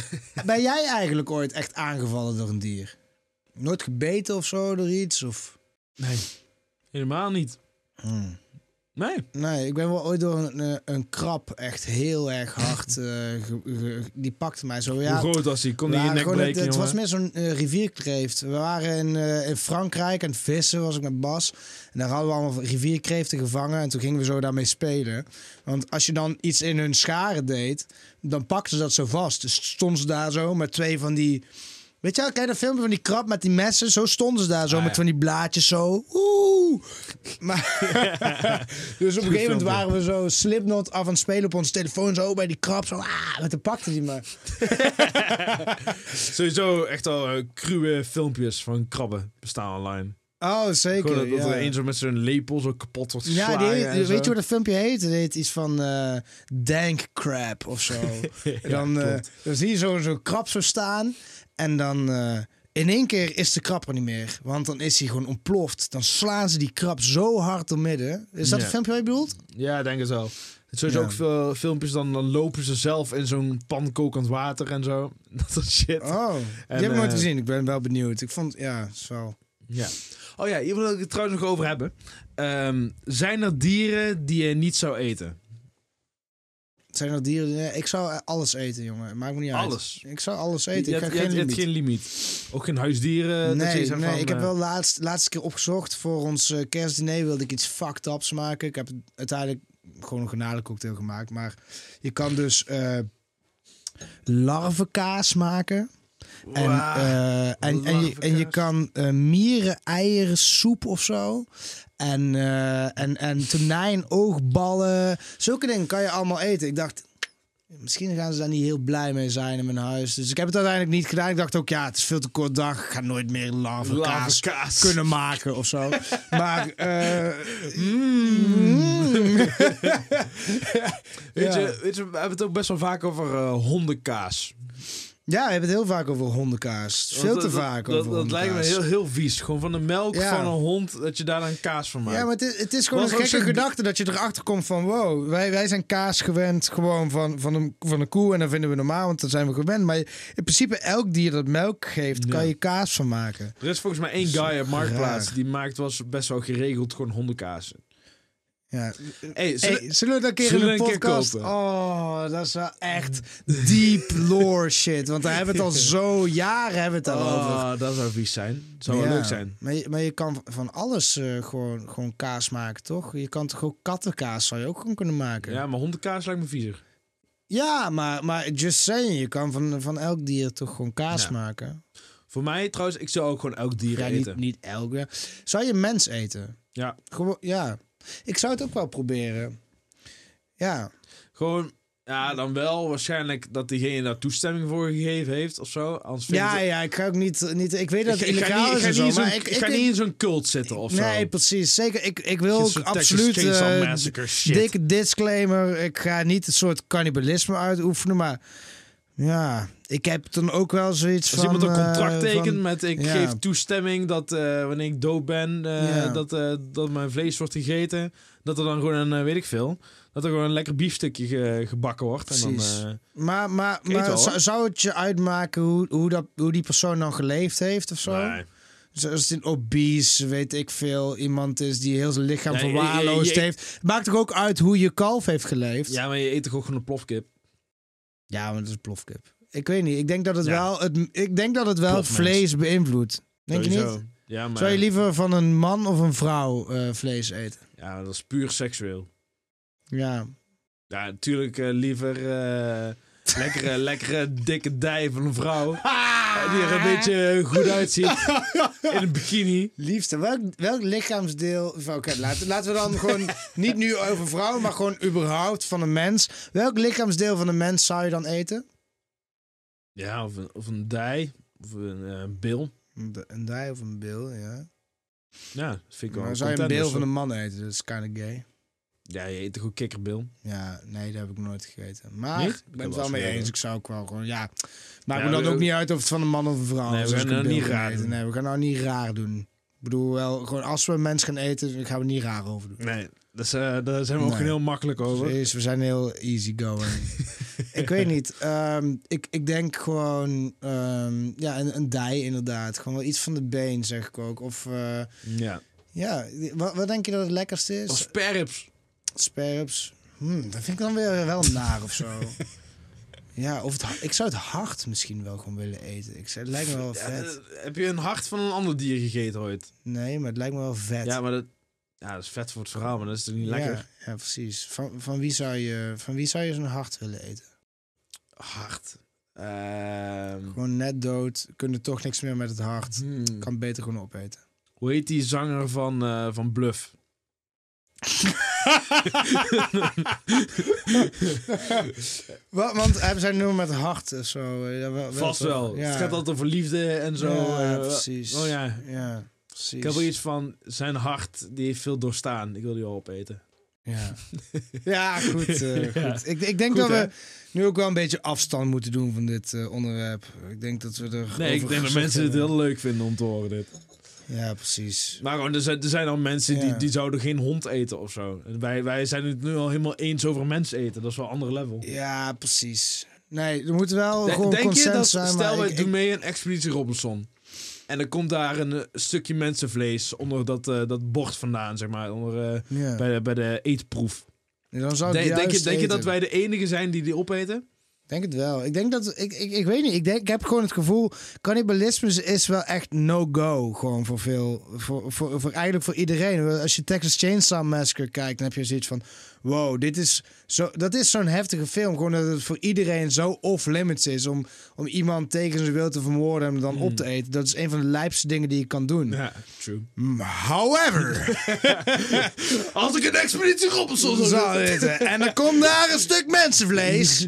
Speaker 1: ben jij eigenlijk ooit echt aangevallen door een dier? Nooit gebeten of zo door iets? Of...
Speaker 2: Nee. Helemaal niet.
Speaker 1: Hmm.
Speaker 2: Nee.
Speaker 1: Nee, ik ben wel ooit door een, eh, een krab echt heel erg hard. eh, ge- ge- die pakte mij zo. Ja,
Speaker 2: Hoe groot was hij? Kon
Speaker 1: We
Speaker 2: hij je
Speaker 1: waren
Speaker 2: nek
Speaker 1: gewoon- het,
Speaker 2: breken,
Speaker 1: het was
Speaker 2: jongen?
Speaker 1: meer zo'n eh, rivierkreeft. We waren in, eh, in Frankrijk aan het vissen, was ik met Bas. En daar hadden we allemaal rivierkreeften gevangen. En toen gingen we zo daarmee spelen. Want als je dan iets in hun scharen deed, dan pakten ze dat zo vast. Dus stonden ze daar zo met twee van die... Weet je wel, kijk dat filmpje van die krab met die messen? Zo stonden ze daar zo
Speaker 2: Ah,
Speaker 1: met
Speaker 2: ja.
Speaker 1: van die blaadjes zo. Oeh! Maar, dus op een gegeven moment
Speaker 2: filmpje.
Speaker 1: waren we zo slipnot af aan het spelen op onze telefoon. Zo bij die krab, zo. Ah, met de pakte die maar.
Speaker 2: Sowieso echt al eh, cruwe filmpjes van krabben bestaan online.
Speaker 1: Oh, zeker.
Speaker 2: Gewoon dat, dat
Speaker 1: ja.
Speaker 2: er een zo met zo'n lepel zo kapot wordt
Speaker 1: Ja,
Speaker 2: geslagen.
Speaker 1: die heet-
Speaker 2: en
Speaker 1: weet
Speaker 2: zo.
Speaker 1: je hoe dat filmpje heet? Het heet iets van eh Dank Crab of zo. En dan, eh,
Speaker 2: klopt.
Speaker 1: dan zie je zo'n zo krab zo staan. En dan eh, in één keer is de krab er niet meer. Want dan is hij gewoon ontploft. Dan slaan ze die krab zo hard door midden. Is dat
Speaker 2: Ja.
Speaker 1: het filmpje wat je bedoelt?
Speaker 2: Ja, ik denk het wel. Het zijn sowieso
Speaker 1: Ja.
Speaker 2: ook veel filmpjes, dan, dan lopen ze zelf in zo'n pan kokend water en zo. Dat soort shit.
Speaker 1: Oh, die heb ik
Speaker 2: eh,
Speaker 1: nooit gezien. Ik ben wel benieuwd. Ik vond, ja, zo.
Speaker 2: Ja. Oh ja, hier wil ik het trouwens nog over hebben. Ehm, zijn er dieren die je niet zou eten?
Speaker 1: Zijn er dieren? die- Ik zou eh, alles eten, jongen. Maakt me niet uit.
Speaker 2: Alles.
Speaker 1: Ik zou alles eten.
Speaker 2: je
Speaker 1: ik
Speaker 2: hebt-
Speaker 1: heb
Speaker 2: je
Speaker 1: geen
Speaker 2: hebt- je hebt
Speaker 1: limiet.
Speaker 2: geen limiet. Ook geen huisdieren? dat je
Speaker 1: Nee,
Speaker 2: zegt
Speaker 1: nee
Speaker 2: van,
Speaker 1: ik heb
Speaker 2: eh,
Speaker 1: wel laatst, laatste keer opgezocht voor ons eh, kerstdiner wilde ik iets fucked ups maken. Ik heb uiteindelijk gewoon een genadecocktail gemaakt. Maar je kan dus eh, larvenkaas maken. En,
Speaker 2: Wauw.
Speaker 1: eh, en, en, je, en je
Speaker 2: larvenkaas.
Speaker 1: kan eh, mieren, eieren, soep of zo. En, eh en, en tonijn, oogballen. Zulke dingen kan je allemaal eten. Ik dacht, Misschien gaan ze daar niet heel blij mee zijn in mijn huis. Dus ik heb het uiteindelijk niet gedaan. Ik dacht ook, ja, het is veel te kort dag. Ik ga nooit meer larvenkaas
Speaker 2: Larvenkaas.
Speaker 1: kunnen maken of zo. maar, eh,
Speaker 2: Mm.
Speaker 1: Mm.
Speaker 2: Weet,
Speaker 1: Ja.
Speaker 2: je, weet je, we hebben het ook best wel vaak over eh, hondenkaas.
Speaker 1: ja, we hebben het heel vaak over hondenkaas. Het is Veel
Speaker 2: Want
Speaker 1: te
Speaker 2: dat-
Speaker 1: vaak
Speaker 2: dat,
Speaker 1: over
Speaker 2: dat, dat lijkt me
Speaker 1: hondenkaas.
Speaker 2: heel, heel vies. Gewoon van de melk
Speaker 1: Ja.
Speaker 2: van een hond, dat je daar dan kaas van maakt.
Speaker 1: Ja, maar het is, het is gewoon
Speaker 2: Was
Speaker 1: een
Speaker 2: ook
Speaker 1: gekke
Speaker 2: zo'n-
Speaker 1: gedachte dat je erachter komt van... wow, wij, wij zijn kaas gewend gewoon van, van, een, van een koe... en dat vinden we normaal, want dat zijn we gewend. Maar in principe elk dier dat melk geeft,
Speaker 2: Ja.
Speaker 1: kan je kaas van maken.
Speaker 2: Er is volgens mij één guy op Marktplaats,
Speaker 1: raar.
Speaker 2: die maakt was best wel geregeld gewoon hondenkaas.
Speaker 1: Ja,
Speaker 2: Hey,
Speaker 1: Hey,
Speaker 2: zullen-
Speaker 1: Zullen, we dat een keer
Speaker 2: zullen
Speaker 1: in
Speaker 2: we
Speaker 1: een
Speaker 2: een keer
Speaker 1: podcast?
Speaker 2: kopen?
Speaker 1: oh, dat is wel echt deep lore shit. Want daar hebben we het al zo jaren hebben we het al over.
Speaker 2: Oh, dat zou vies zijn. Zou wel
Speaker 1: Ja.
Speaker 2: leuk zijn.
Speaker 1: Maar je, maar je kan van alles eh, gewoon, gewoon kaas maken, toch? Je kan toch ook kattenkaas zou je ook gewoon kunnen maken?
Speaker 2: Ja, maar hondenkaas lijkt me viezer.
Speaker 1: Ja, maar, maar just saying, je kan van, van elk dier toch gewoon kaas
Speaker 2: Ja.
Speaker 1: maken?
Speaker 2: Voor mij trouwens, ik zou ook gewoon elk dier
Speaker 1: Ja,
Speaker 2: eten.
Speaker 1: niet, niet elk. ja. Zou je mens eten?
Speaker 2: Ja,
Speaker 1: Gewoon, ja. Ik zou het ook wel proberen. Ja.
Speaker 2: gewoon... eh, Ja, dan wel waarschijnlijk dat diegene daar toestemming voor gegeven heeft of zo. Anders vind
Speaker 1: Ja,
Speaker 2: ik,
Speaker 1: ja, ik ga ook niet... niet ik weet dat
Speaker 2: ik,
Speaker 1: het
Speaker 2: ik ga
Speaker 1: illegaal
Speaker 2: niet, ik
Speaker 1: is en
Speaker 2: ga niet
Speaker 1: zo,
Speaker 2: in zo'n-
Speaker 1: maar ik,
Speaker 2: ik ga
Speaker 1: ik-
Speaker 2: niet in zo'n cult zitten of zo.
Speaker 1: Nee, precies. Zeker, ik, ik wil
Speaker 2: Geen
Speaker 1: ook
Speaker 2: soort
Speaker 1: absoluut...
Speaker 2: Texas Chainsaw
Speaker 1: eh,
Speaker 2: Massacre shit.
Speaker 1: dikke disclaimer. Ik ga niet een soort cannibalisme uitoefenen, maar... Ja, ik heb dan ook wel zoiets
Speaker 2: Als
Speaker 1: van...
Speaker 2: iemand een contract
Speaker 1: eh, van-
Speaker 2: tekent met ik
Speaker 1: ja.
Speaker 2: geef toestemming dat eh, wanneer ik dood ben, eh,
Speaker 1: Ja.
Speaker 2: dat, eh, dat mijn vlees wordt gegeten, dat er dan gewoon een, eh, weet ik veel, dat er gewoon een lekker biefstukje ge- gebakken wordt.
Speaker 1: Precies.
Speaker 2: En dan, eh,
Speaker 1: Maar, maar,
Speaker 2: Ik
Speaker 1: maar
Speaker 2: wel,
Speaker 1: zou,
Speaker 2: hoor.
Speaker 1: zou het je uitmaken hoe, hoe, dat, hoe die persoon dan geleefd heeft of zo?
Speaker 2: nee.
Speaker 1: Dus als het een obese, weet ik veel, iemand is die heel zijn lichaam
Speaker 2: Nee, je- je-
Speaker 1: verwaarloosd
Speaker 2: je-
Speaker 1: heeft. Maakt toch ook uit hoe je kalf heeft geleefd?
Speaker 2: Ja, maar je eet toch ook gewoon een plofkip?
Speaker 1: ja maar dat is een plofkip. Ik weet niet. Ik denk dat het
Speaker 2: Ja.
Speaker 1: wel het, ik denk dat het, wel het
Speaker 2: Plofmens.
Speaker 1: vlees beïnvloedt. Denk je
Speaker 2: Sowieso.
Speaker 1: niet?
Speaker 2: Ja, maar
Speaker 1: Zou je liever van een man of een vrouw eh, vlees eten?
Speaker 2: ja, dat is puur seksueel.
Speaker 1: Ja.
Speaker 2: Ja, natuurlijk eh, liever eh, lekkere, lekkere dikke dij van een vrouw. eh, Die er een beetje goed uitziet in een bikini.
Speaker 1: Liefste, welk, welk lichaamsdeel. van- Oké, laten, laten we dan gewoon niet nu over vrouwen, maar gewoon überhaupt van een mens. Welk lichaamsdeel van een mens zou je dan eten?
Speaker 2: Ja, of een, of een dij. Of een eh, bil.
Speaker 1: Een d- Een dij of een bil, ja.
Speaker 2: Ja, dat vind ik wel
Speaker 1: Maar zou je een
Speaker 2: contender,
Speaker 1: bil
Speaker 2: zo.
Speaker 1: van een man eten? Dat is kind of gay.
Speaker 2: Ja, je eet toch ook kikkerbil?
Speaker 1: Ja, nee, dat heb ik nooit gegeten. Maar
Speaker 2: Niet?
Speaker 1: ik
Speaker 2: Ik
Speaker 1: ben het
Speaker 2: wel
Speaker 1: wel
Speaker 2: eens
Speaker 1: mee
Speaker 2: gegeten.
Speaker 1: eens. Ik zou ook wel gewoon, ja. Maakt
Speaker 2: Ja,
Speaker 1: me dan
Speaker 2: we-
Speaker 1: ook niet uit of het van een man of een vrouw
Speaker 2: Nee,
Speaker 1: is. als
Speaker 2: we gaan
Speaker 1: ik een
Speaker 2: nou
Speaker 1: bil
Speaker 2: niet
Speaker 1: ga
Speaker 2: raar
Speaker 1: eten.
Speaker 2: doen.
Speaker 1: Nee, we gaan nou niet raar doen. Ik bedoel, wel, gewoon als we mensen gaan eten, dan gaan we niet raar over doen.
Speaker 2: Nee, dat is, eh, daar zijn we ook
Speaker 1: Nee.
Speaker 2: heel makkelijk over.
Speaker 1: Precies, we zijn heel easygoing. ik weet niet. ehm, ik, ik denk gewoon... ehm, ja, een, een dij inderdaad. Gewoon wel iets van de been, zeg ik ook. Of eh,
Speaker 2: Ja.
Speaker 1: ja, wat, wat denk je dat het lekkerste
Speaker 2: Of
Speaker 1: is?
Speaker 2: sperps.
Speaker 1: Sperps. Hm, dat vind ik dan weer wel naar of zo. ja, of het, ha- ik zou het hart misschien wel gewoon willen eten. Ik, zei, het lijkt me wel
Speaker 2: Ja,
Speaker 1: vet.
Speaker 2: eh, heb je een hart van een ander dier gegeten ooit?
Speaker 1: Nee, maar het lijkt me wel vet.
Speaker 2: Ja, maar dat, ja, dat is vet voor het verhaal, maar dat is toch niet lekker?
Speaker 1: Ja, ja, precies. Van, van wie zou je, van wie zou je zo'n hart willen eten?
Speaker 2: Hart. Ehm,
Speaker 1: Gewoon net dood, kunnen toch niks meer met het hart.
Speaker 2: hmm.
Speaker 1: kan beter gewoon opeten.
Speaker 2: Hoe heet die zanger van, eh, van Bluff?
Speaker 1: Wat, want hebben zij nu met hart of zo? eh, Ja, wel,
Speaker 2: Vast
Speaker 1: toch?
Speaker 2: wel.
Speaker 1: Ja.
Speaker 2: Het gaat altijd over liefde en zo.
Speaker 1: Ja,
Speaker 2: eh,
Speaker 1: precies.
Speaker 2: Oh ja.
Speaker 1: Ja, precies.
Speaker 2: Ik heb wel iets van zijn hart, die heeft veel doorstaan. Ik wil die wel opeten.
Speaker 1: Ja, ja goed. eh,
Speaker 2: Ja.
Speaker 1: goed. Ik, ik denk
Speaker 2: Goed,
Speaker 1: dat
Speaker 2: hè?
Speaker 1: we nu ook wel een beetje afstand moeten doen van dit eh, onderwerp. Ik denk dat we er.
Speaker 2: Nee, ik denk dat mensen het heel leuk vinden om te horen dit.
Speaker 1: Ja, precies.
Speaker 2: Maar gewoon, er zijn, er zijn al mensen
Speaker 1: Ja.
Speaker 2: die, die zouden geen hond eten of zo. En Wij, wij zijn het nu al helemaal eens over mens eten. Dat is wel een ander level.
Speaker 1: Ja, precies. Nee, er moet wel
Speaker 2: De-
Speaker 1: gewoon
Speaker 2: denk je
Speaker 1: consent
Speaker 2: dat,
Speaker 1: zijn.
Speaker 2: stel
Speaker 1: maar
Speaker 2: wij
Speaker 1: ik-
Speaker 2: doen
Speaker 1: ik-
Speaker 2: mee een Expeditie Robinson. En er komt daar een eh, stukje mensenvlees onder dat, eh, dat bord vandaan, zeg maar. Onder, eh,
Speaker 1: ja. Oh,
Speaker 2: bij, de, bij de eetproef.
Speaker 1: Nee, Dan zou ik
Speaker 2: Denk- denk, je,
Speaker 1: juist
Speaker 2: denk je dat
Speaker 1: eten.
Speaker 2: wij de enige zijn die die opeten?
Speaker 1: denk het wel. Ik denk dat ik, ik, ik weet niet. Ik, denk, ik heb gewoon het gevoel. Cannibalisme is wel echt no-go. Gewoon voor veel. Voor, voor, voor eigenlijk voor iedereen. Als je Texas Chainsaw Massacre kijkt, dan heb je zoiets van. Wow, dit is zo, dat is zo'n heftige film. Gewoon dat het voor iedereen zo off-limits is. Om, om iemand tegen zijn wil te vermoorden en hem dan op te eten. Dat is een van de lijpste dingen die je kan doen.
Speaker 2: Ja, true.
Speaker 1: Mm, However.
Speaker 2: Als ik een Expeditie Robinson zou
Speaker 1: zou
Speaker 2: doen.
Speaker 1: eten. En dan komt daar een stuk mensenvlees.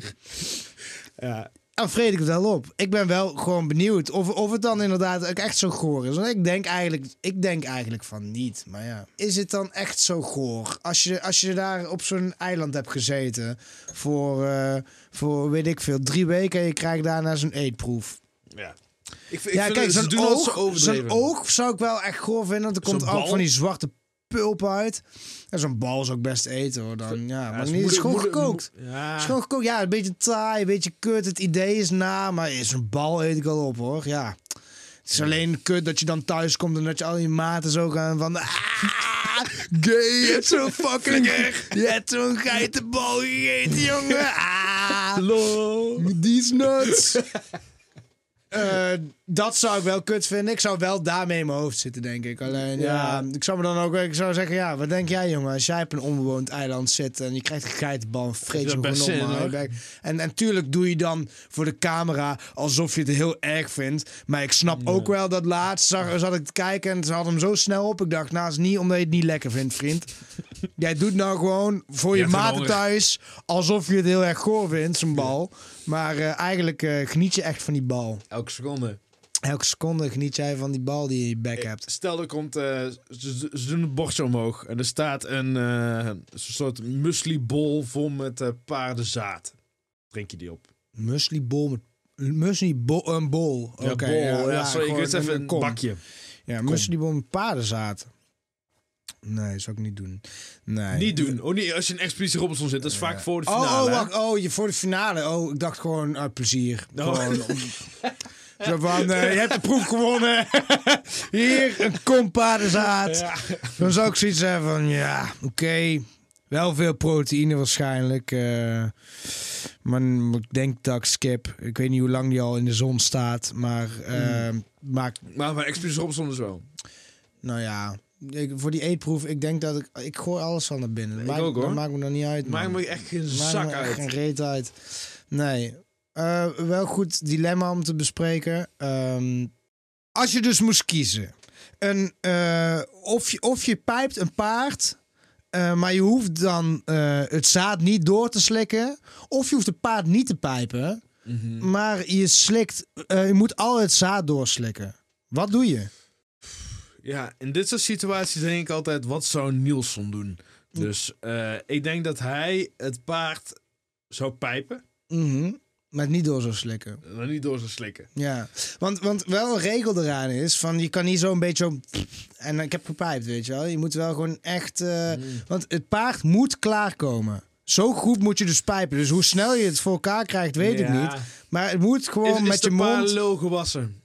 Speaker 2: Ja.
Speaker 1: Dan vreet Nou, ik het wel op. Ik ben wel gewoon benieuwd of, of het dan inderdaad ook echt zo goor is. Want ik denk eigenlijk, ik denk eigenlijk van niet. Maar ja. Is het dan echt zo goor? Als je, als je daar op zo'n eiland hebt gezeten voor, eh, voor weet ik veel, drie weken en je krijgt daarna zo'n eetproef.
Speaker 2: ja. Ik, vind- ik
Speaker 1: ja,
Speaker 2: vind
Speaker 1: kijk,
Speaker 2: dat ze
Speaker 1: zo'n
Speaker 2: doen dat ze
Speaker 1: oog, zo'n
Speaker 2: overdreven.
Speaker 1: oog zou ik wel echt goor vinden. Want er
Speaker 2: Zo'n
Speaker 1: komt ook
Speaker 2: bal?
Speaker 1: van die zwarte pulp uit. En zo'n bal zou ik best eten hoor. Dan, ja,
Speaker 2: Ja,
Speaker 1: maar
Speaker 2: is
Speaker 1: niet, het is
Speaker 2: moeilijk-
Speaker 1: gewoon
Speaker 2: moeilijk-
Speaker 1: gekookt.
Speaker 2: moe- Ja.
Speaker 1: Schoon gekookt, ja, een beetje taai, een beetje kut. Het idee is na, maar is een bal eet ik al op hoor. Ja. Het is alleen kut dat je dan thuis komt en dat je al je maten zo gaan van. Ah, gay, je hebt zo'n fucking. Je hebt zo'n geitenbal gegeten, jongen. Ah,
Speaker 2: Hallo.
Speaker 1: these nuts. Eh, dat zou ik wel kut vinden. Ik zou wel daarmee in mijn hoofd zitten, denk ik. Alleen, ja,
Speaker 2: Ja.
Speaker 1: ik zou me dan ook ik zou zeggen, ja, wat denk jij, jongen? Als jij op een onbewoond eiland zit en je krijgt een geitenbal, vreet je
Speaker 2: Dat
Speaker 1: hem
Speaker 2: best
Speaker 1: gewoon op,
Speaker 2: zin,
Speaker 1: man.
Speaker 2: hoor.
Speaker 1: Je bent- En natuurlijk doe je dan voor de camera alsof je het heel erg vindt. Maar ik snap ook wel dat laatst zag, zat ik te kijken en ze had hem zo snel op. Ik dacht, nou, is niet omdat je het niet lekker vindt, vriend. Jij doet nou gewoon voor je,
Speaker 2: Je hebt hem
Speaker 1: maten
Speaker 2: honger.
Speaker 1: thuis alsof je het heel erg goor vindt, zo'n bal. Maar eh, eigenlijk eh, geniet je echt van die bal.
Speaker 2: Elke seconde.
Speaker 1: Elke seconde geniet jij van die bal die je in je bek hebt.
Speaker 2: Stel, er komt... eh, ze, ze- ze doen een bordje omhoog. En er staat een eh, een soort muslibol vol met eh, paardenzaad. Drink je die op?
Speaker 1: Musli bol met... Musli bol, een bol. Oké,
Speaker 2: Ja, bol. Ja, sorry, ik
Speaker 1: gewoon
Speaker 2: wist even een
Speaker 1: kom.
Speaker 2: bakje.
Speaker 1: Ja, musli bol met paardenzaad. Nee, zou ik niet doen. Nee.
Speaker 2: Niet doen. Oh, nee, als je een expeditie Robinson zit, dat is vaak voor de
Speaker 1: Oh,
Speaker 2: finale.
Speaker 1: oh,
Speaker 2: hè?
Speaker 1: wacht. Oh, je voor de finale. Oh, ik dacht gewoon uit plezier.
Speaker 2: Oh.
Speaker 1: Gewoon om- Zo van, eh, je hebt de proef gewonnen. Hier, een kom paardenzaad.
Speaker 2: Ja.
Speaker 1: Dan zou ik zoiets hebben van, ja, oké. Wel veel proteïne waarschijnlijk. eh, maar ik denk dat ik skip. Ik weet niet hoe lang die al in de zon staat. Maar, eh,
Speaker 2: Hmm.
Speaker 1: maar
Speaker 2: Maar bij Expeditie Robinson is wel.
Speaker 1: nou ja, ik, voor die eetproef, ik denk dat ik... Ik gooi alles van naar binnen. Dat
Speaker 2: Ik
Speaker 1: maakt-
Speaker 2: ook, hoor.
Speaker 1: Dat maakt me dan niet uit.
Speaker 2: Maar
Speaker 1: man.
Speaker 2: moet je Hmm. echt geen
Speaker 1: Maakt me
Speaker 2: zak
Speaker 1: echt
Speaker 2: uit.
Speaker 1: geen reet uit. Nee. Eh, wel goed dilemma om te bespreken. Ehm, als je dus moest kiezen. Een, eh, of, je, of je pijpt een paard... eh, maar je hoeft dan eh, het zaad niet door te slikken. Of je hoeft het paard niet te pijpen.
Speaker 2: Mhm.
Speaker 1: Maar je slikt. eh, je moet al het zaad doorslikken. Wat doe je?
Speaker 2: Ja, in dit soort situaties denk ik altijd, wat zou Nielsen doen? Dus eh, ik denk dat hij het paard zou pijpen,
Speaker 1: Mhm. Maar het niet door zou slikken.
Speaker 2: maar niet door zou slikken.
Speaker 1: Ja, want, want wel een regel eraan is van je kan niet zo'n beetje zo en ik heb gepijpt, weet je wel. Je moet wel gewoon echt, eh,
Speaker 2: Mm.
Speaker 1: want het paard moet klaarkomen. Zo goed moet je dus pijpen. Dus hoe snel je het voor elkaar krijgt, weet ik
Speaker 2: Ja.
Speaker 1: niet. Maar het moet
Speaker 2: Is,
Speaker 1: gewoon
Speaker 2: is
Speaker 1: met
Speaker 2: de
Speaker 1: je mond.
Speaker 2: parallel gewassen?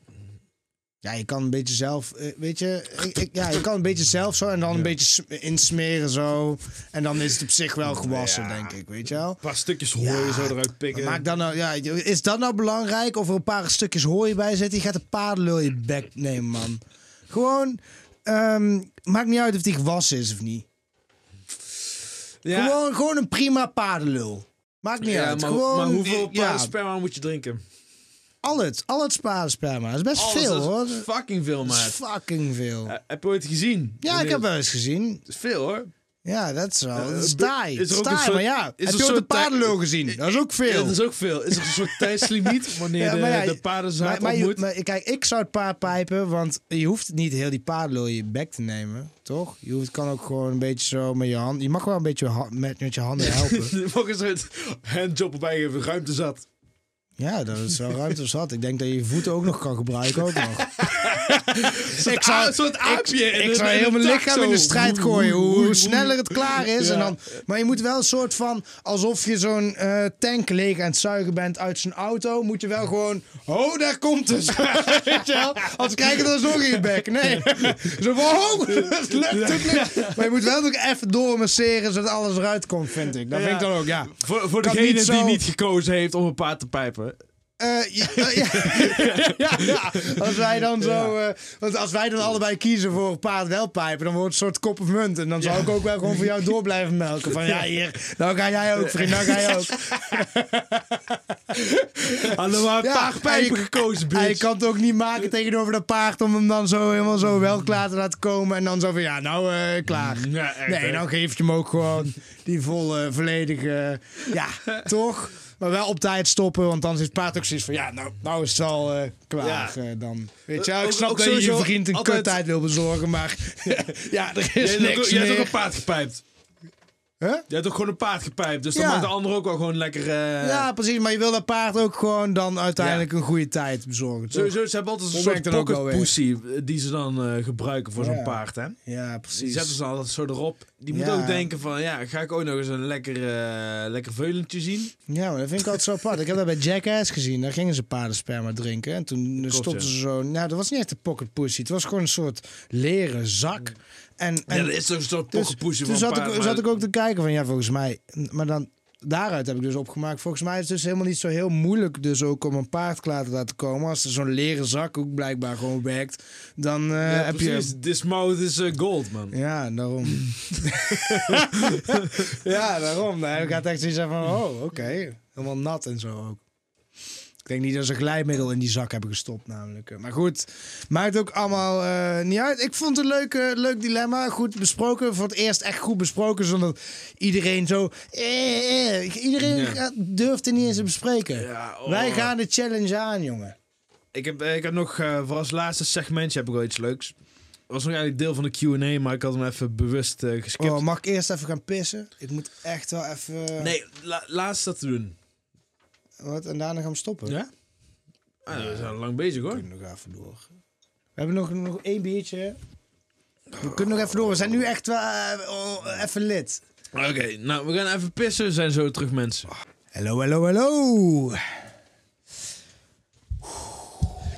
Speaker 1: Ja, je kan een beetje zelf, eh, weet je, ik, ik- ja, je kan een beetje zelf zo en dan een beetje sm- insmeren zo. En dan is het op zich wel gewassen,
Speaker 2: Ja.
Speaker 1: denk ik, weet je wel.
Speaker 2: Een paar stukjes hooi
Speaker 1: Ja,
Speaker 2: zo eruit pikken.
Speaker 1: Maak dan nou, ja, is dat nou belangrijk? Of er een paar stukjes hooi bij zitten? Je gaat een paardenlul in je bek nemen, man. Gewoon, ehm, maakt niet uit of die gewassen is of niet.
Speaker 2: ja,
Speaker 1: Gewoon, gewoon een prima paardenlul. Maakt niet
Speaker 2: ja,
Speaker 1: uit.
Speaker 2: maar,
Speaker 1: gewoon,
Speaker 2: maar hoeveel
Speaker 1: ja,
Speaker 2: paardensperma moet je drinken?
Speaker 1: Al het, al het paardensperma. Dat is best
Speaker 2: Alles,
Speaker 1: veel,
Speaker 2: dat is
Speaker 1: hoor.
Speaker 2: fucking veel,
Speaker 1: Dat is
Speaker 2: maat.
Speaker 1: fucking veel.
Speaker 2: Eh, heb je ooit gezien?
Speaker 1: ja, ik heb wel eens gezien.
Speaker 2: Dat is veel, hoor.
Speaker 1: Ja, dat is wel. Dat is
Speaker 2: Eh,
Speaker 1: taai.
Speaker 2: is er ook
Speaker 1: Taai,
Speaker 2: een soort-
Speaker 1: maar ja.
Speaker 2: is
Speaker 1: Heb
Speaker 2: er
Speaker 1: je ook de
Speaker 2: soort taai-
Speaker 1: paardenlul gezien? Dat is ook
Speaker 2: Ja,
Speaker 1: veel.
Speaker 2: dat is ook veel. Is er een soort tijdslimiet wanneer
Speaker 1: Ja,
Speaker 2: de,
Speaker 1: maar ja,
Speaker 2: eh, de paardenzaad
Speaker 1: maar, maar, je-
Speaker 2: ontmoet?
Speaker 1: maar kijk, ik zou het paard pijpen, want je hoeft niet heel die paardenlul in je bek te nemen, toch? Je hoeft, kan ook gewoon een beetje zo met je hand. Je mag wel een beetje ha- met, met je handen helpen.
Speaker 2: Mogen ze het handjob erbij geven, ruimte zat.
Speaker 1: ja, dat is wel ruimte zat. Ik denk dat je je voeten ook nog kan gebruiken. Ook nog.
Speaker 2: ik
Speaker 1: zou-
Speaker 2: een soort aapje. in
Speaker 1: ik
Speaker 2: een-
Speaker 1: zou
Speaker 2: in een
Speaker 1: heel mijn
Speaker 2: tak
Speaker 1: lichaam
Speaker 2: zo.
Speaker 1: in de strijd gooien. Hoe, hoe sneller het klaar is.
Speaker 2: Ja.
Speaker 1: En dan, maar je moet wel een soort van. alsof je zo'n eh, tank leeg aan het zuigen bent uit zijn auto. moet je wel gewoon. Oh, daar komt het. Weet je wel? Als kijken, dat is nog in je bek. Nee. Zo van. Oh, dat lukt. Dat lukt. Maar je moet wel ook even doormasseren. zodat alles eruit komt, vind ik. Dat
Speaker 2: Ja.
Speaker 1: vind ik dan ook, ja.
Speaker 2: Voor, voor
Speaker 1: Kan
Speaker 2: degene
Speaker 1: niet zo-
Speaker 2: die niet gekozen heeft om een paard te pijpen.
Speaker 1: Eh, ja, eh, ja. ja, ja. Als wij dan zo. eh, want als wij dan allebei kiezen voor een paard wel pijpen, dan wordt het een soort kop of munt. En dan zou ik ook wel gewoon voor jou door blijven melken. Van ja, hier. Nou ga jij ook, vriend. Nou ga jij ook.
Speaker 2: Hadden we een
Speaker 1: Ja,
Speaker 2: paar pijpen
Speaker 1: en je-
Speaker 2: gekozen,
Speaker 1: En je
Speaker 2: bitch.
Speaker 1: kan het ook niet maken tegenover dat paard om hem dan zo helemaal zo wel klaar te laten komen. En dan zo van ja, nou eh, klaar.
Speaker 2: Ja, echt,
Speaker 1: Nee, nou,
Speaker 2: hè?
Speaker 1: dan geef je hem ook gewoon die volle, volledige. Ja, toch? Maar wel op tijd stoppen, want dan is het paard ook zoiets van... Ja, nou, nou is het al eh, klaar
Speaker 2: Ja.
Speaker 1: eh, dan. Weet je, wel, ik
Speaker 2: Ook-
Speaker 1: snap
Speaker 2: ook
Speaker 1: dat je je
Speaker 2: sowieso
Speaker 1: vriend een
Speaker 2: altijd-
Speaker 1: kuttijd wil bezorgen, maar... ja, er is
Speaker 2: Jij hebt ook-
Speaker 1: niks
Speaker 2: jij hebt ook
Speaker 1: meer.
Speaker 2: een paard gepijpt.
Speaker 1: Huh?
Speaker 2: Jij hebt ook gewoon een paard gepijpt. Dus dan
Speaker 1: Ja.
Speaker 2: maakt de ander ook wel gewoon lekker... eh,
Speaker 1: Ja, precies. Maar je wil dat paard ook gewoon dan uiteindelijk een goede tijd bezorgen, toch?
Speaker 2: Sowieso, ze hebben altijd een
Speaker 1: Hoe
Speaker 2: soort
Speaker 1: werkt dat ook
Speaker 2: pocket
Speaker 1: alweer?
Speaker 2: pussy eh, die ze dan eh, gebruiken voor
Speaker 1: Ja.
Speaker 2: zo'n paard, hè?
Speaker 1: Ja,
Speaker 2: Die
Speaker 1: precies.
Speaker 2: zetten ze altijd zo erop. Die moet
Speaker 1: Ja.
Speaker 2: ook denken van, ja, ga ik ook nog eens een lekker, eh, lekker veulentje zien?
Speaker 1: Ja, maar dat vind ik altijd zo apart. Ik heb dat bij Jackass gezien. Daar gingen ze paardensperma drinken. En toen eh, stopten
Speaker 2: ja.
Speaker 1: ze zo... Nou, dat was niet echt een pocket pussy. Het was gewoon een soort leren zak. En, en
Speaker 2: ja, dat is toch een soort
Speaker 1: dus
Speaker 2: pocket pussy
Speaker 1: toen
Speaker 2: van
Speaker 1: zat,
Speaker 2: paard,
Speaker 1: ik,
Speaker 2: maar-
Speaker 1: zat ik ook te kijken van... Ja, volgens mij... Maar dan... daaruit heb ik dus opgemaakt. Volgens mij is het dus helemaal niet zo heel moeilijk dus ook om een paard klaar te laten komen. Als er zo'n leren zakhoek blijkbaar gewoon werkt, dan eh, heb je...
Speaker 2: This mouth is eh, gold, man.
Speaker 1: Ja, daarom. ja, daarom. Nou, ik had echt zoiets van, oh, oké. Helemaal nat en zo ook. Ik denk niet dat ze glijmiddel in die zak hebben gestopt, namelijk. Maar goed, maakt ook allemaal eh, niet uit. Ik vond het een leuk, eh, leuk dilemma. Goed besproken. Voor het eerst echt goed besproken, zonder iedereen zo... eh, eh. Iedereen
Speaker 2: Ja.
Speaker 1: gaat- durft het niet eens te bespreken.
Speaker 2: Ja, oh.
Speaker 1: Wij gaan de challenge aan, jongen.
Speaker 2: Ik heb, eh, ik heb nog, eh, voor als laatste segmentje heb ik wel iets leuks. Het was nog eigenlijk deel van de Q&A, maar ik had hem even bewust eh, geskipt.
Speaker 1: Oh, mag ik eerst even gaan pissen? Ik moet echt wel even...
Speaker 2: nee, la- laatst dat te doen.
Speaker 1: Wat, en daarna gaan we stoppen.
Speaker 2: Ja? Ah, we zijn al lang bezig, hoor.
Speaker 1: kunnen nog even door. We hebben nog, nog één biertje. We kunnen nog even door. We zijn nu echt wel eh, oh, even lid.
Speaker 2: Oké, nou, we gaan even pissen. We zijn zo terug, mensen.
Speaker 1: Oh. Hallo, hallo, hallo.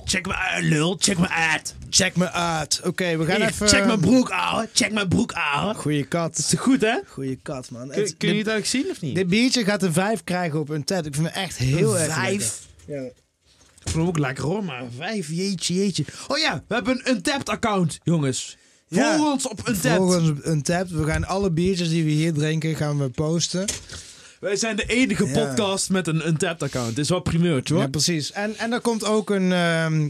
Speaker 2: Check me uit, lul. Check me uit.
Speaker 1: Check me uit. Oké, we gaan even...
Speaker 2: broek, ouwe. Check mijn broek, ouwe.
Speaker 1: Goeie kat.
Speaker 2: Goed, hè?
Speaker 1: Goeie kat, man.
Speaker 2: Kun,
Speaker 1: Het-
Speaker 2: kun je
Speaker 1: dit,
Speaker 2: het eigenlijk zien, of niet?
Speaker 1: dit biertje gaat een vijf krijgen op een TED. Ik vind het echt heel erg
Speaker 2: vijf.
Speaker 1: lekker. Ja.
Speaker 2: Ik vond hem ook lekker hoor, maar vijf, jeetje, jeetje. Oh ja, we hebben een Untapped account, jongens.
Speaker 1: Ja.
Speaker 2: Volg ons op Untapped.
Speaker 1: Volgens een tab. We gaan alle biertjes die we hier drinken, gaan we posten.
Speaker 2: Wij zijn de enige
Speaker 1: Ja.
Speaker 2: podcast met een Untapped account. Dit is wel primeurtje hoor.
Speaker 1: Ja, precies. En, en er komt ook een. ehm,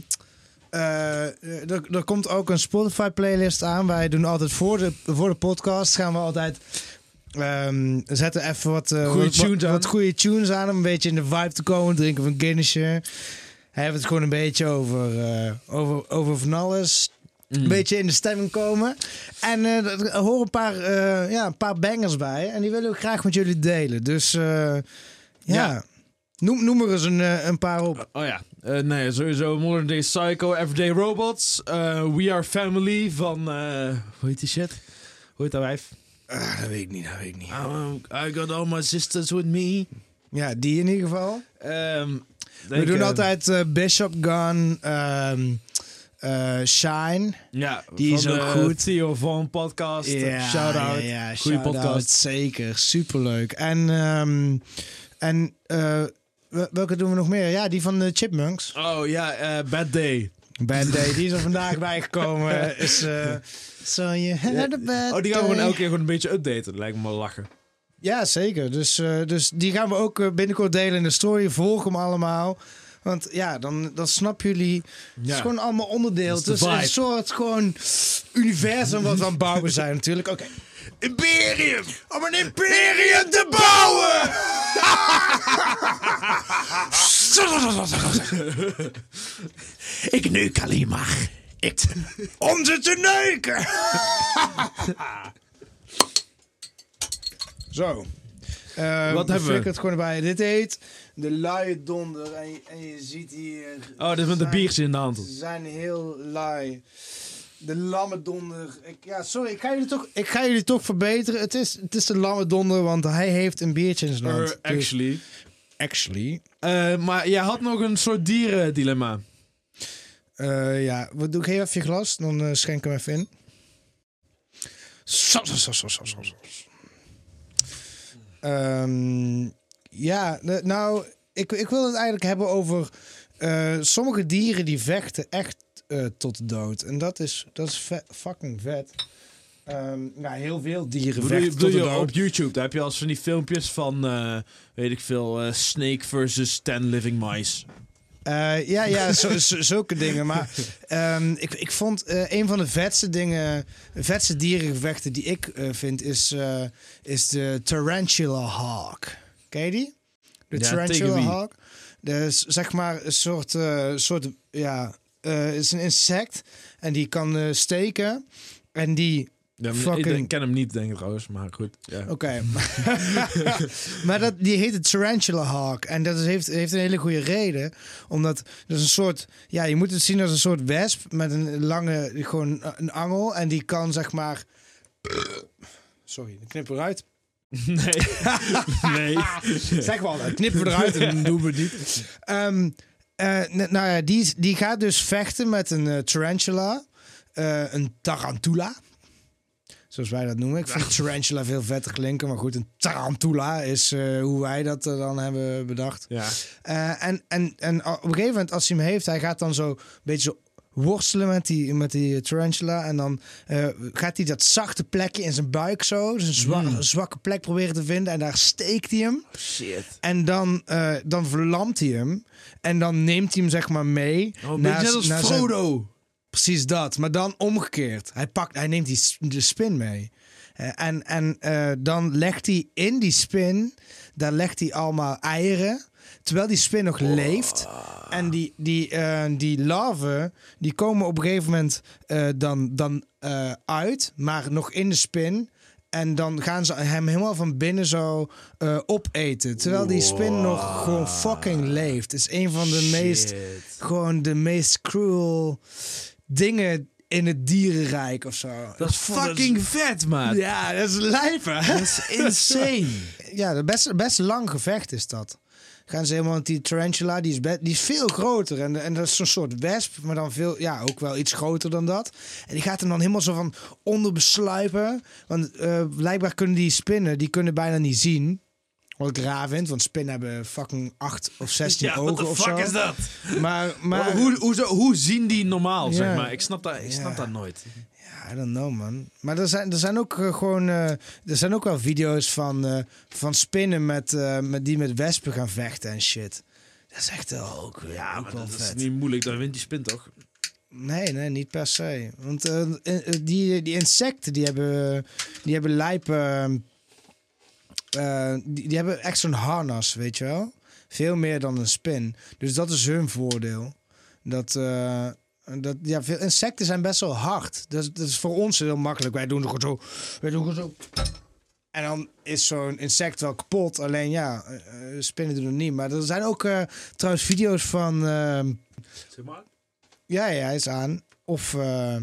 Speaker 1: eh, er, er komt ook een Spotify playlist aan. Wij doen altijd voor de, voor de podcast gaan we altijd. ehm, zetten even wat, eh,
Speaker 2: Goeie
Speaker 1: wat,
Speaker 2: tunes
Speaker 1: wat,
Speaker 2: aan.
Speaker 1: wat goede tunes aan om een beetje in de vibe te komen. Drinken van Guinnessje. Hebben het gewoon een beetje over, eh, over, over van alles.
Speaker 2: Mm.
Speaker 1: Een beetje in de stemming komen. En eh, er er horen een paar, eh, ja, een paar bangers bij. En die willen we graag met jullie delen. Dus eh, ja.
Speaker 2: Ja.
Speaker 1: Noem, noem er eens een, eh, een paar op.
Speaker 2: Oh ja, Eh, nee, sowieso Modern Day Psycho, Everyday Robots, eh, We Are Family van... eh, hoe heet die shit? Hoe heet dat wijf?
Speaker 1: Ah, dat weet ik niet, dat weet ik niet.
Speaker 2: Um, I got all my sisters with me.
Speaker 1: Ja, die in ieder geval.
Speaker 2: Ehm,
Speaker 1: We
Speaker 2: denk,
Speaker 1: doen
Speaker 2: eh,
Speaker 1: altijd eh, Bishop Gun, ehm, eh, Shine.
Speaker 2: Ja,
Speaker 1: Die is
Speaker 2: van
Speaker 1: ook
Speaker 2: de
Speaker 1: goed.
Speaker 2: Theo van podcast. Shout-out.
Speaker 1: Ja, ja,
Speaker 2: Goeie
Speaker 1: shout-out,
Speaker 2: podcast.
Speaker 1: Zeker, superleuk. En, ehm, en eh, wel- welke doen we nog meer? Ja, die van de Chipmunks.
Speaker 2: Oh ja, eh, Bad Day.
Speaker 1: Bad Day, die is er vandaag bijgekomen. Is, eh so you had a bad
Speaker 2: Oh, die gaan we gewoon
Speaker 1: day.
Speaker 2: elke keer gewoon een beetje updaten. Lijkt me wel lachen.
Speaker 1: Ja, zeker. Dus, eh, dus die gaan we ook eh, binnenkort delen in de story. Volg hem allemaal. Want ja, dan, dan snappen jullie. Het
Speaker 2: Ja.
Speaker 1: is gewoon allemaal onderdeel.
Speaker 2: Dat
Speaker 1: Het
Speaker 2: is de
Speaker 1: is een
Speaker 2: vibe.
Speaker 1: soort gewoon universum wat we aan het bouwen zijn natuurlijk. Oké.
Speaker 2: Imperium! Om een imperium te bouwen! Ik neuk alleen maar. Ik...
Speaker 1: Om ze te neuken! Zo. Eh,
Speaker 2: Wat hebben we?
Speaker 1: flikker het gewoon bij. Dit heet de luie donder. En je, en je ziet hier...
Speaker 2: Oh, dit is met de
Speaker 1: zijn-
Speaker 2: biertje in de hand.
Speaker 1: Ze zijn heel lui. De lamme donder. Ik, ja, sorry, ik ga, jullie toch, ik ga jullie toch verbeteren. Het is, het is de lamme donder, want hij heeft een biertje in zijn hand. Dus-
Speaker 2: Eh, actually.
Speaker 1: actually.
Speaker 2: Eh, maar jij had nog een soort dierendilemma.
Speaker 1: Eh, ja, wat doe ik heel even je glas, dan eh, schenk hem even in. Zo, zo, zo, zo, zo, zo, zo. Ehm, ja, n- nou, ik, ik wil het eigenlijk hebben over eh, sommige dieren die vechten echt eh, tot de dood. En dat is, dat is ve- fucking vet. Ehm, ja, heel veel dieren
Speaker 2: Bedoel je,
Speaker 1: vechten tot
Speaker 2: bedoel
Speaker 1: de
Speaker 2: je
Speaker 1: dood.
Speaker 2: op YouTube? Daar heb je als van die filmpjes van, eh, weet ik veel, eh, Snake versus 10 Living Mice.
Speaker 1: Eh, ja, ja, zo- zo- zulke dingen. Maar ehm, ik, ik vond eh, een van de vetste dingen, vetste dierengevechten die ik eh, vind, is, eh, is de Tarantula Hawk. Ken je die? De
Speaker 2: Ja, tegen
Speaker 1: Tarantula
Speaker 2: wie?
Speaker 1: Hawk. Dus zeg maar een soort, eh, soort ja, eh is een insect en die kan eh, steken. En die
Speaker 2: Ja, maar
Speaker 1: Fucking-
Speaker 2: Ik denk- ken hem niet, denk ik trouwens, maar goed. Ja.
Speaker 1: Oké. maar dat, die heet het Tarantula Hawk. En dat is- heeft, heeft een hele goede reden. Omdat dat is een soort. Ja, je moet het zien als een soort wesp. Met een lange. Gewoon een angel. En die kan zeg maar. Sorry, dan knippen we eruit.
Speaker 2: Nee. nee.
Speaker 1: Zeg wel, dan knippen we eruit en dan doen we het niet. Ehm, eh, n- nou ja, die, is- die gaat dus vechten met een eh, tarantula. eh, een tarantula. Zoals wij dat noemen. Ik vind tarantula veel vetter klinken. Maar goed, een tarantula is eh, hoe wij dat eh, dan hebben bedacht.
Speaker 2: Ja.
Speaker 1: Eh, en, en, en op een gegeven moment, als hij hem heeft, hij gaat dan zo een beetje zo worstelen met die, met die eh, tarantula. En dan eh, gaat hij dat zachte plekje in zijn buik zo, zijn zwa- zwakke plek proberen te vinden. En daar steekt hij hem.
Speaker 2: Shit.
Speaker 1: En dan, eh, dan verlamt hij hem. En dan neemt hij hem zeg maar mee.
Speaker 2: Oh, een
Speaker 1: naar-
Speaker 2: beetje net als
Speaker 1: naar zijn-
Speaker 2: Frodo.
Speaker 1: Precies dat, maar dan omgekeerd. Hij, pakt, hij neemt die, s- de spin mee. Eh, en en eh, dan legt hij in die spin, daar legt hij allemaal eieren. Terwijl die spin nog leeft. En die, die, eh, die larven, die komen op een gegeven moment eh, dan, dan eh, uit, maar nog in de spin. En dan gaan ze hem helemaal van binnen zo eh, opeten. Terwijl die spin nog gewoon fucking leeft. Het is een van de meest
Speaker 2: Shit.
Speaker 1: gewoon de meest cruel dingen in het dierenrijk of zo.
Speaker 2: Dat is fucking vet, man.
Speaker 1: Ja, dat is lijf, hè?
Speaker 2: Dat is insane.
Speaker 1: Ja, dat best, best lang gevecht is dat. Gaan ze helemaal, want die tarantula, die is, be- die is veel groter. En, en dat is zo'n soort wesp, maar dan veel, ja, ook wel iets groter dan dat. En die gaat hem dan helemaal zo van onderbesluipen. Want eh, blijkbaar kunnen die spinnen, die kunnen bijna niet zien. Wat ik raar vind, want spinnen hebben fucking acht of 16
Speaker 2: Ja,
Speaker 1: ogen
Speaker 2: what the
Speaker 1: of
Speaker 2: fuck
Speaker 1: zo.
Speaker 2: is dat?
Speaker 1: Maar, maar,
Speaker 2: hoe, hoe, zo- hoe zien die normaal,
Speaker 1: Ja.
Speaker 2: zeg maar? Ik snap dat, ik snap
Speaker 1: Ja.
Speaker 2: dat nooit.
Speaker 1: I don't know, man. Maar er zijn, er zijn ook eh, gewoon. eh, er zijn ook wel video's van, eh, van spinnen met, eh, met die met wespen gaan vechten en shit. Dat is echt wel ook, ja, ook wel
Speaker 2: dat
Speaker 1: vet.
Speaker 2: is niet moeilijk, dan wint die spin toch?
Speaker 1: Nee, nee, niet per se. Want eh, eh, eh, die, die insecten die hebben, die hebben lijp. eh, eh, die, die hebben echt zo'n harnas, weet je wel? Veel meer dan een spin. Dus dat is hun voordeel. Dat, eh, dat ja, veel insecten zijn best wel hard. Dat, is- dat is voor ons heel makkelijk. Wij doen gewoon zo. Wij doen gewoon zo. En dan is zo'n insect wel kapot. Alleen ja, eh, eh, spinnen doen het niet. Maar er zijn ook eh, trouwens video's van. ehm,
Speaker 2: Zeg maar.
Speaker 1: ja, ja, hij is aan. Of, eh,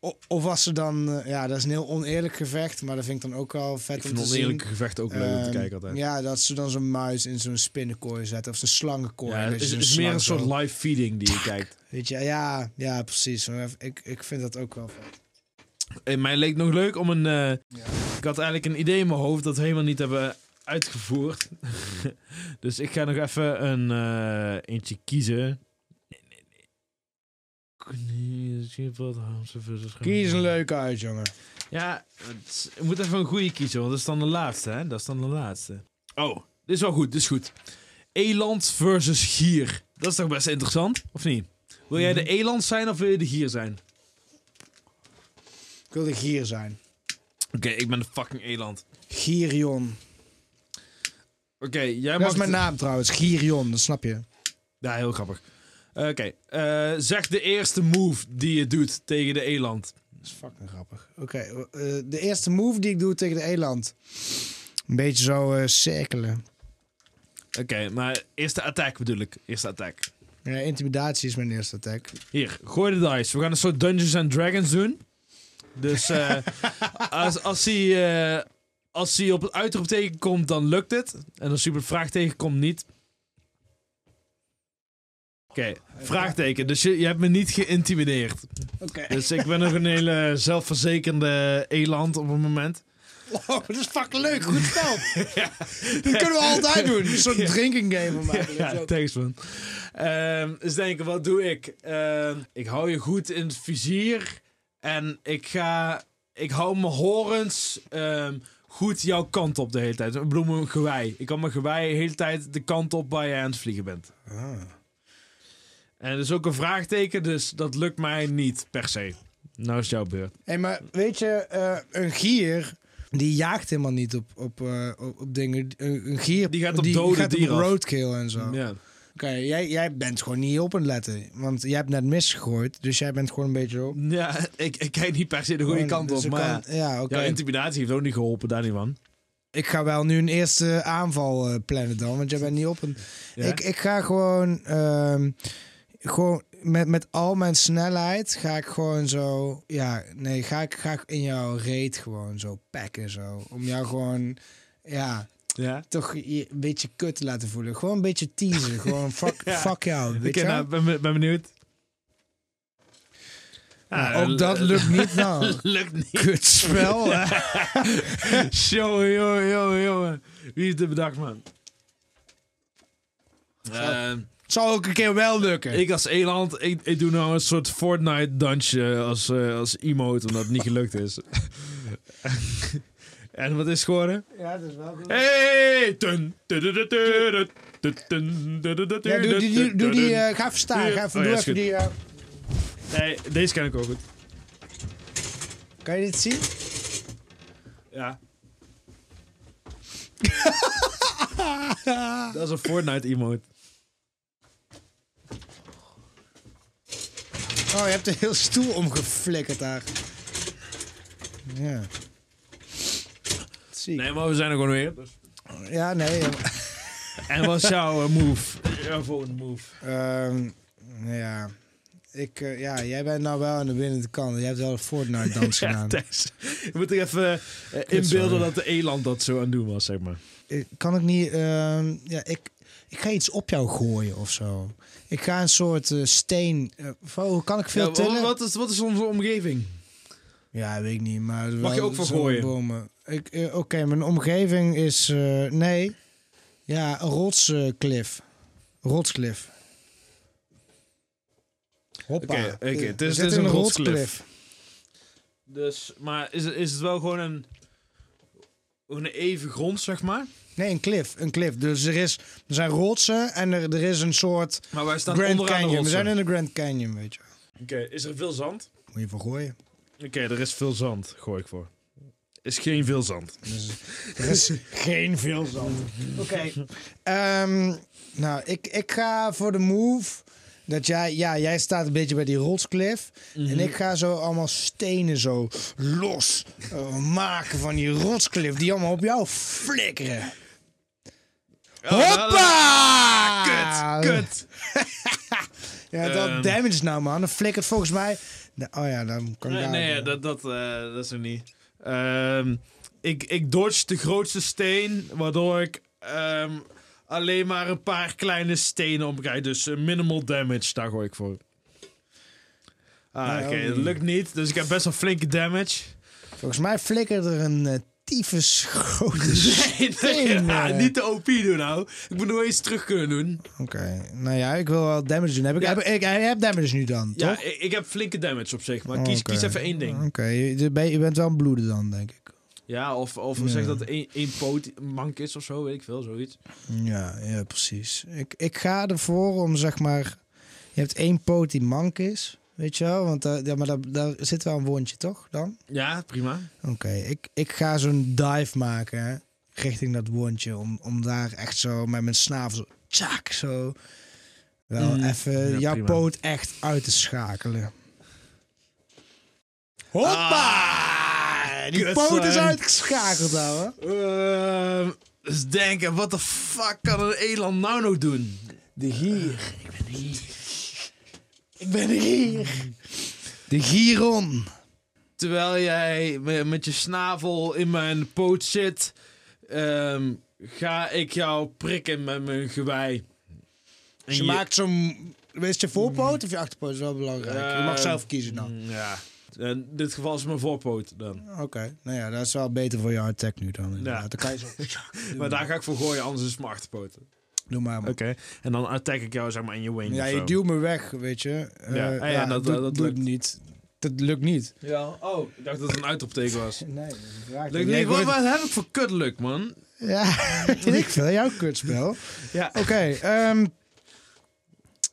Speaker 1: o- of was ze dan... eh, ja, dat is een heel oneerlijk gevecht. Maar dat vind ik dan ook wel vet
Speaker 2: Ik
Speaker 1: om
Speaker 2: vind
Speaker 1: te zien.
Speaker 2: oneerlijke gevechten ook leuk om te
Speaker 1: Ehm,
Speaker 2: kijken altijd.
Speaker 1: Ja, dat ze dan zo'n muis in zo'n spinnenkooi zetten. Of zo'n slangenkooi.
Speaker 2: Ja,
Speaker 1: en
Speaker 2: het
Speaker 1: dat je
Speaker 2: is,
Speaker 1: zo'n
Speaker 2: is meer een
Speaker 1: slang
Speaker 2: soort
Speaker 1: zo-
Speaker 2: live feeding die je kijkt.
Speaker 1: Weet je, ja, ja, precies. Maar Ik, ik vind dat ook wel vet.
Speaker 2: Eh, mij leek nog leuk om een... eh, Ik had eigenlijk een idee in mijn hoofd dat we helemaal niet hebben uitgevoerd. dus ik ga nog even een eh, eentje kiezen.
Speaker 1: Kies een leuke uit, jongen.
Speaker 2: Ja, het is- ik moet even een goede kiezen, want dat is dan de laatste, hè? Dat is dan de laatste. Oh, dit is wel goed, dit is goed. Eland versus gier. Dat is toch best interessant, of niet? Wil jij
Speaker 1: Mhm.
Speaker 2: de eland zijn of wil je de gier zijn?
Speaker 1: Ik wil de gier zijn.
Speaker 2: Oké, ik ben de fucking eland.
Speaker 1: Gierion.
Speaker 2: Oké, jij mag...
Speaker 1: Dat is mijn naam trouwens. Gierion, dat snap je.
Speaker 2: Ja, heel grappig. Oké, eh, zeg de eerste move die je doet tegen de eland.
Speaker 1: Dat is fucking grappig. Oké, eh, de eerste move die ik doe tegen de eland. Een beetje zo eh, cirkelen.
Speaker 2: Oké, maar eerste attack bedoel ik. Eerste attack.
Speaker 1: Ja, intimidatie is mijn eerste attack.
Speaker 2: Hier, gooi de dice. We gaan een soort Dungeons and Dragons doen. Dus eh, als, als, hij, eh, als hij op het uitroepteken komt, dan lukt het. En als hij op het vraagteken komt, niet. Oké, vraagteken. Dus je, je hebt me niet geïntimideerd.
Speaker 1: Oké.
Speaker 2: Dus ik ben nog een hele zelfverzekerde eland op het moment. Oh,
Speaker 1: Wow, dat is fucking leuk. Goed spel. Dat kunnen we altijd doen. Een soort drinking game van mij.
Speaker 2: Ja, thanks man. Ehm dus denken, wat doe ik? Ehm, ik hou je goed in het vizier. En ik ga... Ik hou mijn horens ehm, goed jouw kant op de hele tijd. Ik bedoel mijn gewei. Ik hou mijn gewei de hele tijd de kant op waar je aan het vliegen bent.
Speaker 1: Ah.
Speaker 2: En dat is ook een vraagteken, dus dat lukt mij niet per se. Nou is het jouw beurt.
Speaker 1: Hé, maar weet je, eh, een gier die jaagt helemaal niet op, op, eh, op, op dingen. Een een gier
Speaker 2: Die gaat op dode
Speaker 1: gaat op
Speaker 2: dieren af.
Speaker 1: roadkill en zo. Oké,
Speaker 2: Ja.
Speaker 1: jij, jij bent gewoon niet op aan het letten. Want jij hebt net misgegooid, dus jij bent gewoon een beetje op.
Speaker 2: Ja, ik, ik kijk niet per se de goede
Speaker 1: Gewoon,
Speaker 2: kant
Speaker 1: dus
Speaker 2: op,
Speaker 1: er
Speaker 2: maar...
Speaker 1: kan- ja, oké.
Speaker 2: Jouw intimidatie heeft ook niet geholpen, daar niet van.
Speaker 1: Ik ga wel nu een eerste aanval eh, plannen dan, want jij bent niet op een...
Speaker 2: Ja?
Speaker 1: Ik, ik ga gewoon, ehm, gewoon met, met al mijn snelheid ga ik gewoon zo, ja, nee, ga ik, ga ik in jouw reet gewoon zo pakken zo. Om jou gewoon, ja,
Speaker 2: Ja.
Speaker 1: toch je een beetje kut te laten voelen. Gewoon een beetje teasen, gewoon fuck,
Speaker 2: Ja.
Speaker 1: fuck jou,
Speaker 2: Ik eh,
Speaker 1: weet je wel?
Speaker 2: ben, ben benieuwd.
Speaker 1: Nou, ook dat lukt niet. Nou,
Speaker 2: Ah, Lukt niet.
Speaker 1: kutspel. hè.
Speaker 2: Jongen, jongen, jongen, jongen. Wie is de bedacht, man? Eh,
Speaker 1: Het zal ook een keer wel lukken.
Speaker 2: ik als eland, ik, ik doe nou een soort Fortnite dansje als, eh als emote, omdat het niet gelukt is. en wat is het geworden?
Speaker 1: Ja, dat is wel goed.
Speaker 2: Hey!
Speaker 1: Ja, doe, die- die, doe die, eh, ga even staan. Ga even,
Speaker 2: Oh, ja,
Speaker 1: doe
Speaker 2: is
Speaker 1: even
Speaker 2: goed.
Speaker 1: die... eh,
Speaker 2: Nee, deze ken ik ook goed.
Speaker 1: kan je dit zien?
Speaker 2: Ja. Dat is een Fortnite emote.
Speaker 1: Oh, je hebt een heel stoel omgeflikkerd daar. Ja. Zie ik.
Speaker 2: Nee, maar we zijn er gewoon weer. dus-
Speaker 1: Ja, nee. ja.
Speaker 2: En wat is jouw eh, move? Jouw volgende move.
Speaker 1: Ehm, ja. Ik, eh, ja, jij bent nou wel aan de winnende kant. Jij hebt wel een Fortnite-dans
Speaker 2: Ja,
Speaker 1: gedaan.
Speaker 2: Thijs. Je moet er even eh,
Speaker 1: sorry.
Speaker 2: inbeelden dat de eland dat zo aan het doen was, zeg maar.
Speaker 1: Ik- kan ik niet... ehm, ja, ik, ik ga iets op jou gooien of zo. Ik ga een soort eh, steen... eh, hoe kan ik veel
Speaker 2: Ja,
Speaker 1: tillen?
Speaker 2: wa- wat, is, wat is onze omgeving?
Speaker 1: Ja, weet ik niet, maar... het is
Speaker 2: Mag je
Speaker 1: wel
Speaker 2: ook van
Speaker 1: zo'n
Speaker 2: gooien?
Speaker 1: Bomen. Ik, eh, Oké, mijn omgeving is... eh, nee. Ja, een rotsklif. rotsklif. Hoppa.
Speaker 2: Oké, oké,
Speaker 1: Eh,
Speaker 2: het is-
Speaker 1: we
Speaker 2: het is
Speaker 1: zitten in
Speaker 2: een rotsklif.
Speaker 1: rotsklif.
Speaker 2: Dus, maar is, is het wel gewoon een, een even grond, zeg maar?
Speaker 1: Nee, een klif. Een klif. Dus er, is, er zijn rotsen en er, er is een soort
Speaker 2: Maar wij staan
Speaker 1: Grand
Speaker 2: onderaan
Speaker 1: Canyon.
Speaker 2: de
Speaker 1: We
Speaker 2: rotsen.
Speaker 1: zijn in de Grand Canyon, weet je.
Speaker 2: Oké, is er veel zand?
Speaker 1: Moet je voor gooien.
Speaker 2: Oké, er is veel zand, gooi ik voor. Is geen veel zand.
Speaker 1: Dus er is geen veel zand. Oké. Ehm, nou, ik, ik ga voor de move. Dat jij, ja, jij staat een beetje bij die rotsklif.
Speaker 2: Mhm.
Speaker 1: En ik ga zo allemaal stenen zo los eh, maken van die rotsklif. Die allemaal op jou flikkeren. Hoppa! Ah.
Speaker 2: Kut, kut.
Speaker 1: Ja, dat
Speaker 2: Ehm.
Speaker 1: damage nou, man. Dan flikkert volgens mij... Nou, oh ja, dan kan ik
Speaker 2: Nee,
Speaker 1: daar-
Speaker 2: nee dat, dat, eh, dat is er niet. Ehm, ik, ik dodge de grootste steen, waardoor ik ehm, alleen maar een paar kleine stenen omkrijg. Dus eh, minimal damage, daar gooi ik voor. Ah,
Speaker 1: Ja,
Speaker 2: oké,
Speaker 1: oh.
Speaker 2: dat lukt niet. Dus ik heb best wel flinke damage.
Speaker 1: Volgens mij flikkert er een eh, tyfus grote
Speaker 2: Nee, nee,
Speaker 1: Steen,
Speaker 2: ja,
Speaker 1: eh.
Speaker 2: niet de OP doen nou. Ik moet nog eens terug kunnen doen.
Speaker 1: Oké, nou ja, ik wil wel damage doen. Heb ik,
Speaker 2: Ja.
Speaker 1: heb, ik, jij hebt damage nu dan,
Speaker 2: Ja,
Speaker 1: toch?
Speaker 2: ik, ik heb flinke damage op zich, maar
Speaker 1: Oh,
Speaker 2: kies,
Speaker 1: oké.
Speaker 2: kies even één ding.
Speaker 1: Oké, je- je, ben- je bent wel een bloeden dan, denk ik.
Speaker 2: Ja, of, of
Speaker 1: Ja.
Speaker 2: zeg dat één, één poot mank is of zo, weet ik veel, zoiets.
Speaker 1: Ja, ja precies. Ik, ik ga ervoor om, zeg maar... Je hebt één poot die mank is, weet je wel? Want daar, ja, maar daar, daar zit wel een wondje, toch, dan?
Speaker 2: Ja, prima.
Speaker 1: Oké, ik, ik ga zo'n dive maken, hè, richting dat wondje. Om, om daar echt zo met mijn snavel zo... Tjak, zo... Wel
Speaker 2: Mm.
Speaker 1: even
Speaker 2: Ja,
Speaker 1: jouw
Speaker 2: prima.
Speaker 1: poot echt uit te schakelen.
Speaker 2: Hoppa!
Speaker 1: Die poot is uitgeschakeld, ouwe.
Speaker 2: dus denken, wat de fuck kan een eland nou nog doen? Eh,
Speaker 1: De gier. Ik ben de gier. De giron.
Speaker 2: Terwijl jij me- met je snavel in mijn poot zit, ehm, ga ik jou prikken met mijn gewei. En
Speaker 1: Dus je maakt zo'n... Wees je voorpoot of je achterpoot is wel belangrijk. Je mag
Speaker 2: Ehm,
Speaker 1: zelf kiezen dan.
Speaker 2: Ja. In dit geval is het mijn voorpoot dan.
Speaker 1: Oké, nou ja, dat is wel beter voor je hardtech nu dan. inderdaad.
Speaker 2: mm. Ja.
Speaker 1: Dan kan je zo...
Speaker 2: Maar daar ga ik voor gooien, anders is het mijn achterpoot. Oké.
Speaker 1: Doe maar. man.
Speaker 2: En dan attack ik jou zeg maar in je wing
Speaker 1: Ja,
Speaker 2: of
Speaker 1: je
Speaker 2: zo.
Speaker 1: duwt me weg, weet je. Eh,
Speaker 2: Ja, en ja, dat-
Speaker 1: doe-
Speaker 2: dat
Speaker 1: doe
Speaker 2: lukt.
Speaker 1: het niet. Dat lukt niet.
Speaker 2: Ja. Oh, ik dacht dat het een uitroepteken was.
Speaker 1: Nee, dat raakt
Speaker 2: Lukt
Speaker 1: niet.
Speaker 2: niet.
Speaker 1: Ik word-
Speaker 2: Wat, wat heb ik voor kutluk, man?
Speaker 1: Ja, weet ik veel. Jouw kutspel.
Speaker 2: Ja.
Speaker 1: Oké, ehm,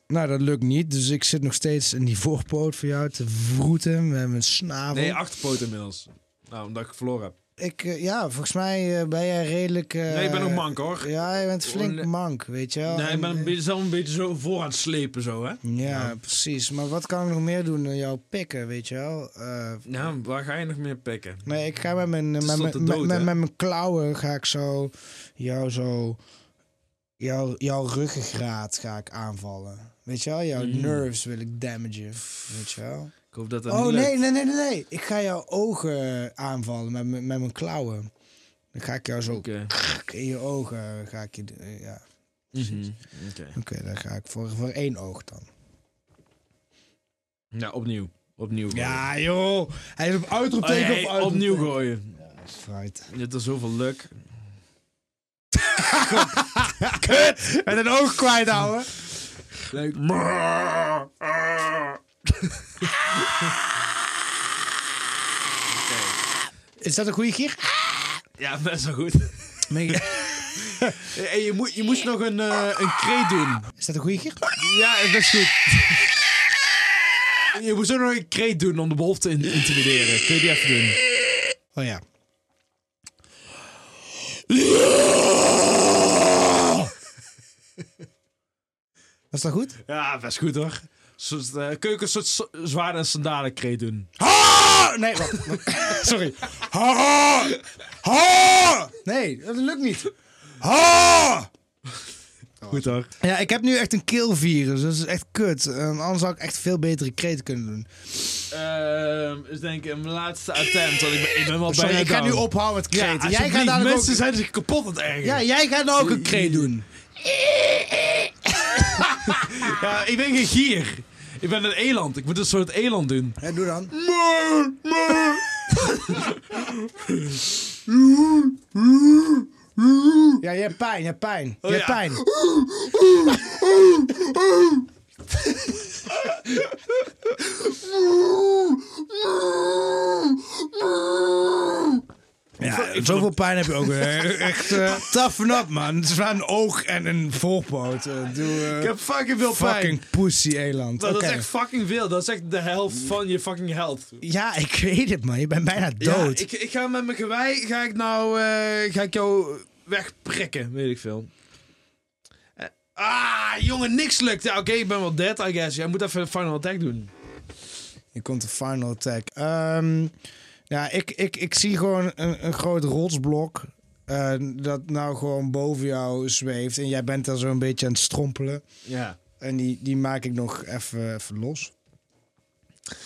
Speaker 1: nou dat lukt niet, dus ik zit nog steeds in die voorpoot voor jou te vroeten met mijn snavel.
Speaker 2: Nee, achterpoot inmiddels. Nou, omdat ik verloren heb.
Speaker 1: ik, eh, ja, volgens mij eh, ben jij redelijk. eh,
Speaker 2: nee, ik ben nog mank, hoor.
Speaker 1: Ja, je bent flink
Speaker 2: Oh, nee.
Speaker 1: mank, weet je wel.
Speaker 2: nee, ik ben
Speaker 1: En,
Speaker 2: een beetje, zelf een beetje zo voor aan het slepen, zo, hè?
Speaker 1: eh, ja, precies. Maar wat kan ik nog meer doen dan jou pikken, weet je wel? Eh,
Speaker 2: Nou, waar ga je nog meer pikken?
Speaker 1: nee, ik ga met mijn, met,
Speaker 2: is tot
Speaker 1: mijn-
Speaker 2: de
Speaker 1: met,
Speaker 2: dood,
Speaker 1: met,
Speaker 2: hè?
Speaker 1: met mijn klauwen ga ik zo jou zo jou, jouw ruggengraat ga ik aanvallen. Weet je wel, jouw
Speaker 2: Mm.
Speaker 1: nerves wil ik damagen, weet je wel?
Speaker 2: Ik hoop dat dat
Speaker 1: Oh
Speaker 2: niet
Speaker 1: nee,
Speaker 2: lukt.
Speaker 1: nee, nee, nee, nee. Ik ga jouw ogen aanvallen met, mijn- met mijn klauwen. Dan ga ik jou zo
Speaker 2: Oké.
Speaker 1: krak in je ogen. Ga ik je, eh, ja.
Speaker 2: Mhm. Oké.
Speaker 1: Oké, dan ga ik voor, voor één oog dan.
Speaker 2: Ja, opnieuw. Opnieuw gooien.
Speaker 1: Ja, joh. Hij is op
Speaker 2: Oh, nee,
Speaker 1: uitroepteken
Speaker 2: hey,
Speaker 1: of uitroepteken.
Speaker 2: opnieuw gooien.
Speaker 1: Fruit.
Speaker 2: Dit is zoveel luk.
Speaker 1: Met een oog kwijt, ouwe.
Speaker 2: Leuk.
Speaker 1: Is dat een goede gier?
Speaker 2: Ja, best wel goed. Hey, je, moet, je moest nog een, eh, een kreet doen.
Speaker 1: Is dat een goede gier?
Speaker 2: Ja, best goed. Je moest ook nog een kreet doen om de wolf te in- intimideren. Kun je die even doen?
Speaker 1: Oh ja. Was dat goed?
Speaker 2: Ja, best goed hoor. Zo, eh, kun je ook een soort z- zwaarden en sandalen kreet doen?
Speaker 1: Ha! Nee, wacht. wacht. Sorry. Ha! Ha! Nee, dat lukt niet. Ha!
Speaker 2: Goed hoor.
Speaker 1: Ja, ik heb nu echt een keelvirus. Dus dat is echt kut. En anders zou ik echt veel betere kreten kunnen doen.
Speaker 2: Ehm, is denk ik mijn laatste attempt, want ik ben, ik ben wel
Speaker 1: Sorry,
Speaker 2: bijna
Speaker 1: ik ga nu
Speaker 2: down.
Speaker 1: ophouden met
Speaker 2: Ja,
Speaker 1: kreten. jij
Speaker 2: alsjeblieft,
Speaker 1: gaat dadelijk
Speaker 2: mensen
Speaker 1: ook...
Speaker 2: zijn zich kapot aan het ergeren.
Speaker 1: Ja, jij gaat nou ook een kreet doen.
Speaker 2: Ja, ik ben geen gier. Ik ben een eland. Ik moet een soort eland doen.
Speaker 1: Ja, doe dan. Ja, je hebt pijn, je hebt pijn. Je hebt
Speaker 2: Oh, ja.
Speaker 1: pijn. Ja, zoveel pijn heb je ook weer. Echt eh toughen up, man. Het is maar een oog en een voorpoot. Eh, doe, eh,
Speaker 2: Ik heb fucking veel pijn.
Speaker 1: fucking pussy eland.
Speaker 2: Nou, Dat
Speaker 1: Oké.
Speaker 2: is echt fucking veel. Dat is echt de helft van je fucking health.
Speaker 1: Ja, ik weet het, man. Je bent bijna dood.
Speaker 2: Ja, ik, ik ga met mijn gewei, ga ik nou, eh, ga ik jou wegprikken, weet ik veel. Eh, Ah, jongen, niks lukt. Ja, oké, ik ben wel dead, I guess. Jij moet even een final attack doen.
Speaker 1: Je komt de final attack. Ehm, ja, ik, ik, ik zie gewoon een, een groot rotsblok. eh, dat nou gewoon boven jou zweeft. En jij bent daar zo'n beetje aan het strompelen.
Speaker 2: Ja.
Speaker 1: En die, die maak ik nog even, even los.
Speaker 2: Wat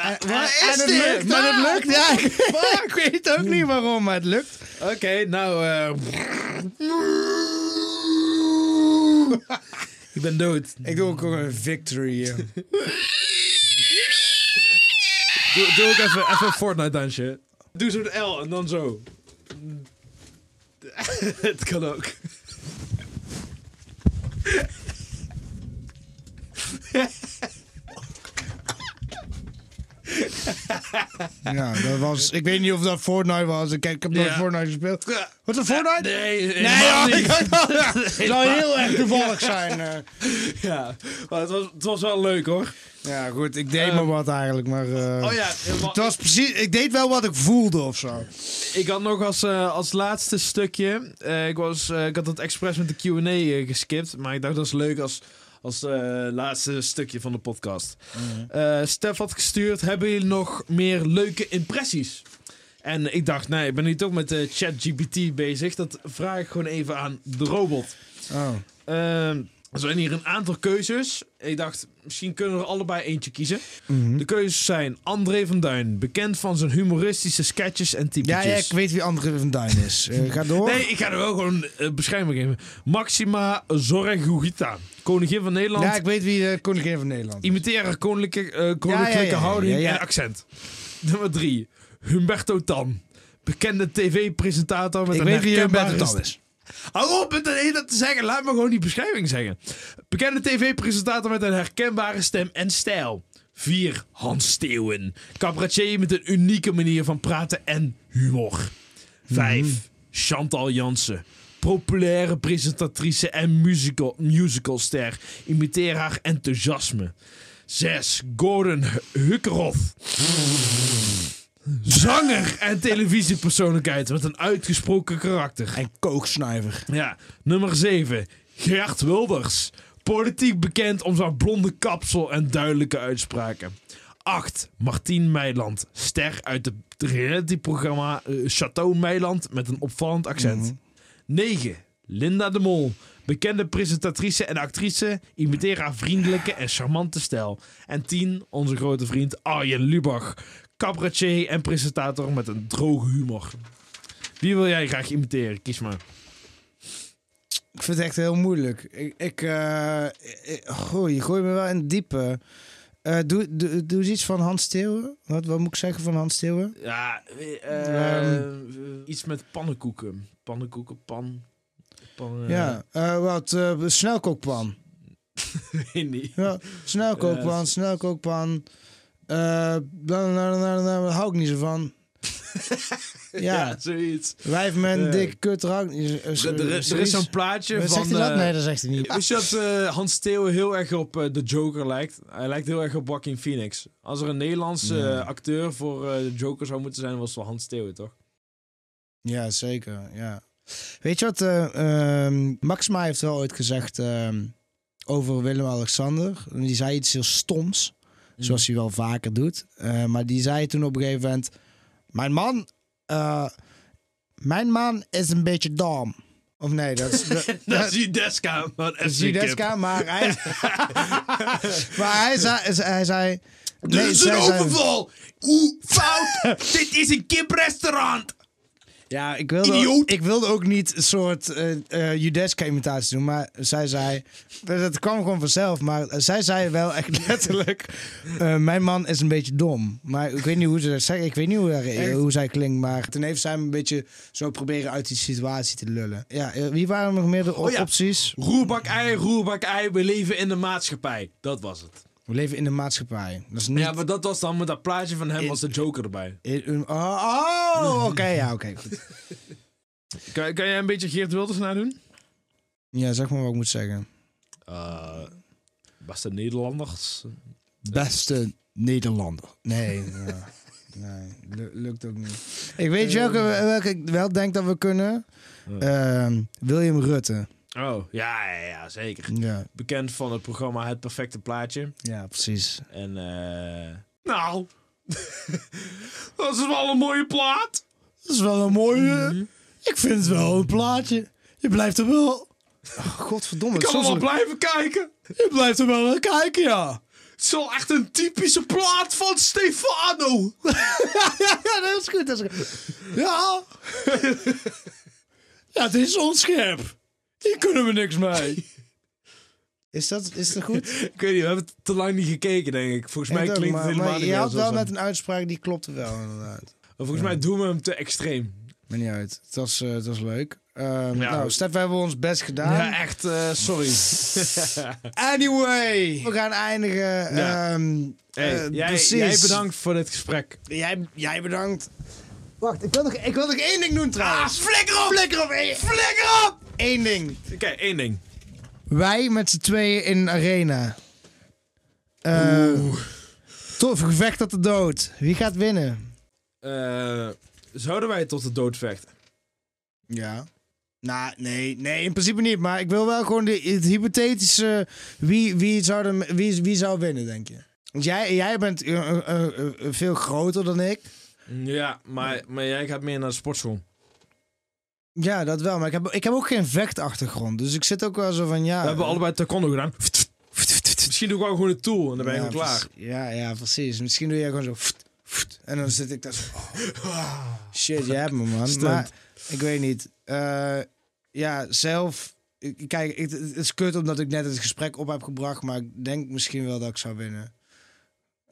Speaker 1: En-
Speaker 2: Eh, is
Speaker 1: en het
Speaker 2: dit?
Speaker 1: lukt, en het
Speaker 2: Ah!
Speaker 1: lukt. Ja, ik, ik weet ook niet waarom, maar het lukt.
Speaker 2: Oké, nou... eh, ik ben dood.
Speaker 1: Ik doe ook nog een victory hier.
Speaker 2: Doe, doe ook even, even een Fortnite dansje. Doe zo'n L en dan zo. Het kan ook.
Speaker 1: ja, dat was... Ik weet niet of dat Fortnite was. Ik, ik heb nooit
Speaker 2: Ja.
Speaker 1: Fortnite gespeeld. Wat is Fortnite?
Speaker 2: Nee, oh,
Speaker 1: Nee,
Speaker 2: helemaal
Speaker 1: joh,
Speaker 2: niet.
Speaker 1: ik Het
Speaker 2: Nou,
Speaker 1: zou heel erg toevallig zijn. eh.
Speaker 2: Ja, maar het was, het was wel leuk hoor.
Speaker 1: Ja, goed, ik deed
Speaker 2: Eh,
Speaker 1: maar wat eigenlijk, maar... eh,
Speaker 2: Oh ja, eh, wa-
Speaker 1: Het was precies... Ik deed wel wat ik voelde of zo.
Speaker 2: ik had nog als, eh, als laatste stukje. eh, ik, was, eh, ik had het expres met de QA eh, geskipt. Maar ik dacht dat is leuk als, als eh, laatste stukje van de podcast. Eh, Stef had gestuurd: Hebben jullie nog meer leuke impressies? En ik dacht, nee, ik ben nu toch met eh, ChatGPT bezig. Dat vraag ik gewoon even aan de robot.
Speaker 1: Oh.
Speaker 2: Ehm, er zijn hier een aantal keuzes. Ik dacht, misschien kunnen we er allebei eentje kiezen.
Speaker 1: Hm?
Speaker 2: De keuzes zijn André van Duin, bekend van zijn humoristische sketches en
Speaker 1: Ja,
Speaker 2: typetjes.
Speaker 1: ja, ik weet wie André van Duin is. Eh, ga door.
Speaker 2: Nee, ik ga er wel gewoon eh, beschrijving geven. Maxima Zorregugita, koningin van Nederland.
Speaker 1: ja, ik weet wie de koningin van Nederland is.
Speaker 2: Imiteer haar koninklijke, eh, koninklijke
Speaker 1: Ja, ja, ja, ja,
Speaker 2: houding
Speaker 1: ja, ja.
Speaker 2: en accent. Nummer drie, Humberto Tan. Bekende tv-presentator met
Speaker 1: Ik
Speaker 2: een
Speaker 1: weet wie eh,
Speaker 2: herkenbare
Speaker 1: Humberto
Speaker 2: stem.
Speaker 1: Tan is.
Speaker 2: Hou op met dat hele te zeggen. Laat me gewoon die beschrijving zeggen. Bekende tv-presentator met een herkenbare stem en stijl. 4. Hans Steeuwen. Cabaretier met een unieke manier van praten en humor. 5. Chantal Jansen. Populaire presentatrice en musical, musicalster. Imiteer haar enthousiasme. 6. Gordon Hu- Hukkeroth. Zanger en televisiepersoonlijkheid met een uitgesproken karakter.
Speaker 1: En kooksnuiver.
Speaker 2: Ja, nummer 7. Gert Wilders. Politiek bekend om zijn blonde kapsel en duidelijke uitspraken. 8. Martien Meiland. Ster uit het realityprogramma eh, Chateau Meiland met een opvallend accent. 9. Linda de Mol. Bekende presentatrice en actrice. Imiteer haar vriendelijke en charmante stijl. En 10. Onze grote vriend Arjen Lubach. Cabaretier en presentator met een droge humor. Wie wil jij graag imiteren? Kies maar.
Speaker 1: Ik eh, vind het echt heel moeilijk. Ik... ik, eh, ik- goh, je gooit me wel in het diepe. Eh, doe, doe, doe eens iets van Hans Steeuwen. Wat, wat moet ik zeggen van Hans Steeuwen?
Speaker 2: Ja, eh,
Speaker 1: Ehm,
Speaker 2: eh, iets met pannenkoeken. Pannenkoeken, pan. pan eh,
Speaker 1: Ja, eh, wat eh, snelkookpan.
Speaker 2: weet niet.
Speaker 1: Ja, snelkookpan,
Speaker 2: Ja.
Speaker 1: snelkookpan. Eh, bla, bla, bla, bla, bla, daar hou ik niet zo van. ja,
Speaker 2: Ja, zoiets.
Speaker 1: wijf met een
Speaker 2: Eh.
Speaker 1: dikke kut raak. Er,
Speaker 2: Er, er- er is zo'n plaatje van...
Speaker 1: Zegt hij dat?
Speaker 2: eh,
Speaker 1: Nee, dat zegt hij niet.
Speaker 2: Wist je dat eh, Hans Steeuwen heel erg op eh, de Joker lijkt? Hij lijkt heel erg op Joaquin Phoenix. Als er een Nederlandse
Speaker 1: Ja.
Speaker 2: eh, acteur voor eh, de Joker zou moeten zijn, was het wel Hans Steeuwen, toch?
Speaker 1: Ja, zeker. Ja. Weet je wat? eh, ehm, Maxima heeft wel ooit gezegd ehm, over Willem-Alexander. En Die zei iets heel stoms, zoals hij wel vaker doet. Eh, maar die zei toen op een gegeven moment: Mijn man, eh, mijn man is een beetje dom. Of nee, dat is. dat-
Speaker 2: Dat is Judeska van FC Cup.
Speaker 1: Judeska, maar hij, maar hij zei, hij zei
Speaker 2: Dit is een
Speaker 1: zij zei-
Speaker 2: overval! Oeh, fout! Dit is een kiprestaurant!
Speaker 1: Ja, ik wilde,
Speaker 2: Idioot.
Speaker 1: Ook, ik wilde ook niet een soort eh, eh, Judeska-imitatie doen, maar zij zei... Dat kwam gewoon vanzelf, maar zij zei wel echt letterlijk... eh, mijn man is een beetje dom. Maar ik weet niet hoe ze dat zegt, ik weet niet hoe, haar-
Speaker 2: Echt?
Speaker 1: hoe zij klinkt, maar toen heeft zij hem een beetje zo proberen uit die situatie te lullen. Ja, eh, wie waren er nog meer de
Speaker 2: Oh ja.
Speaker 1: opties?
Speaker 2: Roerbak ei, roerbak ei, we leven in de maatschappij. Dat was het.
Speaker 1: We leven in de maatschappij. Dat is niet...
Speaker 2: Ja, maar dat was dan met dat plaatje van hem als de Joker erbij.
Speaker 1: in- in- eh, oh, oh, oké, ja, oké. goed.
Speaker 2: Kan, kan jij een beetje Geert Wilders nadoen?
Speaker 1: ja, zeg maar wat ik moet zeggen.
Speaker 2: Eh beste Nederlanders.
Speaker 1: Beste Nederlander. Nee, ja. nee lu- lukt ook niet. Eh, Ik weet je welke, welke ik wel denk dat we kunnen. Ehm, William Rutte.
Speaker 2: Oh, ja, ja, ja, zeker.
Speaker 1: Ja,
Speaker 2: Bekend van het programma Het Perfecte Plaatje.
Speaker 1: ja precies.
Speaker 2: En eh... Nou, dat is wel een mooie plaat.
Speaker 1: Dat is wel een mooie. Ik vind het wel een plaatje. Je blijft er wel. godverdomme.
Speaker 2: Ik kan er wel blijven kijken.
Speaker 1: je blijft er wel kijken, ja.
Speaker 2: Het is wel echt een typische plaat van Stefano.
Speaker 1: ja, dat is goed. Dat is goed. Ja. ja, dit is onscherp. Hier kunnen we niks mee. Is dat, is dat goed?
Speaker 2: Ik weet niet, we hebben het te lang niet gekeken, denk ik. Volgens mij
Speaker 1: Ik ook,
Speaker 2: klinkt het
Speaker 1: maar-
Speaker 2: helemaal
Speaker 1: maar
Speaker 2: niet
Speaker 1: Je
Speaker 2: meer
Speaker 1: had
Speaker 2: zoals
Speaker 1: wel
Speaker 2: hem.
Speaker 1: net een uitspraak die klopte wel, inderdaad.
Speaker 2: Volgens mij doen we hem te extreem.
Speaker 1: Maar niet uit. Het was, eh, het was leuk. Ehm,
Speaker 2: Ja.
Speaker 1: Nou, Stef, we hebben ons best gedaan.
Speaker 2: Ja, echt, eh, sorry.
Speaker 1: Anyway! We gaan eindigen.
Speaker 2: Ja.
Speaker 1: ehm,
Speaker 2: Hey,
Speaker 1: eh,
Speaker 2: jij,
Speaker 1: precies.
Speaker 2: jij bedankt voor dit gesprek.
Speaker 1: Jij, jij bedankt. Wacht, ik wil, nog, ik wil nog één ding doen trouwens.
Speaker 2: flikker op!
Speaker 1: Flikker op! één-
Speaker 2: Flikker op!
Speaker 1: Eén ding.
Speaker 2: Oké, één ding.
Speaker 1: Wij met z'n tweeën in een arena. Eh tof, gevecht tot de dood. Wie gaat winnen?
Speaker 2: Eh, zouden wij tot de dood vechten?
Speaker 1: Ja. Nou, nee, nee, in principe niet. Maar ik wil wel gewoon de, het hypothetische... Wie, wie, zou er, wie, wie zou winnen, denk je? Want jij, jij bent eh, eh, eh, eh, veel groter dan ik.
Speaker 2: Ja, maar, maar jij gaat meer naar de sportschool.
Speaker 1: Ah. Ja, dat wel. Maar ik heb, ik heb ook geen vechtachtergrond. Dus ik zit ook wel zo van, ja...
Speaker 2: We hebben allebei taekwondo gedaan. Misschien doe ik wel gewoon een tool en dan ben ik
Speaker 1: ja,
Speaker 2: ook klaar.
Speaker 1: precies. Ja, ja, precies. Misschien doe jij gewoon zo... fft, fft, en dan zit ik daar zo... oh, shit, je hebt me, man.
Speaker 2: Stunt.
Speaker 1: Maar ik weet niet. Eh, ja, zelf... ik- Kijk, ik- het is kut omdat ik net het gesprek op heb gebracht. Maar ik denk misschien wel dat ik zou winnen.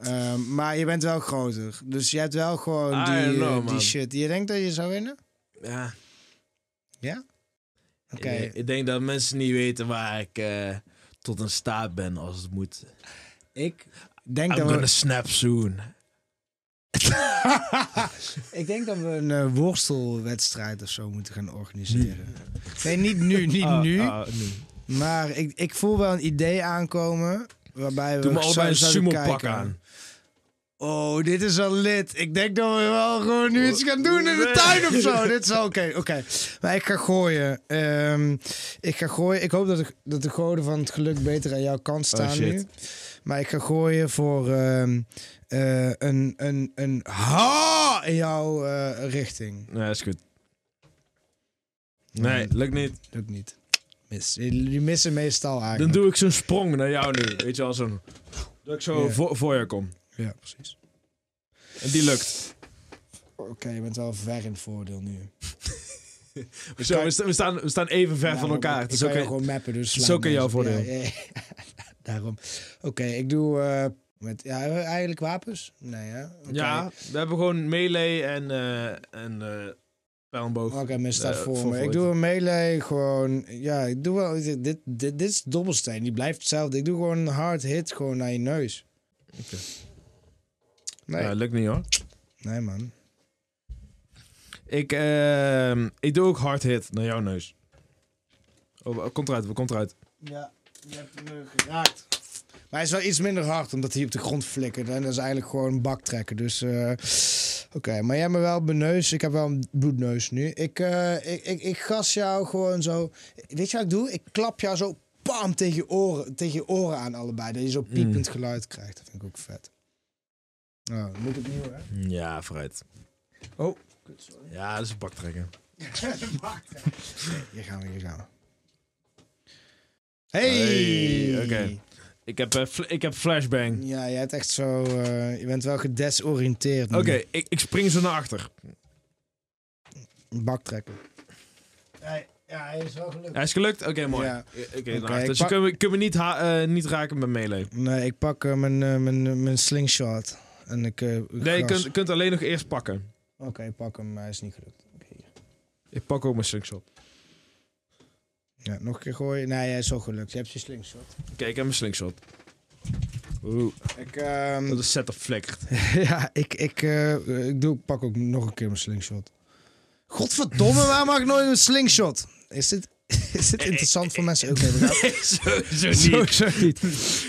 Speaker 1: Ehm, maar je bent wel groter. Dus je hebt wel
Speaker 2: I
Speaker 1: gewoon die,
Speaker 2: don't know,
Speaker 1: eh, die
Speaker 2: man.
Speaker 1: shit. Je denkt dat je zou winnen?
Speaker 2: Ja.
Speaker 1: Ja? Oké.
Speaker 2: Ik, ik denk dat mensen niet weten waar ik eh, tot een staat ben als het moet.
Speaker 1: Ik denk
Speaker 2: I'm
Speaker 1: dat
Speaker 2: gonna
Speaker 1: we...
Speaker 2: snap soon.
Speaker 1: Ik denk dat we een eh, worstelwedstrijd of zo moeten gaan organiseren. Nee, niet nu, niet
Speaker 2: Ah,
Speaker 1: nu.
Speaker 2: ah, nu.
Speaker 1: Maar ik, ik voel wel een idee aankomen. Waarbij we
Speaker 2: Doe me allebei
Speaker 1: zo
Speaker 2: een
Speaker 1: zouden
Speaker 2: sumo pak
Speaker 1: kijken.
Speaker 2: aan.
Speaker 1: Oh, dit is al lid. Ik denk dat we wel gewoon nu iets gaan doen in de
Speaker 2: Nee.
Speaker 1: tuin of zo. dit is al oké. oké. Maar ik ga gooien. Ehm, ik ga gooien. Ik hoop dat de, dat de goden van het geluk beter aan jouw kant
Speaker 2: Oh,
Speaker 1: staan
Speaker 2: shit.
Speaker 1: nu. Maar ik ga gooien voor ehm, eh, een, een, een ha in jouw eh, richting.
Speaker 2: Nee, is goed. Nee, lukt niet.
Speaker 1: Lukt niet. Mis. Jullie missen meestal
Speaker 2: Dan
Speaker 1: eigenlijk.
Speaker 2: doe ik zo'n sprong naar jou nu. Weet je wel, zo'n... Dat ik zo
Speaker 1: Ja.
Speaker 2: voor, voor je kom.
Speaker 1: Ja, precies.
Speaker 2: En die lukt.
Speaker 1: Oké, je bent wel ver in het voordeel nu.
Speaker 2: Zo, we, sta- we staan, we staan even ver
Speaker 1: Ja,
Speaker 2: van
Speaker 1: maar
Speaker 2: elkaar.
Speaker 1: Ik
Speaker 2: Het is
Speaker 1: kan
Speaker 2: ook
Speaker 1: jou
Speaker 2: een-
Speaker 1: gewoon mappen, dus
Speaker 2: is
Speaker 1: sla
Speaker 2: ook in
Speaker 1: me
Speaker 2: jouw
Speaker 1: eens.
Speaker 2: voordeel.
Speaker 1: Ja, ja, ja. Daarom. Oké, ik doe eh, Met, ja, hebben we eigenlijk wapens? Nee, hè? Oké.
Speaker 2: Ja, we hebben gewoon melee en, eh, en eh pijlenboog.
Speaker 1: Oké, men staat
Speaker 2: Eh,
Speaker 1: voor
Speaker 2: voor
Speaker 1: me. Ik
Speaker 2: Void.
Speaker 1: doe een melee gewoon... Ja, ik doe wel... Dit, dit, dit is dobbelsteen. Die blijft hetzelfde. Ik doe gewoon een hard hit gewoon naar je neus.
Speaker 2: Oké.
Speaker 1: Nee,
Speaker 2: Ja, lukt niet hoor.
Speaker 1: nee man.
Speaker 2: Ik, ehm, ik doe ook hard hit naar jouw neus. Oh, komt eruit, komt eruit.
Speaker 1: Ja, je hebt hem geraakt. Maar hij is wel iets minder hard, omdat hij op de grond flikkert. En dat is eigenlijk gewoon een bak trekken. Dus, eh, oké. Maar jij hebt me wel beneus. Ik heb wel een bloedneus nu. Ik, eh, ik, ik, ik gas jou gewoon zo... Weet je wat ik doe? Ik klap jou zo pam tegen je oren, tegen je oren aan allebei. Dat je
Speaker 2: Mm.
Speaker 1: zo piepend geluid krijgt. Dat vind ik ook vet. Nou, dan moet ik opnieuw, hè?
Speaker 2: Ja, vooruit.
Speaker 1: Oh. Kut, sorry.
Speaker 2: Ja, dat is een baktrekker.
Speaker 1: Bak trekken. Nee, hier gaan we, hier gaan we. Hey!
Speaker 2: Hey, oké. Ik heb, eh, fl- ik heb flashbang.
Speaker 1: Ja, jij hebt echt zo. eh, je bent wel gedesoriënteerd. nu.
Speaker 2: Oké, ik, ik spring zo naar achter.
Speaker 1: Een Bak trekken. Hij- Ja, hij is wel gelukt.
Speaker 2: Hij is gelukt? Oké, mooi.
Speaker 1: Ja.
Speaker 2: Oké,
Speaker 1: Oké,
Speaker 2: naar achter.
Speaker 1: ik
Speaker 2: Dus
Speaker 1: pak-
Speaker 2: je kunt me, kunt me niet, ha- eh, niet raken met melee.
Speaker 1: Nee, ik pak eh, mijn, eh, mijn, mijn slingshot. En ik. eh,
Speaker 2: Nee, je
Speaker 1: gras.
Speaker 2: kunt, kunt alleen nog eerst pakken.
Speaker 1: Oké, ik pak hem, maar hij is niet gelukt. Oké, hier.
Speaker 2: Ik pak ook mijn slingshot. Oké,
Speaker 1: Ja, nog een keer gooien. Nee, hij is al gelukt. Je hebt je slingshot.
Speaker 2: ik heb mijn slingshot. Oeh,
Speaker 1: Ik. ehm,
Speaker 2: dat is setup flikkert.
Speaker 1: ja, ik. Ik, eh, ik doe, ik pak ook nog een keer mijn slingshot. Godverdomme, waarom mag ik nooit een slingshot? Is dit, is dit interessant voor mensen? Oké, we gaan.
Speaker 2: Sowieso
Speaker 1: Sowieso niet.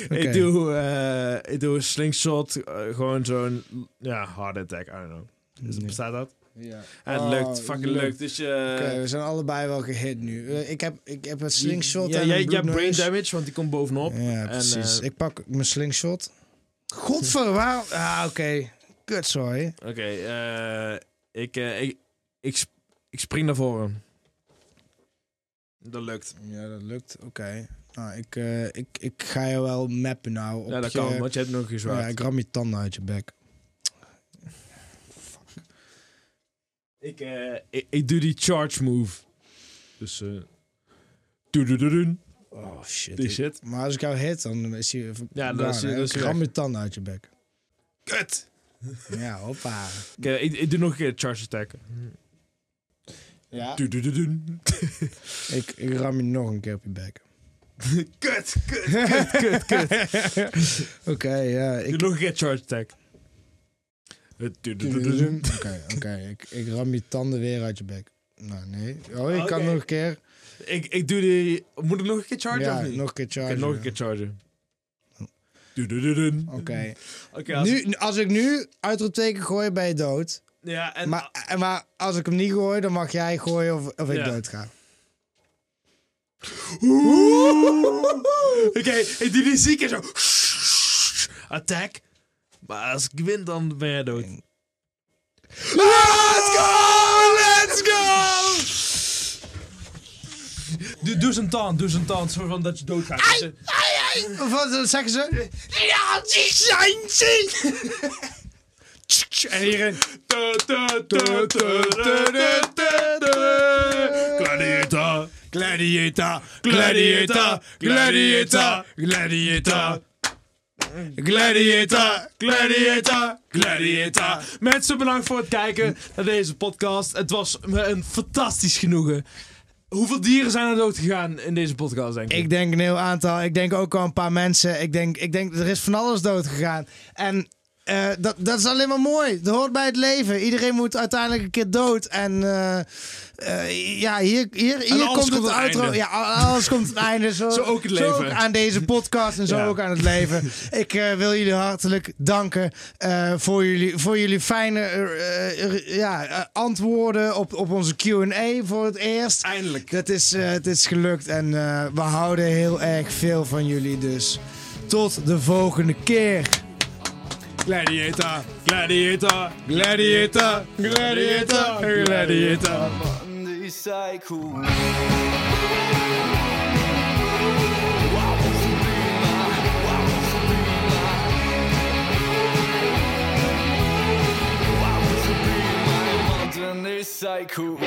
Speaker 1: Oké.
Speaker 2: Ik, doe, eh, ik doe een slingshot, eh, gewoon zo'n ja, hard attack, I don't know. Is-
Speaker 1: Nee.
Speaker 2: Bestaat dat?
Speaker 1: Ja.
Speaker 2: En het
Speaker 1: Oh,
Speaker 2: lukt, fucking
Speaker 1: leuk.
Speaker 2: lukt. Dus je...
Speaker 1: Oké, we zijn allebei wel gehit nu. Eh, Ik heb, ik heb een slingshot
Speaker 2: Ja,
Speaker 1: en
Speaker 2: jij,
Speaker 1: een
Speaker 2: jij hebt brain
Speaker 1: bloedneus.
Speaker 2: damage, want die komt bovenop.
Speaker 1: Ja, precies.
Speaker 2: eh,
Speaker 1: ik pak mijn slingshot. Godver, waar? Ah, oké. Kut, sorry.
Speaker 2: Oké, eh, ik, eh, ik, ik, sp- ik spring naar voren. Dat lukt.
Speaker 1: Ja, dat lukt. Oké. Nou, ik, eh, ik, ik ga je wel mappen nou. Op
Speaker 2: ja, dat
Speaker 1: je-
Speaker 2: kan, want je hebt nog geen zwaard.
Speaker 1: Ja, ik ram je tanden uit je bek.
Speaker 2: ik, eh, ik, ik doe die charge move. Dus... eh doe doe doe doe.
Speaker 1: Oh, shit.
Speaker 2: Die
Speaker 1: Ik-
Speaker 2: shit.
Speaker 1: Maar als ik jou hit, dan is hij...
Speaker 2: Ja, dan
Speaker 1: daar,
Speaker 2: is hij-
Speaker 1: hè.
Speaker 2: dan is
Speaker 1: Ik
Speaker 2: hij
Speaker 1: ram je tanden uit je bek.
Speaker 2: Kut!
Speaker 1: Ja, hoppa.
Speaker 2: Oké, ik, ik doe nog een keer charge attack.
Speaker 1: Ja.
Speaker 2: Doe doe doe doe.
Speaker 1: Ik, ik ram je nog een keer op je bek.
Speaker 2: Kut, kut, kut, kut, kut.
Speaker 1: Oké, eh, ja. Ik,
Speaker 2: Doe nog een keer charge attack.
Speaker 1: Oké, oké. Ik, ik ram je tanden weer uit je bek. Nou, nee. Oh, ik kan
Speaker 2: Oké.
Speaker 1: nog een keer.
Speaker 2: Ik, ik doe die... Moet ik nog een keer chargen
Speaker 1: ja,
Speaker 2: of niet?
Speaker 1: nog een keer
Speaker 2: Oké,
Speaker 1: chargen.
Speaker 2: nog een keer chargen. Doe doe doe doe.
Speaker 1: Oké.
Speaker 2: Oké, als-
Speaker 1: Nu, als ik nu uitroepteken gooi, ben je dood.
Speaker 2: Ja, en...
Speaker 1: Maar, en maar als ik hem niet gooi, dan mag jij gooien of, of ik
Speaker 2: Ja.
Speaker 1: dood ga.
Speaker 2: Oké, ik doe die zieke zo. Attack. Maar als ik win, dan ben jij dood. Let's go! Let's go! Doe, doe zijn tand, doe zijn tand, zo van dat je doodgaat. gaat.
Speaker 1: Of wat eh, zeggen ze?
Speaker 2: Ja, die zijn ze!
Speaker 1: En hierin.
Speaker 2: Gladiator,
Speaker 1: Gladiator,
Speaker 2: gladiator, gladiator, gladiator. Gladiator, gladiator, gladiator. Mensen, bedankt voor het kijken naar deze podcast. Het was me een fantastisch genoegen. Hoeveel dieren zijn er dood gegaan in deze podcast, denk je?
Speaker 1: Ik denk een heel aantal. Ik denk ook al een paar mensen. Ik denk, ik denk er is van alles dood gegaan. En eh, dat, dat is alleen maar mooi. Dat hoort bij het leven. Iedereen moet uiteindelijk een keer dood. En eh, eh, ja, hier, hier, hier
Speaker 2: alles
Speaker 1: komt
Speaker 2: komt
Speaker 1: het
Speaker 2: aan het
Speaker 1: outro.
Speaker 2: einde.
Speaker 1: Ja, al- alles komt aan het einde. Zo,
Speaker 2: Zo ook het leven.
Speaker 1: ook aan deze podcast en zo
Speaker 2: Ja.
Speaker 1: ook aan het leven. Ik eh, wil jullie hartelijk danken eh, voor, jullie, voor jullie fijne eh, eh, ja, eh, antwoorden op, op onze Q&A voor het eerst.
Speaker 2: Eindelijk.
Speaker 1: Dat is, eh, het is gelukt en eh, we houden heel erg veel van jullie. Dus tot de volgende keer.
Speaker 2: Gladiator, gladiator, gladiator, gladiator, gladiator.
Speaker 3: I'm the cycle. Cycle.